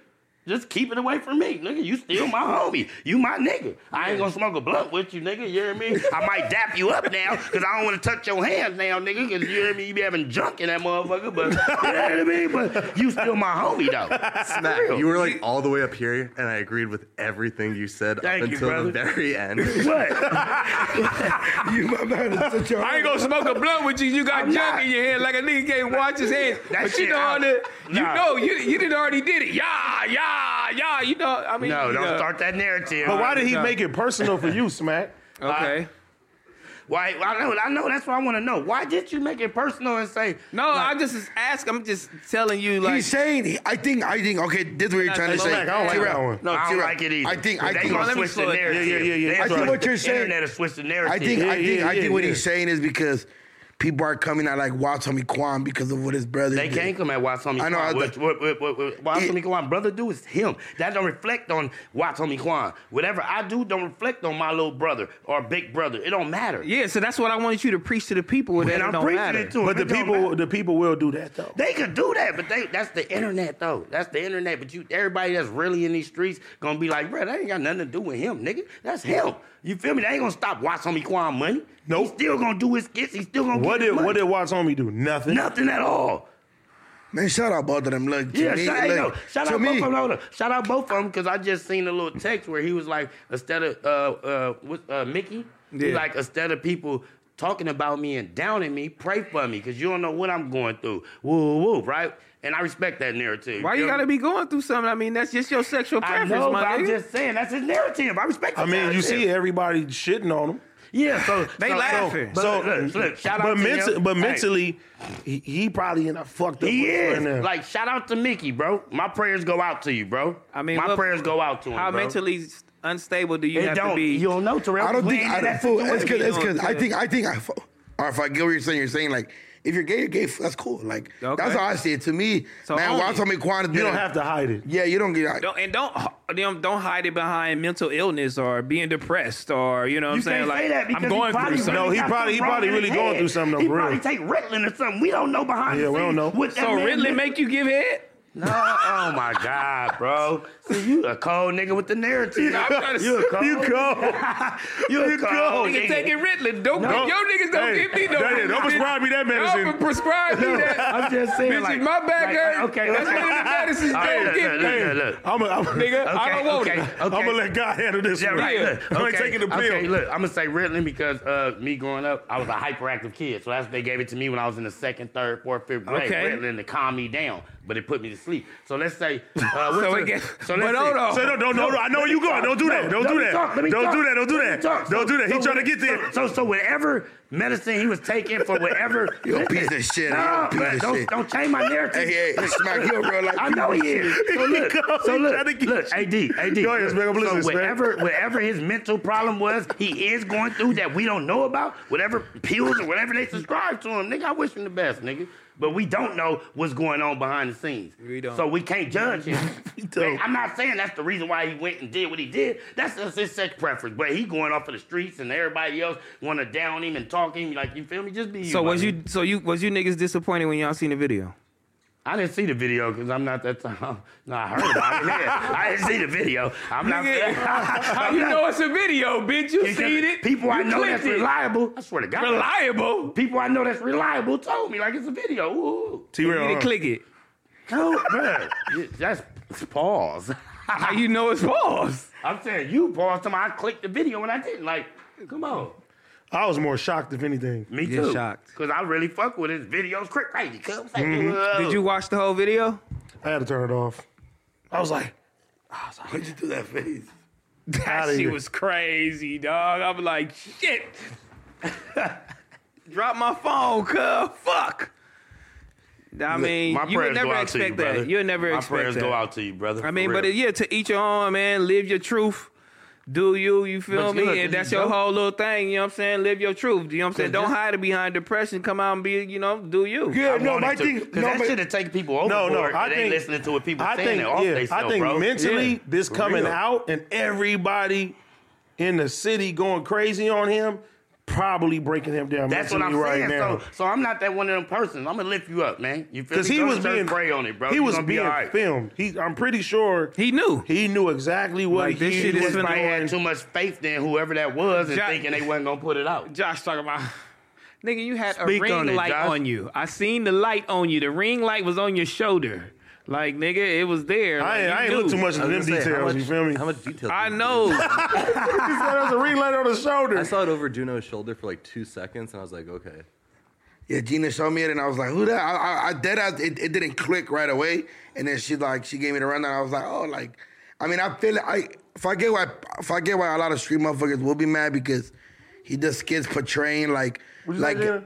Speaker 3: Just keep it away from me, nigga. You still my homie. You my nigga. I ain't gonna smoke a blunt with you, nigga. You hear me? I might dap you up now, cause I don't wanna touch your hands now, nigga. Cause you hear me? You be having junk in that motherfucker, but you know what I mean? But you still my homie though.
Speaker 5: Matt,
Speaker 3: real.
Speaker 5: you were like all the way up here, and I agreed with everything you said
Speaker 3: Thank
Speaker 5: up
Speaker 3: you,
Speaker 5: until
Speaker 3: brother.
Speaker 5: the very end.
Speaker 2: you, my man, is such a-
Speaker 1: I ain't gonna smoke a blunt with you. You got junk
Speaker 3: not.
Speaker 1: in your hand like a nigga can't watch his hands.
Speaker 3: That
Speaker 1: but you
Speaker 3: shit
Speaker 1: know,
Speaker 3: out.
Speaker 1: how the, you
Speaker 3: Nah.
Speaker 1: know, you you didn't already did it. Yeah, yeah, yeah. You know, I mean,
Speaker 3: No,
Speaker 1: you
Speaker 3: don't
Speaker 1: know.
Speaker 3: start that narrative.
Speaker 4: but why did he
Speaker 1: No.
Speaker 4: make it personal for you, Smack?
Speaker 1: Okay.
Speaker 3: Why? I know. I know. That's what I want to know. Why did you make it personal and say?
Speaker 1: no, I just is ask. I'm just telling you, like,
Speaker 2: He's saying, I think, I think, okay, this is what you're trying to
Speaker 1: Look,
Speaker 2: say.
Speaker 1: I
Speaker 4: don't like
Speaker 2: T-Rail,
Speaker 4: that one.
Speaker 3: No, I don't
Speaker 2: T-Rail,
Speaker 3: like it either.
Speaker 2: I think, I
Speaker 3: they
Speaker 2: think,
Speaker 1: Well,
Speaker 3: gonna
Speaker 1: let me
Speaker 3: switch the
Speaker 1: slow it-
Speaker 3: narrative.
Speaker 4: yeah, yeah, yeah, yeah.
Speaker 3: They
Speaker 4: I
Speaker 2: think
Speaker 3: gonna-
Speaker 2: what you're saying-
Speaker 3: Internet has switched the narrative.
Speaker 2: I think, I
Speaker 4: Yeah,
Speaker 2: think,
Speaker 4: yeah,
Speaker 2: I think
Speaker 4: yeah,
Speaker 2: what
Speaker 4: yeah.
Speaker 2: he's saying is because people are coming out like Watami Kwan because of what his brother
Speaker 3: They
Speaker 2: did.
Speaker 3: can't come at Watsomi
Speaker 2: I know, I
Speaker 3: Kwan.
Speaker 2: was
Speaker 3: What, what, what, what, what Watsomi
Speaker 2: It-
Speaker 3: Kwan, brother, do is him. That don't reflect on Watsomi Kwan. Whatever I do, don't reflect on my little brother or big brother. It don't matter.
Speaker 1: yeah. So that's what I wanted you to preach to the people. That
Speaker 3: and
Speaker 1: it
Speaker 3: I'm
Speaker 1: don't
Speaker 3: preaching
Speaker 1: matter.
Speaker 3: it to them.
Speaker 4: But the
Speaker 3: It don't
Speaker 4: people, the people will do that though.
Speaker 3: They could do that, but they that's the internet though. That's the internet. But you everybody that's really in these streets gonna be like, bro, that ain't got nothing to do with him, nigga. That's him. You feel me? They ain't gonna stop watching homie Quan money. No, He's
Speaker 4: Nope.
Speaker 3: still gonna do his skits. He's still gonna
Speaker 4: What
Speaker 3: get his
Speaker 4: did
Speaker 3: money.
Speaker 4: what did Watts homie do? Nothing.
Speaker 3: nothing at all.
Speaker 2: Man, shout out both of them. Look, to
Speaker 3: Yeah,
Speaker 2: me,
Speaker 3: shout, hey,
Speaker 2: look,
Speaker 3: no, shout
Speaker 2: to
Speaker 3: out both
Speaker 2: me,
Speaker 3: of them. Hold up. Shout out both of them because I just seen a little text where he was like, instead of uh uh, what, uh Mickey, he
Speaker 1: Yeah.
Speaker 3: like instead of people talking about me and downing me, pray for me because you don't know what I'm going through. Woo woo, woo, right? And I respect that narrative.
Speaker 1: Why you
Speaker 3: feel me?
Speaker 1: gotta be going through something? I mean, that's just your sexual
Speaker 3: I
Speaker 1: preference,
Speaker 3: know,
Speaker 1: my
Speaker 3: but I'm
Speaker 1: nigga.
Speaker 3: just saying that's his narrative. I respect.
Speaker 4: I
Speaker 3: his
Speaker 4: mean, you
Speaker 3: narrative.
Speaker 4: see everybody shitting on him.
Speaker 3: yeah. So
Speaker 1: They
Speaker 3: so,
Speaker 1: laughing.
Speaker 3: So,
Speaker 4: So,
Speaker 3: but look, look, shout out
Speaker 4: but
Speaker 3: to
Speaker 4: menta-
Speaker 3: him.
Speaker 4: but
Speaker 3: Hey,
Speaker 4: mentally, he, he probably in a fucked up.
Speaker 3: he
Speaker 4: place right now.
Speaker 3: is like shout out to Mickey, bro. My prayers go out to you, bro.
Speaker 1: I mean,
Speaker 3: my
Speaker 1: what-
Speaker 3: prayers go out to him.
Speaker 1: How
Speaker 3: bro.
Speaker 1: mentally unstable do you
Speaker 3: It
Speaker 1: have
Speaker 3: don't.
Speaker 1: to be?
Speaker 3: You don't know, Terrell.
Speaker 2: I don't
Speaker 3: We
Speaker 2: think,
Speaker 3: ain't
Speaker 2: I
Speaker 3: in
Speaker 2: don't,
Speaker 3: that
Speaker 2: fool, it's
Speaker 3: situation.
Speaker 2: good, it's good. I
Speaker 1: Okay.
Speaker 2: think, I think, I, or if I get what you're saying, you're saying like, if you're gay, you're gay. That's cool. Like,
Speaker 1: Okay.
Speaker 2: that's how I see it. To me,
Speaker 1: So
Speaker 2: man,
Speaker 1: own it.
Speaker 2: Watami Kwan.
Speaker 4: You don't have to hide it.
Speaker 2: Yeah, you don't get out.
Speaker 1: Don't, and don't don't don't hide it behind mental illness or being depressed or you know what
Speaker 3: You
Speaker 1: I'm saying
Speaker 3: can't
Speaker 1: like
Speaker 3: say that because
Speaker 1: I'm
Speaker 3: he
Speaker 1: going
Speaker 3: probably
Speaker 1: through something.
Speaker 4: No, he
Speaker 3: got
Speaker 4: probably- he
Speaker 3: something
Speaker 4: probably
Speaker 3: wrong in
Speaker 4: really
Speaker 3: his
Speaker 4: going
Speaker 3: head.
Speaker 4: through something,
Speaker 3: He
Speaker 4: for real.
Speaker 3: probably take Ritalin or something. We don't know behind the
Speaker 4: Yeah,
Speaker 3: scenes.
Speaker 4: we don't know.
Speaker 3: What that
Speaker 1: so
Speaker 3: man
Speaker 1: Ridley
Speaker 3: did.
Speaker 1: make you give head?
Speaker 3: No, oh my God, bro. See, you a cold nigga with the narrative.
Speaker 1: I'm trying to
Speaker 3: you a
Speaker 1: say-
Speaker 3: cold.
Speaker 4: You go.
Speaker 3: you a
Speaker 4: you
Speaker 3: cold
Speaker 4: cold.
Speaker 1: Nigga taking Ritalin. Don't
Speaker 4: No.
Speaker 1: your niggas don't
Speaker 4: Hey,
Speaker 1: give me no.
Speaker 4: that is-
Speaker 1: Ritalin.
Speaker 4: don't prescribe me that
Speaker 1: Don't
Speaker 4: medicine.
Speaker 1: prescribe me that.
Speaker 3: I'm just saying,
Speaker 1: Bitch,
Speaker 3: like,
Speaker 1: if my back
Speaker 3: like,
Speaker 1: hurt,
Speaker 3: Okay,
Speaker 1: that's
Speaker 3: okay.
Speaker 1: one of the medicines.
Speaker 3: All right,
Speaker 1: Don't give
Speaker 3: look,
Speaker 1: me.
Speaker 3: look, look, look.
Speaker 4: I'm a, I'm a,
Speaker 1: Nigga, I
Speaker 3: Okay,
Speaker 1: don't want
Speaker 3: okay,
Speaker 1: it.
Speaker 3: okay.
Speaker 4: I'm gonna let God handle this.
Speaker 3: Yeah,
Speaker 4: one.
Speaker 3: right. Look,
Speaker 4: I ain't
Speaker 3: okay,
Speaker 4: taking the pill.
Speaker 3: Okay, look, I'm gonna say Ritalin because uh, me growing up, I was a hyperactive kid, so that's they gave it to me when I was in the second, third, fourth, fifth grade.
Speaker 1: Okay.
Speaker 3: Ritalin to calm me down, but it put me to sleep. So let's say, uh, what's
Speaker 1: So
Speaker 3: the-
Speaker 1: it gets-
Speaker 3: so let's
Speaker 1: but
Speaker 3: say,
Speaker 1: hold on.
Speaker 4: So don't, don't, don't, I know where you going. Oh, Don't do that. Don't
Speaker 3: let
Speaker 4: do
Speaker 3: me
Speaker 4: that.
Speaker 3: talk, let me
Speaker 4: Don't
Speaker 3: talk.
Speaker 4: do that. Don't do
Speaker 3: Let me
Speaker 4: that.
Speaker 3: talk.
Speaker 4: Don't do that. He
Speaker 3: so
Speaker 4: trying to get
Speaker 3: what-
Speaker 4: there.
Speaker 3: So, so, so whatever medicine he was taking for whatever.
Speaker 2: You a piece
Speaker 3: Listen,
Speaker 2: of shit. You
Speaker 3: No,
Speaker 2: a piece
Speaker 3: but
Speaker 2: of
Speaker 3: don't,
Speaker 2: shit.
Speaker 3: don't change my narrative.
Speaker 2: Hey, hey, smack you a real life.
Speaker 3: I know he is. So
Speaker 4: He
Speaker 3: look,
Speaker 4: goes,
Speaker 3: so
Speaker 4: he
Speaker 3: look,
Speaker 4: tryna get
Speaker 3: look, AD, AD.
Speaker 4: Go ahead, Smack, I'm
Speaker 3: so
Speaker 4: listening, Smack.
Speaker 3: whatever, whatever his mental problem was, he is going through that we don't know about. Whatever pills or whatever they subscribe to him, nigga, I wish him the best, nigga. But we don't know what's going on behind the scenes.
Speaker 1: We don't.
Speaker 3: So we can't judge him.
Speaker 4: don't.
Speaker 3: I'm not saying that's the reason why he went and did what he did. That's just his sex preference. But he going off of the streets and everybody else want to down him and talk him. Like, you feel me? Just be you.
Speaker 1: So
Speaker 3: my
Speaker 1: was
Speaker 3: nigga.
Speaker 1: you so you was you niggas disappointed when y'all seen the video?
Speaker 3: I didn't see the video because I'm not that time. No, I heard about it. Yeah, I didn't see the video. I'm not.
Speaker 1: Nigga, how you know it's a video, bitch? You
Speaker 3: Because
Speaker 1: seen it?
Speaker 3: People I
Speaker 1: You
Speaker 3: know that's
Speaker 1: clicked it.
Speaker 3: reliable. I swear to God.
Speaker 1: Reliable.
Speaker 3: People I know that's reliable told me like it's a video. Ooh.
Speaker 1: You didn't click it.
Speaker 3: No, bro. That's pause.
Speaker 1: How you know it's false?
Speaker 3: I'm saying you paused time I clicked the video and I didn't. Like, come on.
Speaker 4: I was more shocked if anything.
Speaker 3: Me
Speaker 1: You're
Speaker 3: too.
Speaker 1: shocked.
Speaker 3: Cause I really fuck with his videos. Cra- Crazy. Cause I'm like, whoa.
Speaker 1: Mm-hmm. Did you watch the whole video?
Speaker 4: I had to turn it off. I was like,
Speaker 2: Why'd you do that face?
Speaker 1: That
Speaker 4: Outta
Speaker 1: shit
Speaker 4: here.
Speaker 1: was crazy, dog. I'm like, shit. Drop my phone, cuz. Fuck. I mean,
Speaker 3: My
Speaker 1: you would
Speaker 3: prayers go
Speaker 1: never
Speaker 3: out to you,
Speaker 1: expect
Speaker 3: brother.
Speaker 1: that. You'll never
Speaker 3: My
Speaker 1: expect
Speaker 3: prayers
Speaker 1: that.
Speaker 3: go out to you, brother.
Speaker 1: I mean,
Speaker 3: for
Speaker 1: but
Speaker 3: real.
Speaker 1: yeah, to each your own, man. Live your truth. Do you, you feel
Speaker 5: But you know,
Speaker 1: me? And
Speaker 5: this
Speaker 1: that's
Speaker 5: is
Speaker 1: your
Speaker 5: dope.
Speaker 1: whole little thing, you know what I'm saying? Live your truth. You know what I'm saying?
Speaker 5: Cause
Speaker 1: Don't
Speaker 5: this-
Speaker 1: hide it behind depression. Come out and be, you know, do you.
Speaker 2: Yeah, no,
Speaker 3: wanted
Speaker 2: my
Speaker 3: to,
Speaker 2: thing.
Speaker 3: Cause
Speaker 2: No,
Speaker 3: that
Speaker 2: my,
Speaker 3: should have taken people
Speaker 4: No,
Speaker 3: overboard.
Speaker 4: no, I
Speaker 3: and they
Speaker 4: think
Speaker 3: listening to what people
Speaker 4: I
Speaker 3: saying
Speaker 4: think,
Speaker 3: and off
Speaker 4: yeah,
Speaker 3: themselves,
Speaker 4: I think
Speaker 3: bro.
Speaker 4: mentally
Speaker 1: Yeah,
Speaker 4: this coming
Speaker 3: real.
Speaker 4: out and everybody in the city going crazy on him probably breaking him down
Speaker 3: That's what I'm
Speaker 4: mentally right
Speaker 3: saying.
Speaker 4: now.
Speaker 3: So, so I'm not that one of them persons. I'm gonna lift you up, man. You feel me?
Speaker 4: Because he
Speaker 3: Go to
Speaker 4: was
Speaker 3: church,
Speaker 4: being
Speaker 3: pray on it, bro.
Speaker 4: He
Speaker 3: You
Speaker 4: was
Speaker 3: gonna
Speaker 4: being
Speaker 3: be all right.
Speaker 4: filmed. He, I'm pretty sure he,
Speaker 1: He knew.
Speaker 4: knew exactly what
Speaker 1: Like, this
Speaker 4: he
Speaker 1: shit is
Speaker 4: was
Speaker 1: finna-
Speaker 3: Somebody
Speaker 4: doing.
Speaker 3: had too much faith in whoever that was and
Speaker 1: Jack-
Speaker 3: thinking they wasn't gonna put it out.
Speaker 1: Josh talking about. Nigga, you had
Speaker 3: Speak
Speaker 1: a ring
Speaker 3: on it,
Speaker 1: light
Speaker 3: Josh.
Speaker 1: on you. I seen the light on you. The ring light was on your shoulder. Like, nigga, it was there.
Speaker 4: I
Speaker 1: Like,
Speaker 4: ain't,
Speaker 1: you
Speaker 4: I ain't
Speaker 1: knew.
Speaker 4: look too much into
Speaker 5: I
Speaker 4: them
Speaker 5: was gonna say, how
Speaker 4: details.
Speaker 5: much-
Speaker 4: you feel me?
Speaker 5: How much detail?
Speaker 1: I
Speaker 5: do you
Speaker 1: know.
Speaker 4: He said there's a ring light on his shoulder.
Speaker 5: I saw it over Juno's shoulder for like two seconds, and I was like, okay.
Speaker 2: yeah, Gina showed me it, and I was like, "Who that?" I, I, I dead. ass- it, it didn't click right away, and then she like she gave me the rundown. I was like, "Oh, like, I mean, I feel it. I if I get why if I get why a lot of street motherfuckers will be mad because he just gets portraying like
Speaker 4: What'd you say,
Speaker 2: like
Speaker 4: Gina?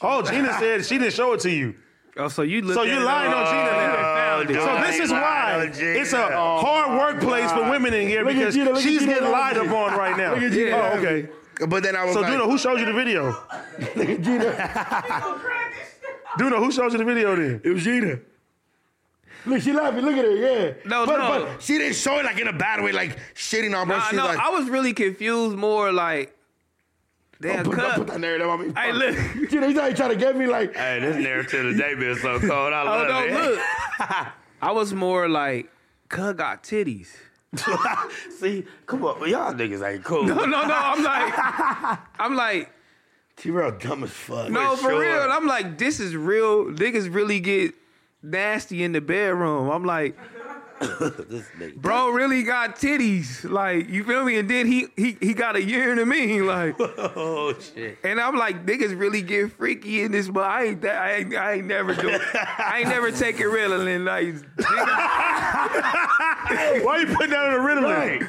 Speaker 4: Oh, Gina said she didn't show it to you.
Speaker 1: oh, so you looked
Speaker 4: So
Speaker 1: at
Speaker 4: you're
Speaker 1: it
Speaker 4: lying on
Speaker 1: all- you
Speaker 4: Gina
Speaker 3: Uh,
Speaker 4: now.
Speaker 1: found it.
Speaker 3: dude.
Speaker 4: So this is why it's a
Speaker 1: Oh,
Speaker 4: hard workplace for women in here Look at because Gina, look at she's Gina getting lied laughing. up on right now.
Speaker 2: at Gina
Speaker 4: Oh,
Speaker 2: laughing.
Speaker 4: okay.
Speaker 2: But then I was
Speaker 4: So,
Speaker 2: like,
Speaker 4: Duno, who showed you the video? Duno, who showed you the video then?
Speaker 2: "It was Gina."
Speaker 4: Look, she laughing. Look at her. Yeah.
Speaker 1: No,
Speaker 2: But,
Speaker 1: no.
Speaker 2: but she didn't show it like in a bad way, like shitting on. But
Speaker 1: Nah,
Speaker 2: she's
Speaker 1: no,
Speaker 2: like,
Speaker 1: I was really confused more like damn
Speaker 2: Oh, put,
Speaker 1: cut.
Speaker 2: put that narrative on me.
Speaker 1: Hey, look.
Speaker 2: Gina, he's like trying to get me like.
Speaker 3: Hey, this narrative today been so cold. I
Speaker 1: Oh
Speaker 3: love
Speaker 1: no,
Speaker 3: it.
Speaker 1: look. I was more like Cuz got titties.
Speaker 3: See, come on, y'all niggas ain't cool.
Speaker 1: No, no, no. I'm like I'm like
Speaker 2: She real dumb as fuck.
Speaker 1: no, for
Speaker 3: sure.
Speaker 1: real. And I'm like this is real. Niggas really get nasty in the bedroom. I'm like
Speaker 3: This nigga.
Speaker 1: bro really got titties. Like, you feel me? And then he he he got a year to me. Like
Speaker 3: Oh shit.
Speaker 1: And I'm like, niggas really get freaky in this, but I ain't that. I ain't, I ain't never do. I ain't never take adrenaline. Like, niggas-
Speaker 4: Why you putting that in the riddle?
Speaker 3: Right.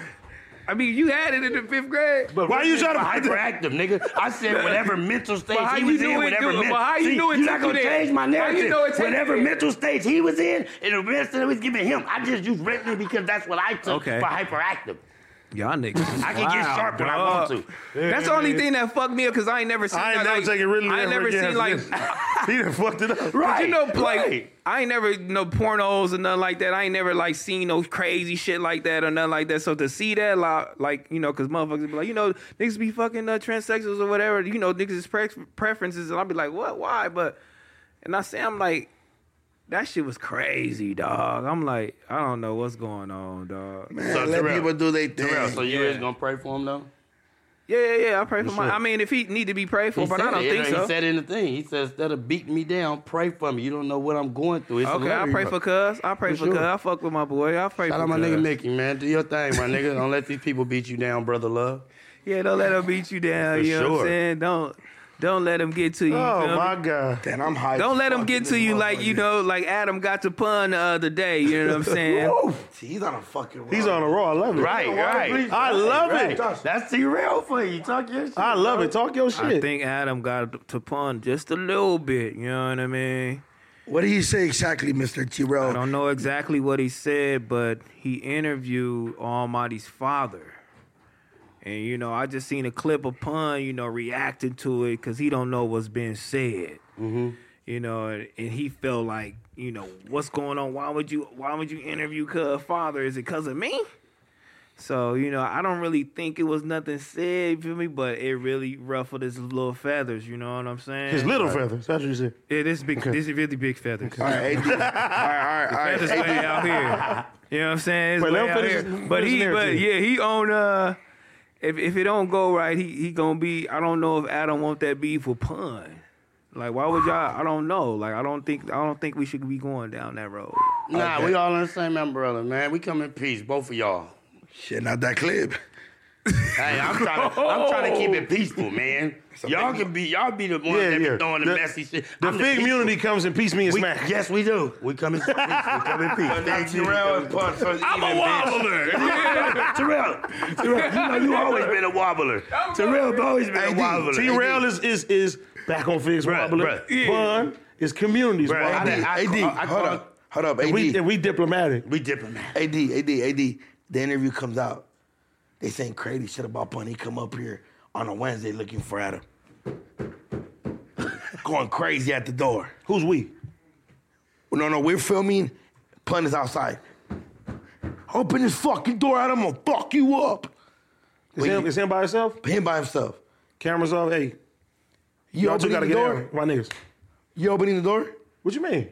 Speaker 1: I mean, you had it in the fifth grade.
Speaker 3: But
Speaker 4: Why you
Speaker 3: Richard's
Speaker 4: trying to-
Speaker 3: hyperactive, nigga? I said whatever mental stage
Speaker 1: how
Speaker 3: he
Speaker 1: you
Speaker 3: was
Speaker 1: knew
Speaker 3: in,
Speaker 1: it
Speaker 3: whatever
Speaker 1: do-
Speaker 3: mental
Speaker 1: but how you
Speaker 3: See,
Speaker 1: knew it
Speaker 3: You're not
Speaker 1: took you
Speaker 3: gonna
Speaker 1: there?
Speaker 3: change my
Speaker 1: How you
Speaker 3: narrative.
Speaker 1: know it took you
Speaker 3: whatever
Speaker 1: there?
Speaker 3: mental stage he was in, and the rest that was giving him, I just used written because that's what I took
Speaker 1: Okay.
Speaker 3: for hyperactive.
Speaker 1: Y'all niggas.
Speaker 3: I can get sharp when I want to.
Speaker 1: That's the only thing that fucked me up because I ain't never seen.
Speaker 4: I ain't
Speaker 1: that,
Speaker 4: never
Speaker 1: like,
Speaker 4: taken Ritalin
Speaker 1: I ain't
Speaker 4: ever
Speaker 1: never
Speaker 4: again
Speaker 1: seen like.
Speaker 4: after this. he done fucked it up.
Speaker 1: Cause
Speaker 3: Right.
Speaker 1: you know, like
Speaker 3: right.
Speaker 1: I ain't never no pornos or nothing like that. I ain't never like seen no crazy shit like that or nothing like that. So to see that, like, like you know, because motherfuckers be like, you know, niggas be fucking uh, transsexuals or whatever. You know, niggas is pre- preferences, and I'll be like, what, why? But and I say, I'm like, that shit was crazy, dog. I'm like, I don't know what's going on, dog.
Speaker 3: So
Speaker 2: Let
Speaker 3: Terrell,
Speaker 2: people do their
Speaker 3: Terrell,
Speaker 2: thing.
Speaker 3: so you is gonna pray for him though?
Speaker 1: Yeah, yeah, yeah. I pray for my. I mean, if he need to be prayed for,
Speaker 3: He
Speaker 1: but I
Speaker 3: said
Speaker 1: don't
Speaker 3: it,
Speaker 1: think
Speaker 3: he
Speaker 1: so.
Speaker 3: said in the thing. He said instead of beating me down, pray for me. You don't know what I'm going through. It's a
Speaker 1: Okay, I
Speaker 3: letter.
Speaker 1: pray for Cuz. I pray for
Speaker 3: sure.
Speaker 1: Cuz. I fuck with my boy. I pray
Speaker 3: Shout
Speaker 1: for
Speaker 3: out my
Speaker 1: Cuz.
Speaker 3: nigga Mickey, man. Do your thing, my nigga. Don't let these people beat you down, brother love.
Speaker 1: Yeah, don't let them beat you down.
Speaker 3: For
Speaker 1: you know what I'm
Speaker 3: sure.
Speaker 1: saying? Don't don't let them get to you. you
Speaker 4: Oh
Speaker 1: feel
Speaker 4: my
Speaker 1: me?
Speaker 4: god.
Speaker 2: And I'm high.
Speaker 1: Don't let them
Speaker 2: Fuck
Speaker 1: get
Speaker 2: this
Speaker 1: to you like you
Speaker 2: motherfucker.
Speaker 1: know, like Adam got to pun the other day. You know what I'm saying?
Speaker 2: See, he's on a fucking.
Speaker 4: He's on a roll. I love it.
Speaker 3: Right, right.
Speaker 4: I love it.
Speaker 3: That's T-Rail for you. Talk your shit.
Speaker 4: I love it. Talk your
Speaker 1: I
Speaker 4: shit.
Speaker 1: think Adam got to pun just a little bit. You know what I mean?
Speaker 2: What do you say exactly, Mister
Speaker 1: I
Speaker 2: Tiro?
Speaker 1: don't know exactly what he said, but he interviewed Almighty's father. And you know, I just seen a clip of Pun, you know, reacting to it because he don't know what's being said. You know, and, and he felt like, you know, what's going on? Why would you? Why would you interview cuz father? Is it cause of me? So you know, I don't really think it was nothing said. You feel me? But it really ruffled his little feathers. You know what I'm saying?
Speaker 4: His little feathers. That's what you said.
Speaker 1: Yeah, this big. This is really big feathers.
Speaker 2: All right, AD. all right, all right, all
Speaker 1: That's
Speaker 2: right.
Speaker 1: his way out here. You know what I'm saying? It's
Speaker 4: Wait, let
Speaker 1: way
Speaker 4: him
Speaker 1: out
Speaker 4: finish
Speaker 1: here.
Speaker 4: his-
Speaker 1: But
Speaker 4: finish
Speaker 1: he,
Speaker 4: his
Speaker 1: but
Speaker 4: narrative.
Speaker 1: yeah, he on. Uh, if if it don't go right, he he gonna be. I don't know if Adam want that beef with pun. Like, why would y'all? I don't know. Like, I don't think I don't think we should be going down that road.
Speaker 3: Nah, we all in the same umbrella, man. We come in peace, both of y'all.
Speaker 2: Shit, not that clip.
Speaker 3: Hey, I'm trying to, I'm trying to keep it peaceful, man. Y'all can be, y'all be the ones
Speaker 4: Yeah,
Speaker 3: that be
Speaker 4: yeah.
Speaker 3: throwing the,
Speaker 4: The-
Speaker 3: messy shit.
Speaker 4: The
Speaker 3: I'm
Speaker 4: fig
Speaker 3: peaceful.
Speaker 4: immunity comes in piece me and
Speaker 3: We,
Speaker 4: smack.
Speaker 3: yes, we do. We come in peace. We come in peace.
Speaker 8: I'm a wobbler.
Speaker 3: Terrell, Terrell, you know you always been a wobbler. Terrell always been a wobbler.
Speaker 4: T Rail is is is back on figs
Speaker 3: Bruh,
Speaker 4: wobbler.
Speaker 3: bruh.
Speaker 4: Pun It's communities.
Speaker 3: Bruh,
Speaker 4: bro.
Speaker 3: I
Speaker 2: AD,
Speaker 3: did- I
Speaker 2: AD,
Speaker 3: call- I
Speaker 2: hold
Speaker 3: call-
Speaker 2: up, hold up, AD,
Speaker 4: And we, and we diplomatic.
Speaker 3: We dipping that.
Speaker 2: AD, AD, AD. The interview comes out. They saying crazy shit about Pun. He come up here on a Wednesday looking for Adam, going crazy at the door.
Speaker 4: Who's we?
Speaker 2: No, no, we're filming. Pun is outside. Open this fucking door, Adam. I'm gonna fuck you up.
Speaker 4: Is him, is him by himself?
Speaker 2: Him by himself.
Speaker 4: Cameras off. Hey,
Speaker 2: You
Speaker 4: y'all two
Speaker 2: opening
Speaker 4: gotta
Speaker 2: the
Speaker 4: get
Speaker 2: door?
Speaker 4: down, my niggas.
Speaker 2: You opening the door?
Speaker 4: What you mean?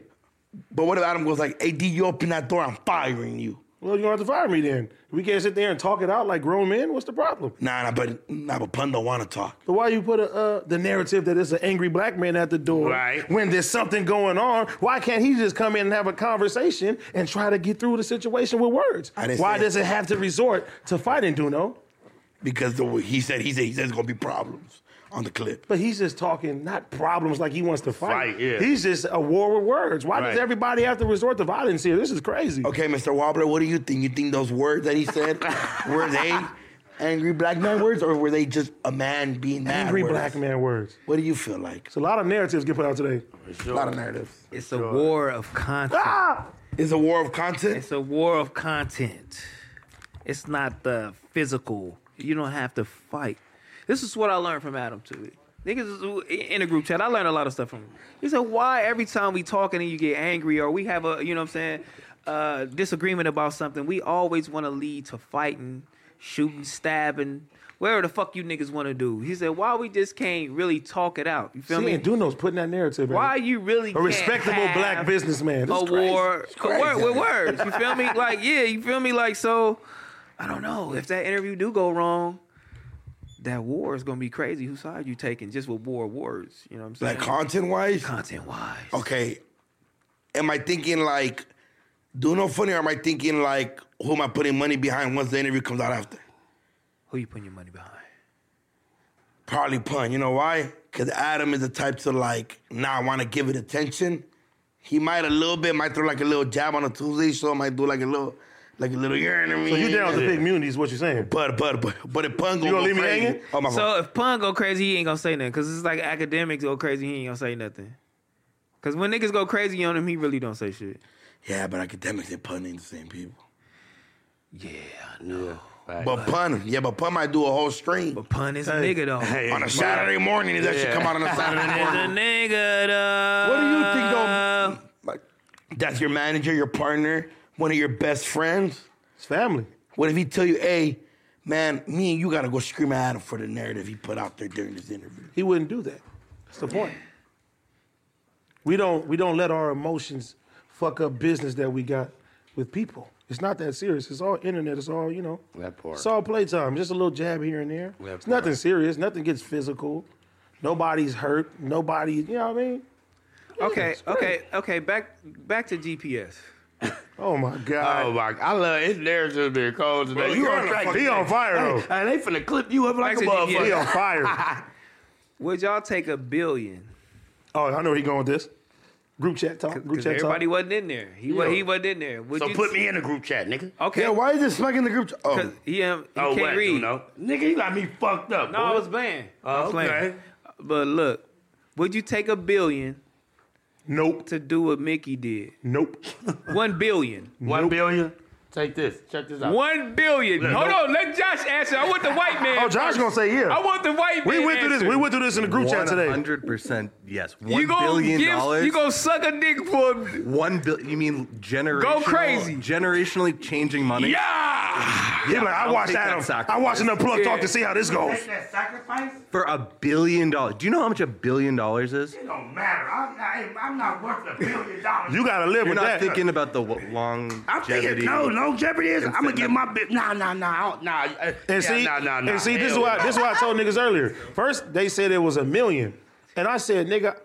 Speaker 2: But what if Adam goes like, AD, you open that door, I'm firing you.
Speaker 4: Well, you gonna have to fire me then. We can't sit there and talk it out like grown men. What's the problem?
Speaker 2: Nah, nah, but nah, but Pun don't wanna talk.
Speaker 4: But why you put a, uh, the narrative that it's an angry black man at the door
Speaker 3: Right.
Speaker 4: when there's something going on? Why can't he just come in and have a conversation and try to get through the situation with words?
Speaker 2: I didn't
Speaker 4: Why
Speaker 2: say-
Speaker 4: does it have to resort to fighting, Duno?
Speaker 2: Because the, he said he said he said it's gonna be problems on the clip.
Speaker 4: But he's just talking not problems like he wants to fight.
Speaker 3: Fight, yeah.
Speaker 4: He's just a war with words. Why
Speaker 3: Right.
Speaker 4: does everybody have to resort to violence here? This is crazy.
Speaker 2: Okay, Mr. Wobbler, what do you think? You think those words that he said were they angry black man words or were they just a man being mad?
Speaker 4: Angry
Speaker 2: words?
Speaker 4: black man words.
Speaker 2: What do you feel like?
Speaker 4: So a lot of narratives get put out today.
Speaker 2: A lot of narratives.
Speaker 1: It's a war of content.
Speaker 2: It's a war of content.
Speaker 1: It's a war of content. It's not the physical. You don't have to fight. This is what I learned from Adam too. Niggas is- in the group chat. I learned a lot of stuff from him. He said, "Why every time we talking and you get angry or we have a you know what I'm saying uh, disagreement about something, we always want to lead to fighting, shooting, stabbing, whatever the fuck you niggas want to do." He said, "Why we just can't really talk it out?" You feel
Speaker 4: See,
Speaker 1: me?
Speaker 4: and Duno's putting that narrative. in.
Speaker 1: Why you really
Speaker 4: A respectable black businessman. This
Speaker 1: a
Speaker 4: is crazy.
Speaker 1: war a
Speaker 2: crazy.
Speaker 1: word with words. You feel me? Like yeah, you feel me? Like so, I don't know if that interview do go wrong. That war is gonna be crazy. Whose side you taking? Just with war words, you know what I'm saying?
Speaker 2: Like content wise?
Speaker 1: content wise,
Speaker 2: Okay. Am I thinking like do no funny or am I thinking like who am I putting money behind once the interview comes out after?
Speaker 1: who you putting your money behind?
Speaker 2: Probably pun. You know why? Cause Adam is the type to like, nah, I wanna give it attention. He might a little bit, might throw like a little jab on a Tuesday show, might do like a little, like a little, you know what I mean?
Speaker 4: So you down with the big immunity is what you're saying.
Speaker 2: But but but but if pun gonna
Speaker 4: gonna
Speaker 2: go
Speaker 4: leave me
Speaker 2: crazy-
Speaker 4: hanging?
Speaker 2: Oh my god.
Speaker 1: So if pun go crazy, he ain't gonna say nothing. Cause it's like academics go crazy, he ain't gonna say nothing. Cause when niggas go crazy on him, he really don't say shit.
Speaker 2: Yeah, but academics and pun ain't the same people.
Speaker 1: Yeah,
Speaker 2: But pun, yeah, but pun might do a whole stream
Speaker 1: but pun is a nigga though.
Speaker 2: on a Saturday morning. That should come out on a Saturday
Speaker 1: Is a
Speaker 2: morning.
Speaker 1: nigga though.
Speaker 2: What do you think though? Like, that's your manager, your partner, one of your best friends.
Speaker 4: It's family.
Speaker 2: What if he tell you, hey, man, me and you gotta go scream at him for the narrative he put out there during this interview?
Speaker 4: He wouldn't do that. That's the point. We don't we don't let our emotions fuck up business that we got with people. It's not that serious. It's all internet. It's all, you know.
Speaker 5: That part.
Speaker 4: It's all playtime. Just a little jab here and there.
Speaker 5: That
Speaker 4: it's nothing
Speaker 5: part.
Speaker 4: serious. Nothing gets physical. Nobody's hurt. Nobody, you know what I mean?
Speaker 1: Okay,
Speaker 4: it's
Speaker 1: okay, okay. Back back to GPS.
Speaker 4: Oh my God.
Speaker 3: Oh my! I love his narrative been cold today.
Speaker 2: Bro, you
Speaker 3: You're
Speaker 2: on a fucking-
Speaker 4: he on fire though.
Speaker 3: Hey, they finna clip you up like
Speaker 1: Back
Speaker 3: a
Speaker 1: to
Speaker 3: motherfucker.
Speaker 4: He
Speaker 1: GPS.
Speaker 4: on fire.
Speaker 1: Would y'all take a billion?
Speaker 4: Oh, I know where he going with this. Group chat talk. Group
Speaker 1: Because
Speaker 4: chat
Speaker 1: everybody
Speaker 4: talk.
Speaker 1: wasn't in there. He was he wasn't in there. Would
Speaker 3: So
Speaker 1: you
Speaker 3: put me in a group chat, nigga.
Speaker 1: Okay.
Speaker 2: Yeah, why is this smacking the group? Oh,
Speaker 1: 'Cause He, um, he
Speaker 3: oh,
Speaker 1: can't
Speaker 3: what,
Speaker 1: read.
Speaker 3: Duno? Nigga, you got me fucked up.
Speaker 1: No, I was playing. I was
Speaker 3: Oh, okay.
Speaker 1: playing. But look, would you take a billion
Speaker 4: Nope.
Speaker 1: to do what Mickey did?
Speaker 4: Nope.
Speaker 1: One billion.
Speaker 3: One billion. Take this. Check this out.
Speaker 1: One billion.
Speaker 3: Look,
Speaker 1: Hold
Speaker 3: no-
Speaker 1: on, let Josh answer. I want the white man.
Speaker 4: Oh, Josh gonna say yeah.
Speaker 1: I want the white man.
Speaker 4: We went through this. We
Speaker 1: answer.
Speaker 4: went through this in the group chat today.
Speaker 5: 100% yes.
Speaker 1: You
Speaker 5: One
Speaker 1: gonna
Speaker 5: billion
Speaker 1: give?
Speaker 5: dollars.
Speaker 1: You gonna suck a dick for?
Speaker 5: One billion. You mean generational?
Speaker 1: crazy.
Speaker 5: Generationally changing money.
Speaker 4: Yeah. He be like, I
Speaker 5: I'll
Speaker 4: watched
Speaker 5: take that
Speaker 4: Adam. I
Speaker 5: sacrifice.
Speaker 4: watched enough plug talk to see how this goes.
Speaker 6: Take that sacrifice?
Speaker 5: For a billion dollars. Do you know how much a billion dollars is?
Speaker 6: It don't matter. I'm not, I'm not worth a billion dollars.
Speaker 4: You gotta live with
Speaker 5: You're not
Speaker 4: that.
Speaker 5: thinking about the w- long.
Speaker 3: I'm thinking, no, no jeopardy is. I'm gonna get
Speaker 5: sitting
Speaker 3: my bit. Nah, nah, nah, I don't- nah. uh,
Speaker 4: and
Speaker 3: yeah,
Speaker 4: see,
Speaker 3: nah, nah, nah.
Speaker 4: and see, this is
Speaker 3: Hell
Speaker 4: why
Speaker 3: no.
Speaker 4: this is why I told niggas earlier. First, they said it was a million, and I said, nigga,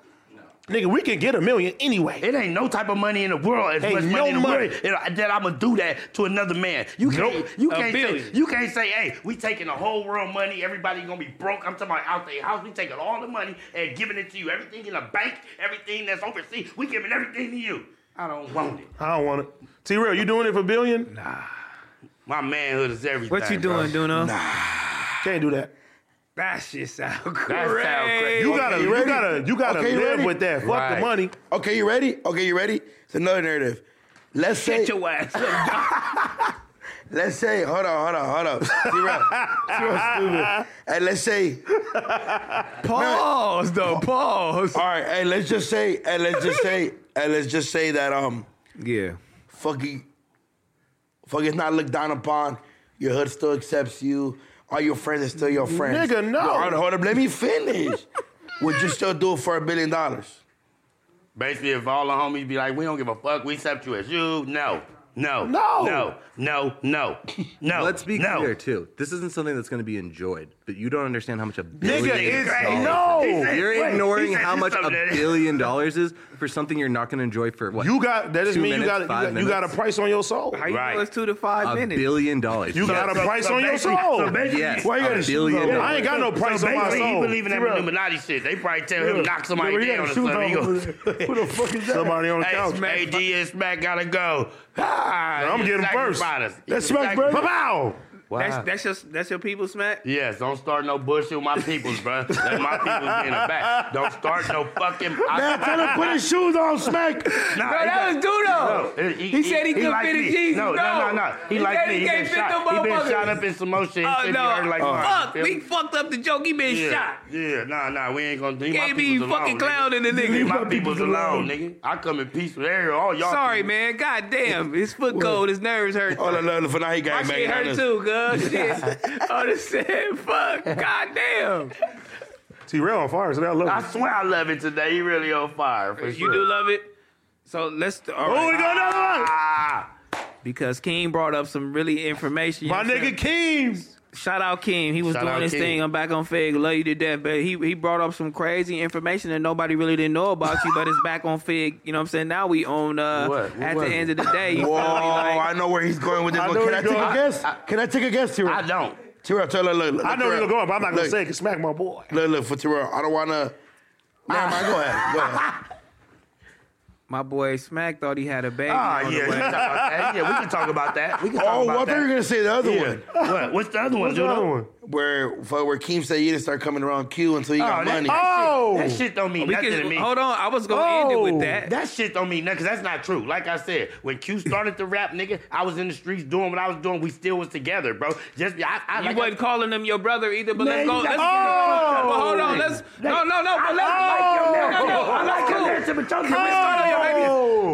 Speaker 4: nigga, we can get a million anyway.
Speaker 3: It ain't no type of money in the world as
Speaker 4: Ain't
Speaker 3: much
Speaker 4: no
Speaker 3: money in the
Speaker 4: money.
Speaker 3: world it- that I'm gonna do that to another man. You can't.
Speaker 1: Nope.
Speaker 3: You
Speaker 1: A
Speaker 3: can't. Say,
Speaker 1: billion.
Speaker 3: you can't say, "Hey, we taking the whole world money. Everybody gonna be broke." I'm talking about out their house. We taking all the money and giving it to you. Everything in the bank, everything that's overseas, we giving everything to you. I don't want it.
Speaker 4: I don't want it. T real, you doing it for a billion?
Speaker 3: My manhood is everything.
Speaker 1: What you doing,
Speaker 3: bro.
Speaker 1: Duno?
Speaker 4: Can't do that.
Speaker 1: That shit sound
Speaker 6: sound
Speaker 1: crazy.
Speaker 6: crazy.
Speaker 4: You gotta,
Speaker 2: you
Speaker 4: you,
Speaker 2: ready?
Speaker 4: gotta, you gotta
Speaker 2: Okay, you
Speaker 4: live
Speaker 2: ready?
Speaker 4: with that. Fuck the
Speaker 6: Right.
Speaker 4: money.
Speaker 2: Okay, you ready? Okay, you ready? It's another narrative. Let's say,
Speaker 1: Get your ass up.
Speaker 2: let's say, hold on, hold on, hold on. Zero, zero, stupid. And let's say,
Speaker 1: Pause though. Pause.
Speaker 2: all right, hey, let's just say, and let's just say, and let's just say that um,
Speaker 1: Yeah.
Speaker 2: fucking, fuck, it's not looked down upon. Your hood still accepts you. All your friends are still your friends.
Speaker 4: Nigga, no.
Speaker 2: Hold up, hold up. Let me finish. Would you still do it for a billion dollars?
Speaker 3: Basically, if all the homies be like, we don't give a fuck, we accept you as you, no. No.
Speaker 4: No.
Speaker 3: No. No. No. No.
Speaker 5: Let's be
Speaker 3: no.
Speaker 5: clear too. This isn't something that's going to be enjoyed, but you don't understand how much a billion
Speaker 4: Nigga, it's
Speaker 5: dollars
Speaker 4: no.
Speaker 5: is. You're
Speaker 3: Wait,
Speaker 5: ignoring
Speaker 3: he said
Speaker 5: how
Speaker 3: this
Speaker 5: much a
Speaker 3: something.
Speaker 5: billion dollars is for something you're not going to enjoy for what?
Speaker 4: You got that doesn't
Speaker 5: Two
Speaker 4: mean
Speaker 5: minutes,
Speaker 4: you got
Speaker 5: five
Speaker 4: you, you got a
Speaker 5: minutes.
Speaker 4: price on your soul.
Speaker 1: How you
Speaker 3: Right.
Speaker 1: know it's two to five
Speaker 5: a
Speaker 1: minutes?
Speaker 5: billion dollars.
Speaker 4: You got a price on your
Speaker 3: basically-
Speaker 4: soul.
Speaker 3: so basically-
Speaker 5: yes,
Speaker 4: Why you
Speaker 5: a
Speaker 4: gotta
Speaker 5: billion
Speaker 4: Yeah,
Speaker 5: dollars.
Speaker 4: I ain't got no price on my
Speaker 3: Basically, he
Speaker 4: soul.
Speaker 3: believe in that Illuminati shit. They probably tell him knock somebody down or something. He go,
Speaker 2: Who the fuck is that?
Speaker 4: Somebody on the
Speaker 3: hey,
Speaker 4: couch.
Speaker 3: AD and Smack gotta go. Ah,
Speaker 4: I'm
Speaker 3: you
Speaker 4: getting first.
Speaker 3: sacrificed us.
Speaker 4: That's
Speaker 3: You
Speaker 4: smack,
Speaker 3: sacrificed-
Speaker 4: bro. Pow!
Speaker 5: Wow.
Speaker 1: That's that's your that's your people smack.
Speaker 3: Yes, don't start no bush with my peoples, bruh. Let my peoples be in the back. Don't start no fucking.
Speaker 2: Man, tell him to put his shoes on, smack.
Speaker 3: Nah,
Speaker 1: No,
Speaker 3: he
Speaker 1: that
Speaker 3: got-
Speaker 1: was Duno.
Speaker 3: No,
Speaker 1: he, said he, couldn't
Speaker 3: like
Speaker 1: fit
Speaker 3: me.
Speaker 1: his Jesus.
Speaker 3: No, no, no, no. He, like
Speaker 1: said
Speaker 3: me.
Speaker 1: he
Speaker 3: He
Speaker 1: can't
Speaker 3: been
Speaker 1: fit
Speaker 3: shot.
Speaker 1: them
Speaker 3: He been
Speaker 1: motherfuckers.
Speaker 3: shot up in some more shit.
Speaker 1: Oh
Speaker 3: He
Speaker 1: no!
Speaker 3: hurt like mine.
Speaker 1: fuck,
Speaker 3: You feel
Speaker 1: we
Speaker 3: me?
Speaker 1: fucked up the joke. He been
Speaker 3: yeah,
Speaker 1: shot.
Speaker 3: yeah, nah, nah, we ain't gonna leave my
Speaker 1: Can't be
Speaker 3: peoples alone.
Speaker 1: fucking
Speaker 3: nigga.
Speaker 1: clowning the
Speaker 3: Leave
Speaker 1: nigga.
Speaker 3: my peoples alone, nigga. I come in peace with every all y'all.
Speaker 1: Sorry, man. God damn, his foot cold. His nerves hurt.
Speaker 3: Oh,
Speaker 2: Hold on, look, for now he
Speaker 1: My
Speaker 2: got
Speaker 1: shit
Speaker 2: back.
Speaker 1: hurt too, girl. Shit. Oh, this said, fuck. God damn.
Speaker 4: T-Rail on fire, so that I love
Speaker 3: I
Speaker 4: it.
Speaker 3: swear I love it today. He really on fire for
Speaker 1: You
Speaker 3: sure.
Speaker 1: do love it. So let's. All
Speaker 4: Oh, we
Speaker 1: right.
Speaker 4: got another one.
Speaker 3: Ah,
Speaker 1: Because King brought up some really information.
Speaker 4: My nigga Keems.
Speaker 1: Shout out Kim. He was
Speaker 3: Shout
Speaker 1: doing
Speaker 3: out
Speaker 1: his
Speaker 3: Kim.
Speaker 1: thing. I'm back on Fig. Love you to death. But he he brought up some crazy information that nobody really didn't know about you, but it's back on Fig. You know what I'm saying? Now we own uh
Speaker 3: What? What
Speaker 1: at
Speaker 3: was
Speaker 1: the
Speaker 3: it?
Speaker 1: end of the day. You feel me?
Speaker 2: Whoa,
Speaker 1: Like,
Speaker 2: I know where he's going with this.
Speaker 4: I
Speaker 2: one.
Speaker 4: know
Speaker 2: Can
Speaker 4: where
Speaker 2: I
Speaker 4: he
Speaker 2: take a
Speaker 4: going.
Speaker 2: guess? Can I take a guess, Tyrell?
Speaker 3: I don't.
Speaker 2: Tyrell, tell her, look, look.
Speaker 4: I know where
Speaker 2: Tyrell.
Speaker 4: you're going, but I'm not gonna
Speaker 2: look,
Speaker 4: say it. 'cause Smack my boy.
Speaker 2: Look, look, for Tyrell. I don't want to. Nah, man, go ahead. Go ahead.
Speaker 1: my boy Smack thought he had a baby.
Speaker 3: Ah,
Speaker 1: on the
Speaker 3: yeah, we
Speaker 1: way.
Speaker 3: can talk about that. Yeah, we can talk about that. We can talk
Speaker 2: Oh, well, I
Speaker 3: about
Speaker 2: thought you were
Speaker 3: that.
Speaker 2: going to say the other one.
Speaker 3: Yeah. What? What's the other one, dude?
Speaker 4: Another one.
Speaker 2: Where for, where Keem said you didn't start coming around Q until you
Speaker 3: Oh,
Speaker 2: got
Speaker 3: that-
Speaker 2: money.
Speaker 4: Oh,
Speaker 3: That shit don't mean
Speaker 1: We
Speaker 3: nothing
Speaker 1: can-
Speaker 3: to me.
Speaker 1: hold on, I was gonna end it
Speaker 4: Oh,
Speaker 1: with that.
Speaker 3: That shit don't mean nothing, 'cause that's not true. Like I said, when Q started to rap, nigga, I was in the streets doing what I was doing. We still was together, bro. Just I, I
Speaker 1: you
Speaker 3: like
Speaker 1: wasn't calling him your brother either, but
Speaker 3: Man,
Speaker 1: let's go.
Speaker 3: you
Speaker 1: Let's,
Speaker 4: got-
Speaker 1: but hold
Speaker 3: Oh.
Speaker 1: on, let's no, no, no, but let's no, no, no,
Speaker 3: I like your
Speaker 1: cool.
Speaker 3: narrative, but don't
Speaker 4: oh.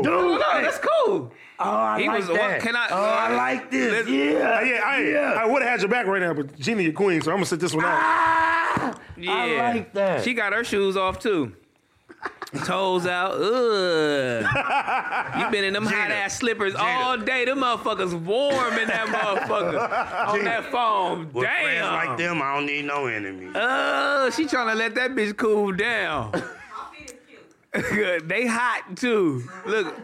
Speaker 1: No, no,
Speaker 3: Dude, hey.
Speaker 1: that's cool.
Speaker 3: Oh, I
Speaker 1: He
Speaker 3: like
Speaker 1: was-
Speaker 3: that.
Speaker 1: can I-
Speaker 3: oh, I like this.
Speaker 1: Let's-
Speaker 3: yeah.
Speaker 4: Yeah, I,
Speaker 3: Yeah.
Speaker 4: I would have had your back right now, but Genie your queen, so I'm gonna sit this one out.
Speaker 3: Ah,
Speaker 1: Yeah.
Speaker 3: I like that.
Speaker 1: She got her shoes off too. Toes out. Ugh. you been in them hot ass slippers all day. Them motherfuckers warm in that motherfucker on that foam.
Speaker 3: With friends
Speaker 1: Damn.
Speaker 3: like them, I don't need no enemies.
Speaker 1: Uh, she trying to let that bitch cool down. they hot too. Look,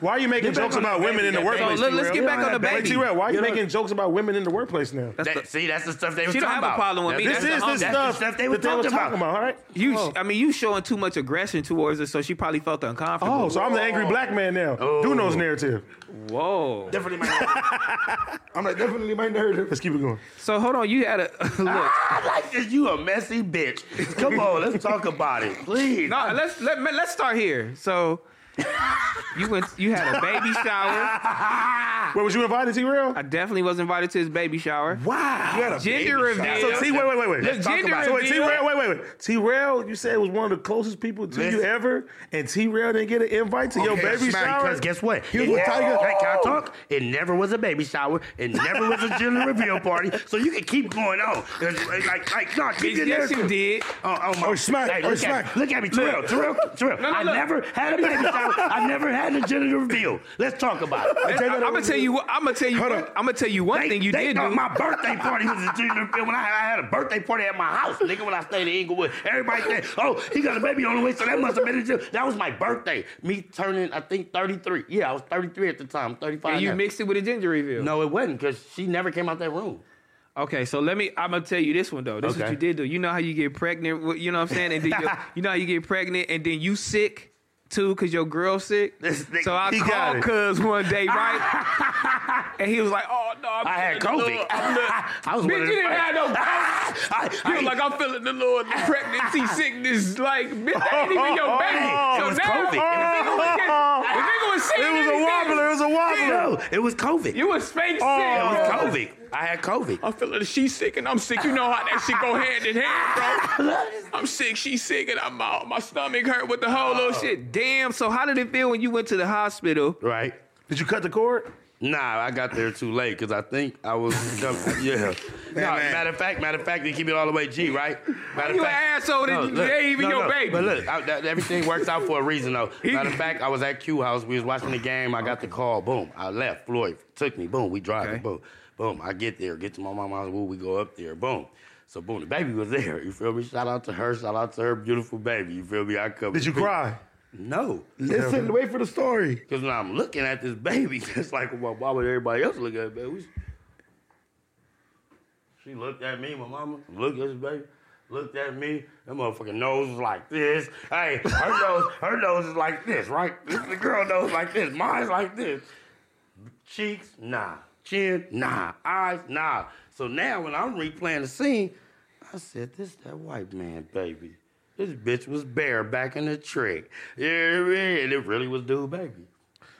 Speaker 4: Why are you making jokes about women in the workplace?
Speaker 1: let- let's get
Speaker 4: T-Rail?
Speaker 1: back on the
Speaker 4: Wait,
Speaker 1: baby.
Speaker 4: T-Rail, why are you making jokes about women in the workplace now?
Speaker 3: That- see, that's the stuff they was
Speaker 1: She don't
Speaker 3: talking
Speaker 1: have a
Speaker 3: about.
Speaker 1: problem with me.
Speaker 4: This
Speaker 1: That's the-
Speaker 4: is the
Speaker 1: that's the
Speaker 4: stuff
Speaker 3: stuff they
Speaker 4: that
Speaker 3: were
Speaker 4: they were
Speaker 3: talking
Speaker 4: talking
Speaker 3: about.
Speaker 4: about. All right.
Speaker 1: you.
Speaker 4: Oh.
Speaker 1: I mean, you showing too much aggression towards her, so she probably felt uncomfortable.
Speaker 4: Oh, so I'm the angry black man now.
Speaker 3: Oh.
Speaker 4: Duno's narrative.
Speaker 1: Whoa.
Speaker 2: Definitely my. I'm like definitely my narrative.
Speaker 4: Let's keep it going.
Speaker 1: So hold on, you had a look.
Speaker 3: I like this. You a messy bitch. Come on, let's talk about it, please.
Speaker 1: No, let's let man, let's start here. So you went you had a baby shower.
Speaker 2: Ah.
Speaker 4: Wait, was you invited, T-Rail?
Speaker 1: I definitely was invited to his baby shower.
Speaker 3: Wow.
Speaker 1: Gender reveal.
Speaker 4: So T, wait, wait, wait, wait.
Speaker 1: Let's talk
Speaker 4: Gender
Speaker 1: about it.
Speaker 4: So wait, T-Rail, wait, wait, wait. T-Rail, you said was one of the closest people to you
Speaker 3: Listen.
Speaker 4: ever, and T-Rail didn't get an invite to your
Speaker 3: Okay,
Speaker 4: baby
Speaker 3: smack,
Speaker 4: shower.
Speaker 3: Because guess what?
Speaker 2: Here's
Speaker 3: It
Speaker 2: what
Speaker 3: never-
Speaker 2: Tiger- Oh.
Speaker 3: Hey, can I talk? It never was a baby shower. It never was a gender reveal party. So you can keep going on. It's Like, like, no, keep your
Speaker 1: Yes, you
Speaker 3: narrative.
Speaker 1: did.
Speaker 3: Oh, oh my!
Speaker 2: Oh, smack.
Speaker 3: Hey,
Speaker 2: Oh,
Speaker 3: look, at,
Speaker 2: smack.
Speaker 3: look at me, Terrell, Terrell, Terrell.
Speaker 1: no,
Speaker 3: I
Speaker 1: look.
Speaker 3: never had a baby shower. I never had a gender reveal. Let's talk about it.
Speaker 1: I'm gonna tell you. what- I'm gonna tell you.
Speaker 2: Hold
Speaker 1: what-
Speaker 2: up.
Speaker 1: I'm gonna tell you one
Speaker 3: They-
Speaker 1: thing you
Speaker 3: they
Speaker 1: did
Speaker 3: thought
Speaker 1: do.
Speaker 3: My birthday party was a junior film when I, I had a birthday party at my house, nigga. When I stayed in Inglewood, everybody said, "Oh, he got a baby on the way," so that must have been a junior. That was my birthday. Me turning, I think, thirty three. Yeah, I was thirty three at the time. Thirty five.
Speaker 1: And you mixed it with a ginger reveal.
Speaker 3: No, it wasn't because she never came out that room.
Speaker 1: Okay, so let me. I'm gonna tell you this one though. This is what
Speaker 3: Okay.
Speaker 1: you did do. You know how you get pregnant. with- You know what I'm saying? And then you, you know how you get pregnant, and then you sick too because your girl sick.
Speaker 3: This nigga-
Speaker 1: so I
Speaker 3: he got
Speaker 1: called
Speaker 3: it.
Speaker 1: Cuz one day, right? and he was like, "Oh no, I'm
Speaker 3: I had
Speaker 1: feeling the
Speaker 3: COVID.
Speaker 1: Lord. I'm the-
Speaker 3: I was one
Speaker 1: Bitch,
Speaker 3: of
Speaker 1: you
Speaker 3: the
Speaker 1: didn't
Speaker 3: first.
Speaker 1: have no COVID.
Speaker 3: I,
Speaker 1: He was like, I'm feeling the Lord, the pregnancy sickness, like, bitch, that ain't even your baby.
Speaker 3: Oh, It
Speaker 1: So
Speaker 3: was
Speaker 1: now,
Speaker 3: COVID. It was-
Speaker 1: the nigga was just- the nigga was saying
Speaker 4: It was a
Speaker 1: anything.
Speaker 4: wobbler. It was a wobbler.
Speaker 3: no, it was COVID.
Speaker 1: You was fake sick.
Speaker 3: Oh, it
Speaker 2: Oh.
Speaker 3: was
Speaker 1: bro.
Speaker 3: COVID. I had COVID.
Speaker 1: I'm feeling that she's sick and I'm sick. You know how that shit go hand in hand, bro. I'm sick, she's sick, and I'm out. My stomach hurt with the whole little shit. Damn. So how did it feel when you went to the hospital?
Speaker 3: Right.
Speaker 4: Did you cut the cord?
Speaker 3: Nah, I got there too late because I think I was. yeah. No,
Speaker 2: man.
Speaker 3: matter of fact, matter of fact, they keep it all the way G, right? Matter
Speaker 1: You
Speaker 3: of
Speaker 1: an
Speaker 3: fact,
Speaker 1: asshole that you- they ain't even your baby.
Speaker 3: But look, I, that, everything works out for a reason though. Matter of fact, I was at Q House. We was watching the game. I got the call. Boom. I left. Floyd took me. Boom. We driving.
Speaker 1: Okay.
Speaker 3: Boom. Boom. I get there. Get to my mama's. Woo. We go up there. Boom. So boom, the baby was there. You feel me? Shout out to her. Shout out to her beautiful baby. You feel me? I come.
Speaker 4: Did you cry?
Speaker 3: No.
Speaker 2: Listen, wait for the story.
Speaker 3: Because when I'm looking at this baby, it's like, well, why would everybody else look at it, baby? We- She looked at me, my mama, looked at this baby, looked at me. That motherfucking nose was like this. Hey, her nose, her nose is like this, right? This the girl nose like this. Mine's like this. Cheeks, nah. Chin, nah. Eyes, nah. So now when I'm replaying the scene, I said, this that white man, baby. This bitch was bare back in the trick. Yeah, and it really was dude baby.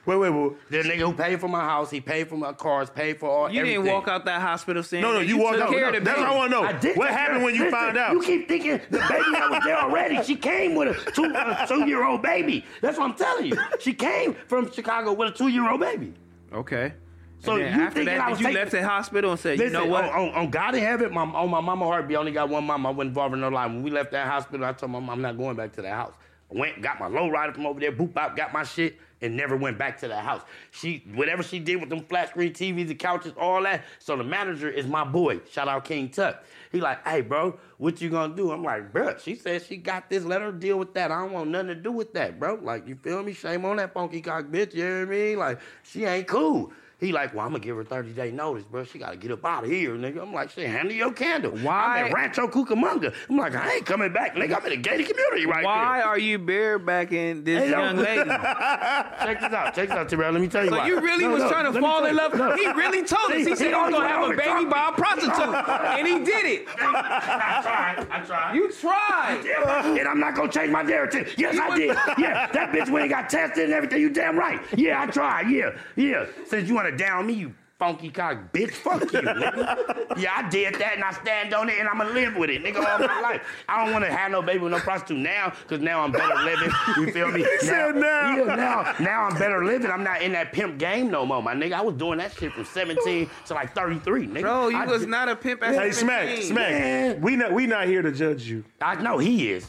Speaker 4: Wait, wait, wait.
Speaker 3: The nigga who paid for my house, he paid for my cars, paid for all
Speaker 1: You
Speaker 3: everything.
Speaker 1: didn't walk out that hospital saying,
Speaker 4: No, no,
Speaker 1: that
Speaker 4: you walked
Speaker 1: took
Speaker 4: out.
Speaker 1: care of
Speaker 4: No,
Speaker 1: the
Speaker 4: that's
Speaker 1: baby.
Speaker 4: what I want to
Speaker 3: I
Speaker 4: know.
Speaker 3: did
Speaker 4: What
Speaker 3: take care-
Speaker 4: happened when you
Speaker 3: Listen,
Speaker 4: found out?
Speaker 3: You keep thinking the baby that was there already. She came with a two a two year old baby. That's what I'm telling you. She came from Chicago with a two year old baby.
Speaker 1: Okay.
Speaker 3: So
Speaker 1: and then
Speaker 3: you
Speaker 1: after
Speaker 3: thinking I
Speaker 1: that,
Speaker 3: was
Speaker 1: did you
Speaker 3: taking-
Speaker 1: left the hospital and said,
Speaker 3: Listen, oh,
Speaker 1: you know what?
Speaker 3: On, on, on God in heaven, my, on my mama heart, we only got one mama. I wasn't involved in no lie. When we left that hospital, I told my mom I'm not going back to that house. I went, got my low rider from over there, boop out, got my shit, and never went back to that house. She, whatever she did with them flat screen TVs, the couches, all that. So the manager is my boy. Shout out King Tuck. He like, hey bro, what you gonna do? I'm like, bruh, she said she got this. Let her deal with that. I don't want nothing to do with that, bro. Like, you feel me? Shame on that funky cock bitch. You hear me? Like, she ain't cool. He like, well, I'm gonna give her 30 day notice, bro. She gotta get up out of here, nigga. I'm like, shit, handle your candle.
Speaker 1: Why-
Speaker 3: I'm at Rancho Cucamonga. I'm like, I ain't coming back, nigga. I'm in a gated community right
Speaker 1: Why
Speaker 3: here.
Speaker 1: are you barebacking
Speaker 3: Hey,
Speaker 1: this
Speaker 3: no.
Speaker 1: young lady?
Speaker 3: Check this out. Check this out, Terrell. Let me tell you
Speaker 1: So
Speaker 3: why.
Speaker 1: you really
Speaker 3: No,
Speaker 1: was
Speaker 3: no,
Speaker 1: trying to
Speaker 3: let me
Speaker 1: fall
Speaker 3: tell
Speaker 1: in
Speaker 3: you.
Speaker 1: love?
Speaker 3: No.
Speaker 1: He really told us. He,
Speaker 3: He- he
Speaker 1: said he was
Speaker 3: always
Speaker 1: gonna
Speaker 3: went
Speaker 1: have
Speaker 3: over
Speaker 1: a
Speaker 3: and talked.
Speaker 1: baby by a prostitute, and he did it.
Speaker 3: I tried. I tried.
Speaker 1: You tried.
Speaker 3: and I'm not gonna change my narrative. Yes, I did. Yeah, that bitch went and got tested and everything. You damn right. Yeah, I tried. Yeah, yeah. Since you wanna down me, you funky cock bitch, fuck you. Nigga. Yeah, I did that and I stand on it and I'ma live with it, nigga, all my life. I don't wanna have no baby with no prostitute now, cause now I'm better living. You feel me? Now,
Speaker 4: said now.
Speaker 3: Yeah, now, now I'm better living. I'm not in that pimp game no more, my nigga. I was doing that shit from 17 to like 33, nigga.
Speaker 1: Bro, you
Speaker 3: I
Speaker 1: was
Speaker 3: did-
Speaker 1: not a pimp at
Speaker 4: Hey,
Speaker 1: 17.
Speaker 4: Smack, Smack.
Speaker 3: Man.
Speaker 4: We not we not here to judge you.
Speaker 3: I know he is.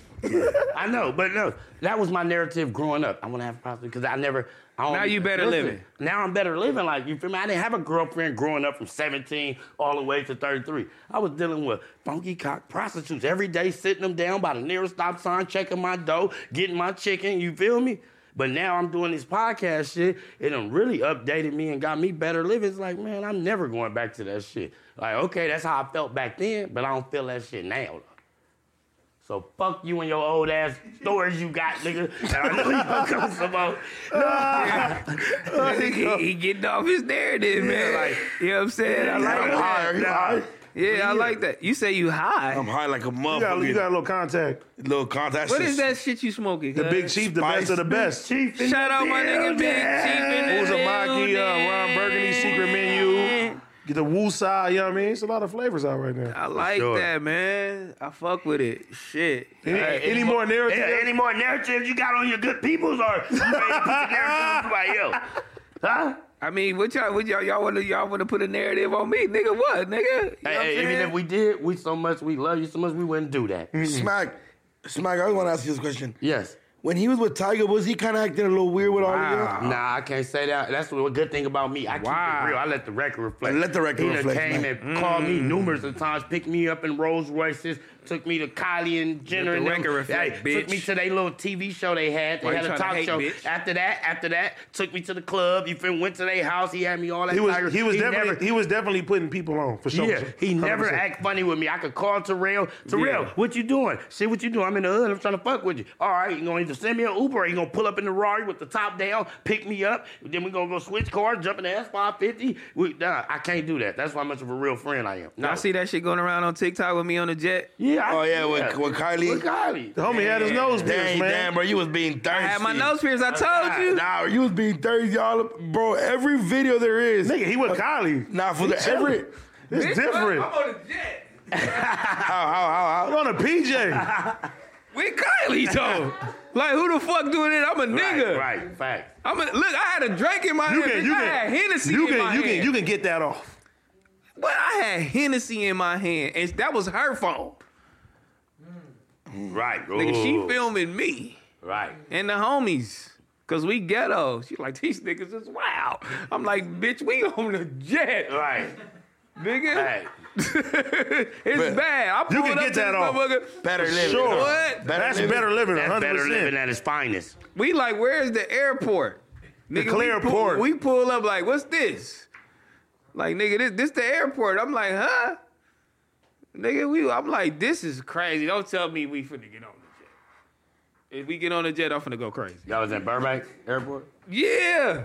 Speaker 3: I know, but no, that was my narrative growing up. I want to have a prostitute because I never. I don't,
Speaker 1: Now you better living.
Speaker 3: Now I'm better living. Like you feel me? I didn't have a girlfriend growing up from 17 all the way to 33. I was dealing with funky cock prostitutes every day, sitting them down by the nearest stop sign, checking my dough, getting my chicken. You feel me? But now I'm doing this podcast shit. It done really updated me and got me better living. It's like, man, I'm never going back to that shit. Like, okay, that's how I felt back then, but I don't feel that shit now. So fuck you and your old ass stories you got, nigga. And I know you gonna come some more.
Speaker 1: he, he getting off his narrative, man.
Speaker 3: like-
Speaker 1: you know what I'm saying? I like
Speaker 3: I'm
Speaker 1: that.
Speaker 3: high, I'm high.
Speaker 1: Yeah, I like that. You say you high.
Speaker 2: I'm high like a
Speaker 4: You got, you got
Speaker 2: motherfucker.
Speaker 4: a little contact.
Speaker 2: Little contact.
Speaker 1: What is that shit you smoking?
Speaker 4: The
Speaker 1: cuz?
Speaker 4: Big Chief, the
Speaker 2: Spice.
Speaker 4: best of the best. Chief.
Speaker 1: Shout out my nigga Big Chief in the
Speaker 4: Who's a Maki, uh, Ron Burgundy secret menu. Get the Wu side, you know what I mean? It's a lot of flavors out right now.
Speaker 1: I like
Speaker 3: Sure.
Speaker 1: that, man. I fuck with it. Shit.
Speaker 4: Any, any more narrative?
Speaker 3: Yeah, any more narratives you got on your good peoples or you ready to put the narrative on somebody else? Huh?
Speaker 1: I mean, what y'all, what y'all, y'all want to, y'all want to put a narrative on me, nigga? What, nigga? You know what I'm
Speaker 3: Hey, hey, even
Speaker 1: saying?
Speaker 3: if we did, we so much, we love you so much, we wouldn't do that.
Speaker 4: Mm-hmm.
Speaker 2: Smack. Smack, I want to ask you this question.
Speaker 3: Yes.
Speaker 2: When he was with Tiger, was he kind of acting a little weird with all of you?
Speaker 3: Nah, I can't say that. That's the good thing about me. I keep
Speaker 1: Wow.
Speaker 3: it real. I let the record reflect.
Speaker 2: Let the record
Speaker 3: he done
Speaker 2: reflect,
Speaker 3: came
Speaker 2: man.
Speaker 3: and called me numerous of times, picked me up in Rolls Royces, took me to Kylie and Jenner.
Speaker 1: Let the
Speaker 3: and them.
Speaker 1: record reflect,
Speaker 3: Hey, Took
Speaker 1: bitch.
Speaker 3: me to their little TV show they had. They
Speaker 1: Why you
Speaker 3: had a
Speaker 1: tryna
Speaker 3: talk
Speaker 1: hate,
Speaker 3: show.
Speaker 1: bitch?
Speaker 3: After that, after that, took me to the club. You fin went to their house. He had me all that.
Speaker 4: He
Speaker 3: Tiger-
Speaker 4: was he was definitely
Speaker 3: never-
Speaker 4: he was definitely putting people on for sure.
Speaker 3: yeah, he never
Speaker 4: 100%.
Speaker 3: act funny with me. I could call Terrell. Terrell,
Speaker 1: Yeah.
Speaker 3: what you doing? See what you doing? I'm in the hood. I'm trying to fuck with you. All right, you gonna either send me an Uber. He gonna pull up in the Rari with the top down, pick me up. Then we gonna go switch cars, jump in the S five fifty. Nah, I can't do that. That's how much of a real friend I am. No.
Speaker 1: I see that shit going around on TikTok with me on the jet.
Speaker 3: Yeah. I-
Speaker 2: Oh yeah, with, with Kylie.
Speaker 3: With Kylie.
Speaker 4: The homie had his nose
Speaker 2: Dang,
Speaker 4: pierced, man.
Speaker 2: damn, bro, you was being thirsty.
Speaker 1: I had my nose pierced. I told you.
Speaker 2: Nah, you was being thirsty, y'all. Bro, every video there is.
Speaker 4: Nigga, he with Kylie.
Speaker 2: Nah, for the every
Speaker 4: It's different. I'm
Speaker 1: on the jet.
Speaker 4: on a PJ.
Speaker 1: With Kylie though. like who the fuck doing it? I'm a nigga.
Speaker 3: Right, right, fact.
Speaker 1: I'm a, look. I had a drink in my
Speaker 4: You
Speaker 1: hand.
Speaker 4: can,
Speaker 1: bitch.
Speaker 4: you
Speaker 1: I had
Speaker 4: can,
Speaker 1: Hennessy
Speaker 4: you
Speaker 1: in my
Speaker 4: can, you
Speaker 1: hand.
Speaker 4: can, you can get that off.
Speaker 1: But I had Hennessy in my hand, and that was her phone.
Speaker 3: Right,
Speaker 1: Nigga,
Speaker 3: Ooh.
Speaker 4: Oh.
Speaker 1: she filming me
Speaker 3: Right.
Speaker 1: and the homies. Cause we ghetto. She like these niggas is wow. I'm like, bitch, we on the jet,
Speaker 3: Right.
Speaker 1: nigga.
Speaker 3: Right.
Speaker 1: it's
Speaker 2: Bet.
Speaker 1: bad. I
Speaker 4: You
Speaker 1: pulled
Speaker 4: can
Speaker 1: up
Speaker 4: get
Speaker 1: to
Speaker 4: that
Speaker 1: this
Speaker 4: off.
Speaker 1: motherfucker.
Speaker 2: better living.
Speaker 4: Sure.
Speaker 1: What?
Speaker 2: Better
Speaker 4: That's
Speaker 2: living.
Speaker 4: better living,
Speaker 3: That's
Speaker 4: 100%.
Speaker 3: better living at its finest.
Speaker 1: We like, where's the airport? Nigga, we
Speaker 4: clear
Speaker 1: pull-
Speaker 4: port.
Speaker 1: We pull up like, what's this? Like, nigga, this this the airport. I'm like, huh? Nigga, we I'm like, this is crazy. Don't tell me we finna get on the jet. If we get on the jet, I'm finna go crazy.
Speaker 3: That was at Burbank Airport?
Speaker 1: Yeah.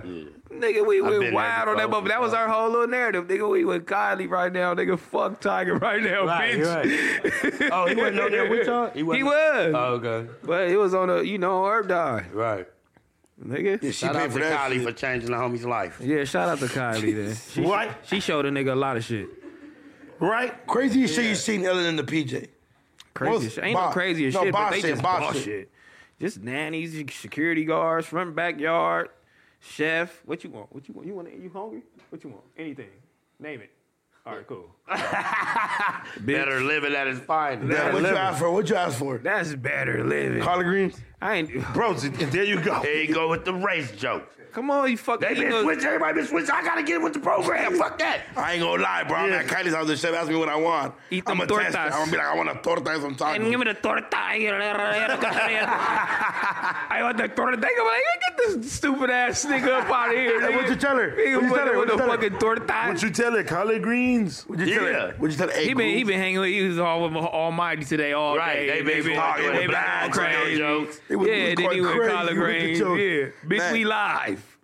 Speaker 1: Nigga, we
Speaker 3: been
Speaker 1: went
Speaker 3: there
Speaker 1: wild on that
Speaker 3: before.
Speaker 1: motherfucker. That was our whole little narrative. Nigga, we with Kylie right now. Nigga, fuck Tiger right now, bitch.
Speaker 3: Oh, he wasn't on there with y'all? wasn't-
Speaker 1: He was.
Speaker 3: Oh, okay.
Speaker 1: but it was on a, you know, herb dime.
Speaker 3: Right.
Speaker 1: Nigga.
Speaker 2: Yeah, she
Speaker 3: Shout
Speaker 2: paid
Speaker 3: out
Speaker 2: for
Speaker 3: to
Speaker 2: that.
Speaker 3: Kylie
Speaker 2: shit.
Speaker 3: for changing the homie's life.
Speaker 1: Yeah, shout out to Kylie then. She,
Speaker 4: Right.
Speaker 1: she showed a nigga a lot of shit.
Speaker 4: Right?
Speaker 2: Crazy shit you seen other than the PJ.
Speaker 1: Crazy
Speaker 2: Most
Speaker 1: shit. Ain't
Speaker 2: bo-
Speaker 1: no crazy as
Speaker 2: no,
Speaker 1: shit, but
Speaker 2: boss
Speaker 1: they
Speaker 2: shit,
Speaker 1: just
Speaker 2: boss
Speaker 1: boss
Speaker 2: shit.
Speaker 1: shit. Just nannies, security guards, front backyard, chef. What you want? What you want? You want? You hungry? What you want? Anything. Name it. All right, cool.
Speaker 3: Better living at its finest.
Speaker 2: Yeah, what you ask for? What you ask for?
Speaker 1: That's better living.
Speaker 2: Collard greens.
Speaker 1: I ain't.
Speaker 4: Bro, z- there you go.
Speaker 3: There you go with the race joke.
Speaker 1: Come on, you fucking.
Speaker 3: They
Speaker 1: you
Speaker 3: been
Speaker 1: know-
Speaker 3: switched. Everybody been switched. I gotta get with the program. Fuck that.
Speaker 2: I ain't gonna lie, bro. I'm at Kylie's house. The chef asked me what I want.
Speaker 1: Eat them
Speaker 2: I'm gonna test it.
Speaker 1: tortas.
Speaker 2: I'm gonna be like, I want a torta and some
Speaker 1: And give
Speaker 2: tacos.
Speaker 1: me the torta. I want the torta. I'm like, get this stupid ass nigga up out of here.
Speaker 2: Hey,
Speaker 1: nigga.
Speaker 2: what you tell her?
Speaker 1: Nigga,
Speaker 2: What you
Speaker 1: with-
Speaker 2: tell her?
Speaker 1: with
Speaker 2: What you
Speaker 1: the
Speaker 2: tell her?
Speaker 1: fucking torta.
Speaker 4: What you tell it? Collard greens.
Speaker 2: What'd you tell her?
Speaker 3: Yeah.
Speaker 2: What'd you tell her? Hey,
Speaker 1: He been he
Speaker 2: cool.
Speaker 1: been hanging with he was all with Almighty today all
Speaker 3: Right,
Speaker 1: day.
Speaker 3: they been talking
Speaker 1: they
Speaker 2: with
Speaker 1: been
Speaker 2: blacks,
Speaker 1: going
Speaker 2: you know,
Speaker 1: crazy.
Speaker 3: jokes.
Speaker 2: It was- it
Speaker 1: yeah,
Speaker 2: was
Speaker 1: then he
Speaker 2: going
Speaker 1: went
Speaker 2: crazy with
Speaker 1: collard
Speaker 2: the
Speaker 1: greens. Yeah,
Speaker 2: jokes.
Speaker 1: bitch,
Speaker 2: Man.
Speaker 1: we live.